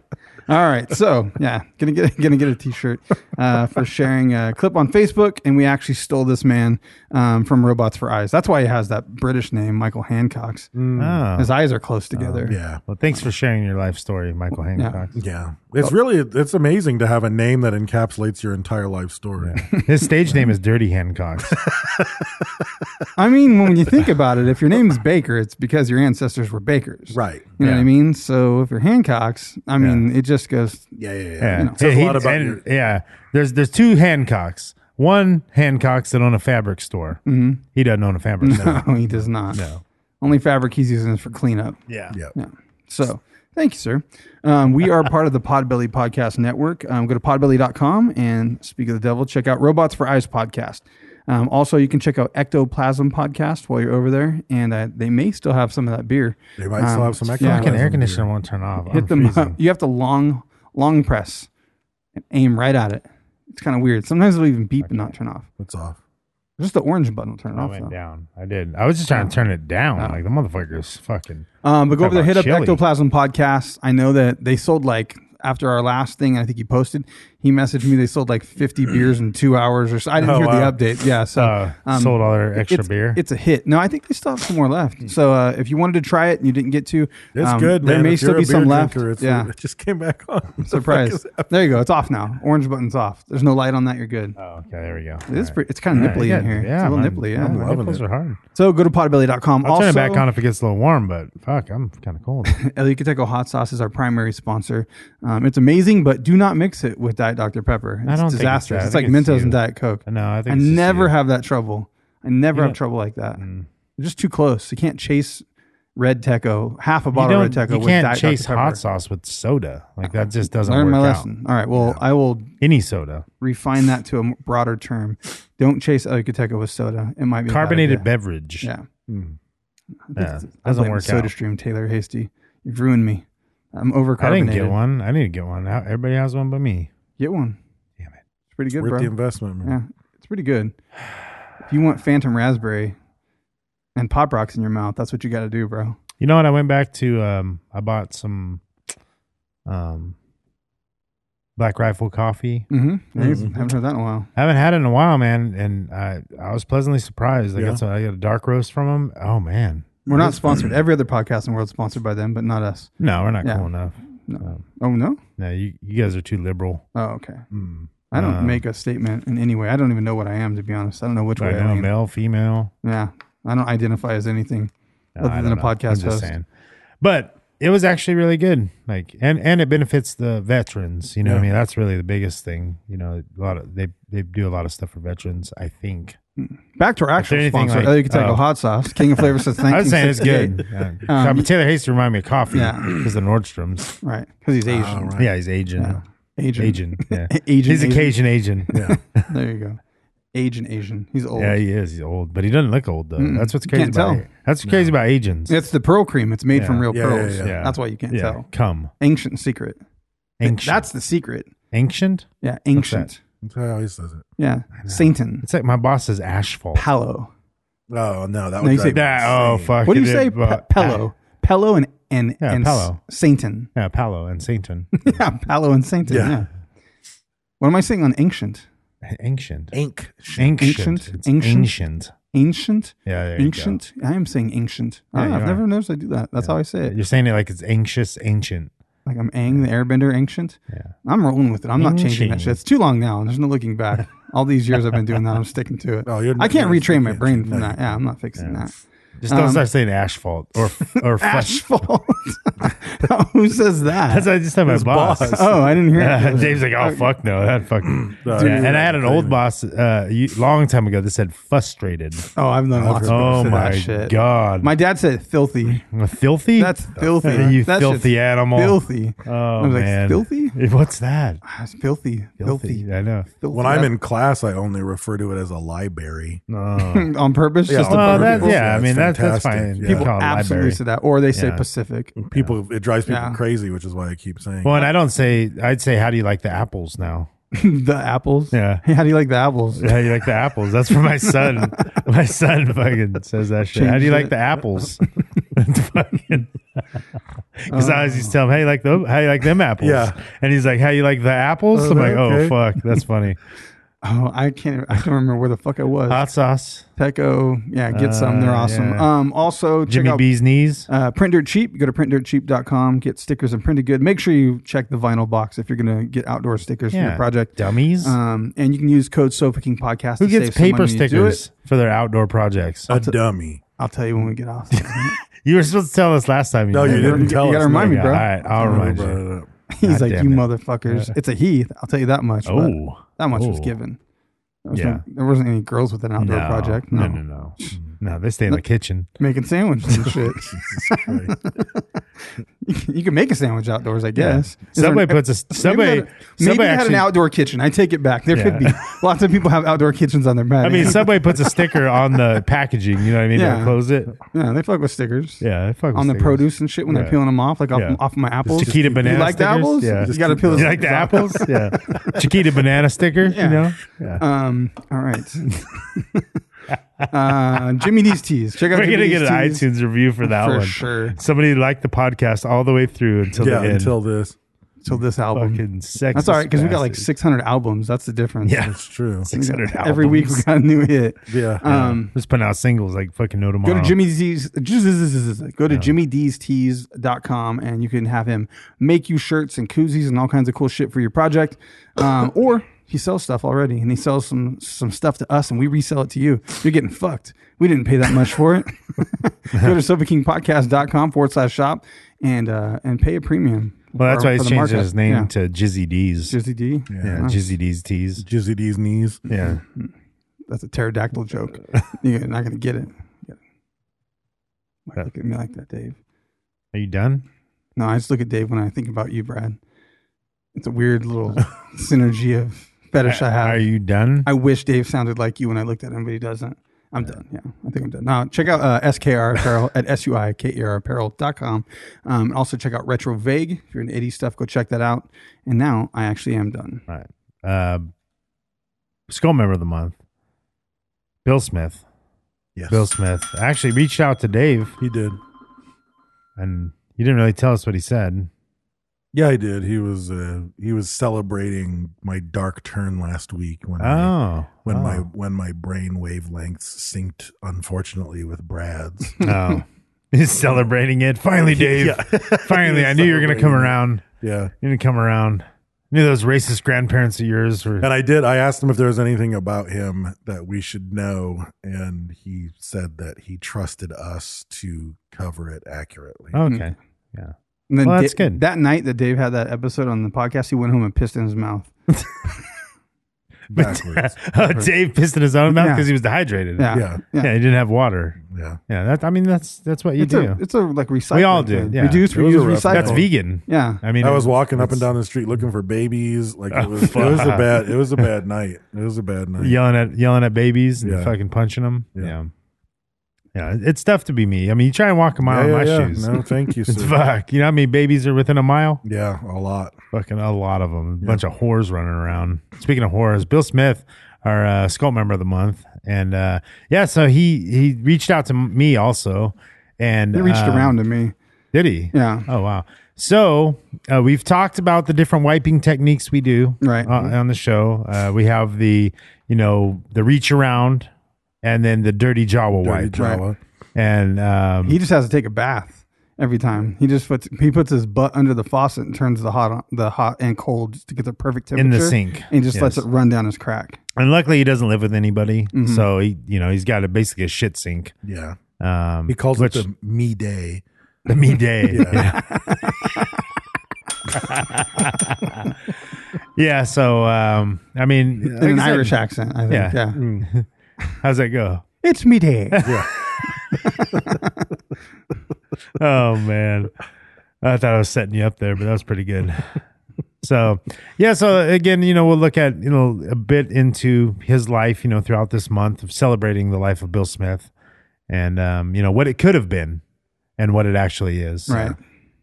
All right, so yeah, gonna get gonna get a T-shirt uh, for sharing a clip on Facebook, and we actually stole this man um, from Robots for Eyes. That's why he has that British name, Michael Hancock's.
Oh.
His eyes are close together.
Oh, yeah.
Well, thanks for sharing your life story, Michael
(laughs)
Hancock.
Yeah, it's really it's amazing to have a name that encapsulates your entire life story.
His stage name is
(laughs)
Dirty Hancock.
I mean, when you think about it, if your name is Baker, it's because your ancestors were bakers,
(laughs) Right.
You know what
Yeah.
I mean. So if you're Hancock's, I mean, it just goes. (laughs)
Yeah, yeah, yeah.
Yeah,
It says
He-
a lot about
and-
your,
yeah. There's there's two Hancocks. One Hancock's that own a fabric store. Mm-hmm. He doesn't own a fabric store.
No, he does not.
No.
Only fabric he's using is for cleanup.
Yeah.
yeah.
So thank you, sir. Um, we are part of the Podbelly Podcast Network. Um, go to podbelly.com and speak of the devil. Check out Robots for Eyes podcast. Um, also, you can check out Ectoplasm podcast while you're over there, and uh, they may still have some of that beer.
They might still have some
yeah.
extra
Fucking
ones
air
in
conditioner won't turn off. I'm
Hit them up.
freezing.
You have to long, long press and aim right at it. It's kind of weird. Sometimes it'll even beep and not turn off.
here. It's off.
Just the orange button will turn it
I
off.
went
though.
down. I did. I was just trying to turn it down.
Oh.
Like the motherfuckers fucking.
Um, but go
Talk
over there, hit
about
up
chili.
Ectoplasm Podcast. I know that they sold like after our last thing, I think he posted. He messaged me they sold like
(clears throat)
fifty beers in two hours or so. I didn't
Oh,
hear
wow.
the update. Yeah, so um,
Uh, sold all their extra
it's,
beer. Hmm.
It's a hit. No, I think they still have some more left. So uh, if you wanted to try it and you didn't get to,
It's
um,
good,
There
man.
may
If
still
you're a
be some
beer
left.
drinker, it's- (laughs)
yeah,
It just came back on.
(laughs)
(laughs)
surprise. There you go. It's off now. Orange button's off. There's no light on that. You're good.
oh, okay, there we go.
It's pretty, it's kind of nipply in here. it's a little
my-
nipply. Yeah.
my
loving
nipples
it.
are hard.
So go to potability.com.
I'll
also,
turn it back on if it gets a little warm, but fuck, I'm kind
(laughs)
of cold.
El Yucateco Hot Sauce is our primary sponsor. Um, it's amazing, but do not mix it with Diet Dr. Pepper. It's
I don't think it's
disastrous.
that. I
it's,
think
like
it's
Mentos
you.
and Diet Coke.
No, I think
I
it's just
never
you.
have that trouble. I never have trouble like that.
mm.
They're just too close. You can't chase red Teco, half a
you
bottle of
don't.
red Teco
You
with
can't
Diet
chase
Dr. Pepper.
hot sauce with soda. Like that just doesn't
Learn
work
my
out.
lesson. All right. Well, I will
Any soda,
refine that to a broader term. Don't chase El Yucateco with soda. It might be a bad
carbonated
idea.
beverage.
Yeah.
Yeah,
I
doesn't
blame
work
Soda
out.
Stream, Taylor Hasty. You've ruined me. I'm overcarbonated.
I didn't get one. I need to get one. How- Everybody has one but me.
Get one.
Damn it.
It's pretty good,
Worth
bro.
the investment, man.
Yeah, it's pretty good. If you want Phantom Raspberry and Pop Rocks in your mouth, that's what you got to do, bro.
You know what? I went back to. Um, I bought some. Um, Black Rifle coffee.
Mm-hmm. haven't heard that in a while.
I haven't had it in a while, man, and I I was pleasantly surprised. I
Yeah.
got some, I got a dark roast from them. Oh man,
We're not sponsored. Every other podcast in the world is sponsored by them, but not us.
no, we're not
Yeah.
cool enough.
Oh no.
No, you you guys are too liberal.
Oh okay.
Hmm.
I don't
Uh.
make a statement in any way. I don't even know what I am to be honest. I don't know which
Right
way I
now,
am.
male, female.
Yeah, I don't identify as anything
No, I
other than a
don't know. I'm
podcast
just
host.
saying. But it was actually really good. Like and and it benefits the veterans. You know, what I
Yeah.
mean, that's really the biggest thing. You know, a lot of they they do a lot of stuff for veterans. I think.
Back to our actual
anything
sponsor.
like-
oh, you can take
oh.
a hot sauce. King of Flavor
(laughs)
since
I was saying it's
1968. (laughs)
good. Yeah. God, but Taylor Hayes reminded me of coffee
Um, yeah. Oh,
because the Nordstroms.
Right, because he's Asian.
Yeah, he's Uh, Asian.
(laughs) Asian.
Agent. Yeah.
Agent,
He's a
agent.
Cajun agent. Yeah.
There you go. age and Asian. He's (laughs) old.
Yeah, he is. He's old, but he doesn't look old though.
Mm-mm.
That's what's
You
crazy
can't
about.
tell.
it. That's what's crazy about Asians.
It's the pearl cream. It's made from
Yeah.
real
Yeah, yeah,
pearls.
yeah.
That's why you can't
Yeah,
tell.
Come
Ancient secret.
ancient.
That's the secret.
ancient.
Yeah, ancient.
That's how he says it.
Yeah, Satan.
It's like my boss says asphalt.
Palo.
Oh no, that
No,
would
you say-
drive me
That- oh
insane.
fuck!
What do
it
you
is,
say? Pe-
but-
Pello. Pello and and
Yeah,
and s-
Pello.
Satan.
(laughs)
(laughs)
Yeah, Palo and Satan.
yeah, Palo and Satan. Yeah.
Yeah.
What am I saying on ancient?
(laughs) ancient.
Ink.
Ancient.
Ancient.
It's
Ancient.
ancient.
Ancient.
Yeah, there you go.
ancient. I am saying ancient.
Yeah,
Ah,
you
I've
are.
never noticed I do that. That's how I say it.
You're saying it like it's anxious, ancient.
Like I'm Aang the Airbender, ancient.
Yeah.
I'm rolling with it. I'm not changing that
Ancient.
shit. It's too long now. and There's no looking
(laughs)
back. All these years I've been doing that. I'm sticking to it.
Oh, you're-
I can't
you're
retrain my
ancient.
brain from
No, you
that. Yeah, I'm not fixing that.
Just don't
Um,
start saying asphalt
(laughs)
or or flesh.
Asphalt. (laughs) Who says that?
That's what I just said. My boss.
oh, I
(laughs)
didn't hear it.
Dave's like, oh fuck no,
(clears throat)
that fucking.
No,
Yeah,
you're
and I had
right.
an old boss uh, you- long time ago that said frustrated.
Oh, I've done lots of people
Oh
say
my
that shit.
god,
My dad said
(laughs)
filthy.
filthy.
That's filthy.
(laughs) you
That shit's
filthy animal.
Filthy.
Oh
I was like,
man, (laughs)
filthy?
What's that?
Ah, it's filthy. (laughs) Filthy.
I know.
filthy.
When I'm
That-
in class, I only refer to it as a library.
No.
on purpose,
Yeah,
just
on
to
Oh,
bug
purpose.
that,
people.
yeah, I
That's
mean, that's, that's fine.
fantastic.
You
Yeah.
can call it
absolutely
Oh, library.
say that, or they say
Yeah.
Pacific. (laughs)
People, it drives people
Yeah.
crazy, which is why I keep saying.
Well, and I don't say, I'd say, how do you like the apples now? (laughs)
the apples.
Yeah.
Hey, how do you like the apples?
How do you like the apples? That's for
(laughs)
my son. my son fucking says that shit. How do you
Changed
like
it.
the apples? (laughs) Because I always just tell him, "How you like them? How you like them apples?"
Yeah.
and he's like, "How you like the apples?"
Oh,
I'm like,
okay.
"Oh fuck,
(laughs)
that's funny."
Oh, I can't. I don't remember where the fuck I was.
Hot sauce,
Teco. Yeah, get some. They're
Uh,
awesome.
yeah.
Um, also check
Jimmy
out
B's knees.
Uh, print dirt cheap. Go to printdirtcheap.com. Get stickers and printed good. Make sure you check the vinyl box if you're going to get outdoor stickers for
Yeah.
your project.
Dummies.
Um, and you can use code Sofa King Podcast.
Who
to
gets
save some money
paper
when you do it.
stickers for their outdoor projects?
a dummy.
I'll tell you when we get
(laughs)
off.
You were supposed to tell us last time.
No, you
did.
didn't tell
you gotta
us,
remind me,
Yeah,
bro.
All right, I'll remind you.
(laughs) He's
God
like,
damn
you
it."
motherfuckers. It's a he. I'll tell you that much. but
Oh.
that much was
Oh.
given. There, was
Yeah.
no- there wasn't any girls with an outdoor project. No.
no, no, no. No, they stay in the kitchen.
Making sandwiches and
(laughs)
shit. (laughs) you can make a sandwich outdoors, I guess. Is there
Subway
an-
puts a
Maybe they
subway.
had- Maybe
subway
they had
actually.
an outdoor kitchen. I take it back. There could be
Yeah.
lots of people have outdoor kitchens on their
I
patio.
mean, subway
(laughs)
puts a sticker on the packaging. You know what I mean?
Yeah.
They'll close it.
yeah, they fuck with stickers.
Yeah, they fuck with
on the
stickers.
produce and shit when
Yeah.
they're peeling them off, like off,
Yeah.
off my apples.
Chiquita banana.
You like the
stickers?
apples?
Yeah.
You got to peel.
You like the apples?
(laughs)
Yeah. Chiquita banana sticker. You
Yeah. Uh,
know. Yeah.
Um. All right.
(laughs)
uh, Jimmy D's teas. Check out.
We're gonna
Jimmy
get
D's
an
teas.
iTunes review for that
For
one.
sure.
Somebody liked the podcast all the way through until
Yeah,
the end.
until this.
till this album.
fucking sex.
That's all right because we got like 600 albums. That's the difference.
Yeah.
It's true.
We got-
600
Every week we
albums.
got a new hit.
Yeah.
Um.
Just putting out singles like fucking no tomorrow.
Go to Jimmy D's. (laughs) Go to jimmydstees.com and you can have him make you shirts and koozies and all kinds of cool shit for your project.
(laughs)
Um, or he sells stuff already and he sells some some stuff to us and we resell it to you. You're getting fucked. We didn't pay that much
(laughs)
for it. Go to SofaKingPodcast.com forward slash shop and uh, and pay a premium.
Well, that's
for-
why
for
he's
the
changed
markup.
his name
Yeah.
to Jizzy D's.
Jersey D.
Yeah,
Wow.
Jizzy D's tees.
Jizzy D's knees.
Yeah.
That's a pterodactyl joke. (laughs) You're not going to get it. Why look at me like that, Dave?
Are you done?
No, I just look at Dave when I think about you, Brad. It's a weird little synergy of fetish I
Are
have.
you done?
I wish Dave sounded like you when I looked at him, but he doesn't. I'm done. Yeah, I think I'm done. Now, check out uh, SKR Apparel at S-U-I-K-E-R Apparel.com. Um, and also check out Retro Vague. If you're into 80s stuff, go check that out. And now I actually am done.
All right. Uh, Skull member of the month, Bill Smith.
Yes.
Bill Smith actually reached out to Dave,
He did.
and he didn't really tell us what he said.
Yeah, I did. He was uh, he was celebrating my dark turn last week when I,
Oh,
when
oh.
my when my brain wavelengths synced unfortunately with
(laughs)
Brad's.
oh. He's celebrating it. Finally, Dave. Finally, I knew you were going to come
Celebrating it.
around.
yeah.
You didn't come around. knew those racist grandparents of yours were.
And I did. I asked him if there was anything about him that we should know, and he said that he trusted us to cover it accurately.
Oh, (laughs) okay. Yeah.
And then
Well, that's
Da-
good.
That night that Dave had that episode on the podcast, he went home and pissed in his mouth.
(laughs)
backwards.
Oh, Dave pissed in his own mouth
Yeah.
because he was dehydrated.
Yeah.
Yeah.
Yeah.
yeah, he didn't have water.
yeah.
Yeah, that I mean that's that's what you
It's
do.
a it's a like recycle.
we all do.
thing.
Yeah.
Reduce,
It was a
reuse,
rough
recycle.
That's vegan.
Yeah.
I mean,
I was walking up
it's
and down the street looking for babies. Like
Oh,
it was, it was a bad, it was a bad night. It was a bad night.
yelling at yelling at babies and
Yeah.
fucking punching them.
Yeah.
Yeah. yeah, It's tough to be me. I mean, you try and walk a mile
yeah,
in my
yeah, yeah.
shoes.
No, thank you,
(laughs) It's
sir.
fuck. You know how many babies are within a mile?
Yeah, a lot.
Fucking a lot of them. A bunch of whores running around. Speaking of whores, Bill Smith, our uh, skull member of the month, and uh, yeah, so he he reached out to me also, and
It reached
um,
around to me.
Did he?
Yeah.
Oh wow. So uh, we've talked about the different wiping techniques we do
Right.
uh, on the show. Uh, we have the you know the reach around, and then the dirty Jawa
Dirty
wipe,
Jawa.
and um,
He just has to take a bath every time. He just puts he puts his butt under the faucet and turns the hot on, the hot and cold just to get the perfect
In
temperature
the sink.
And he just lets
Yes.
it run down his crack.
and luckily he doesn't live with anybody,
Mm-hmm.
so he you know he's got a basically a shit sink.
Yeah,
Um,
he calls
which-
it the me day.
the
(laughs)
me day. (laughs) yeah. Yeah, So um, I mean, like
In an
I said,
Irish accent, I think.
Yeah.
Yeah.
(laughs) How's that go?
It's me day.
(laughs) oh man i thought i was setting you up there but that was
(laughs)
pretty good so yeah so again you know we'll look at you know a bit into his life you know throughout this month of celebrating the life of bill smith and um you know what it could have been and what it actually is
Right.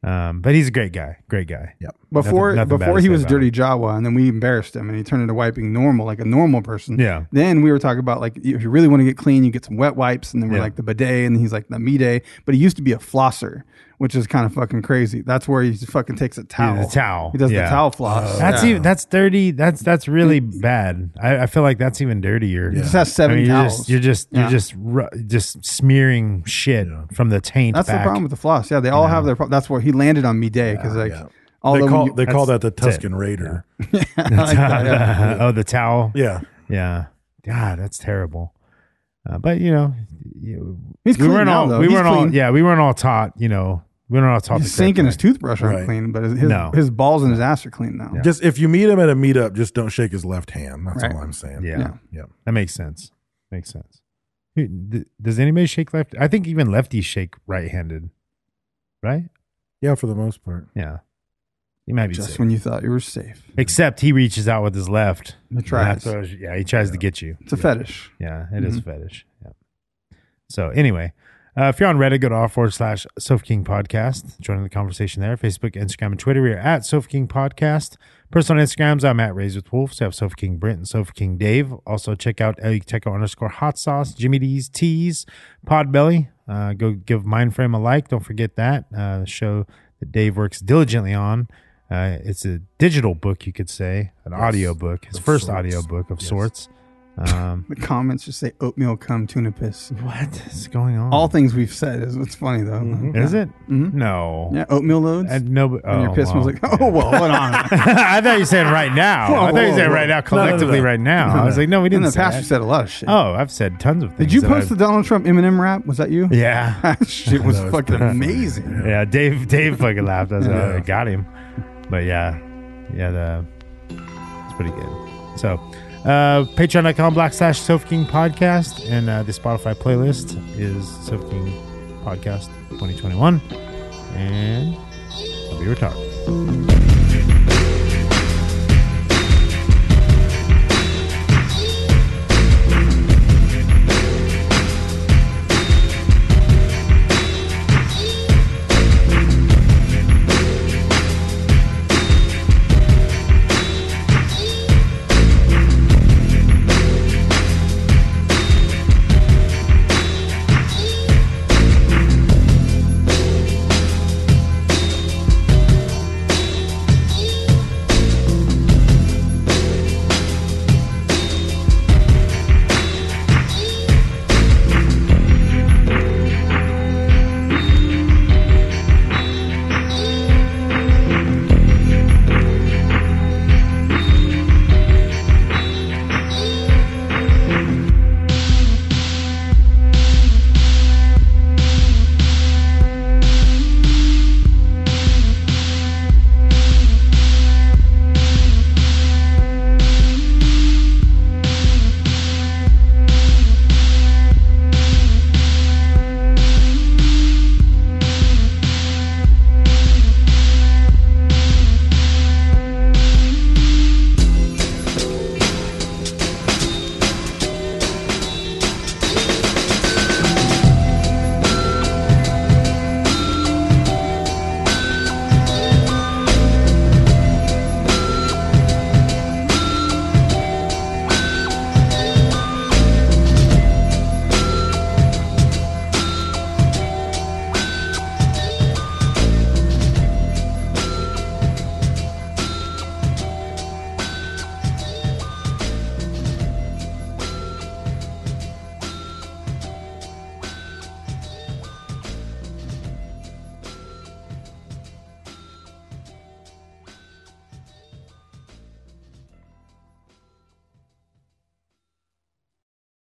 um but he's a great guy great guy
Yep.
Before
Nothing- nothing bad
before
to
he
say
was
about him.
dirty Jawa, and then we embarrassed him, and he turned into wiping normal, like a normal person.
Yeah.
Then we were talking about like if you really want to get clean, you get some wet wipes, and then we're
Yeah.
like the bidet, and he's like the me day. But he used to be a flosser, which is kind of fucking crazy. That's where he fucking takes a towel.
Yeah, the towel.
He does
Yeah.
the towel floss.
that's
Yeah.
even that's dirty that's that's really bad I, I feel like that's even dirtier
He just has seven
I mean, you're
towels.
just you're just you're
Yeah.
just ru- just smearing shit from the taint
That's the
back. Ah,
problem with the floss. Yeah, they all have their. Pro- that's where he landed on me day because like
yeah.
all
they
of
call
them.
they call that the
that's it.
Tuscan Raider.
(laughs)
(laughs) oh, the towel.
Yeah,
Yeah. God, that's terrible. Uh, but you know, you,
He's
we
clean
weren't
now,
all
though.
we
He's
weren't all
clean.
yeah we weren't all taught you know we weren't all taught
his
the correct
sink and his
way.
toothbrush aren't
Right.
clean, but his his,
No.
his balls and his ass are clean now.
just if you meet him at a meetup, just don't shake his left hand. That's
Right.
all I'm saying.
Yeah.
Yeah.
yeah.
that makes sense makes sense. Hey, d- Does anybody shake left? I think even lefties shake right-handed, right?
Yeah, for the most part.
Yeah, he might be
Just
safe.
when you thought you were safe,
Except he reaches out with his left.
He tries.
That's what I was- yeah, he tries to get you.
it's a fetish.
Yeah, it is
Mm-hmm.
a fetish. Yeah. So anyway, uh, if you're on Reddit, go to r forward slash Sofa King Podcast. Join in the conversation there. Facebook, Instagram, and Twitter. We are at Sofa King Podcast. Personal Instagrams, I'm at Raised with Wolves. So I have Sofa King Brent and Sofa King Dave. Also check out El Teco underscore hot sauce, Jimmy D's Teas, Podbelly. Uh, go give Mindframe a like. Don't forget that. Uh, the show that Dave works diligently on. Uh, it's a digital book, you could say, an audio book, his
of
first
sorts.
audio book of
Yes.
sorts. Um,
The comments just say oatmeal cum tuna piss.
what is going on?
All things we've said is what's funny though.
is it?
Mhm.
No.
Yeah, oatmeal loads.
Mm-hmm. And no. And
and your piss was like, (laughs) oh well, hold on.
(laughs) I thought you said right now. I thought you said
whoa,
right
whoa.
now, collectively right now. I was like, no, we
In
didn't.
the
say
past,
that.
you said a lot of shit.
Oh, I've said tons of things.
did you
that
post
I've-
the Donald Trump Eminem rap? Was that you?
Yeah.
(laughs) That shit was
That was
fucking
pretty funny.
amazing.
Yeah. Dave. Dave fucking laughed. I was like,
Yeah.
"Oh, got him. But yeah, yeah. The it's pretty good. So. Uh, Patreon.com black slash Sofa King podcast and uh, the Spotify playlist is Sofa King podcast 2021 and we were talking.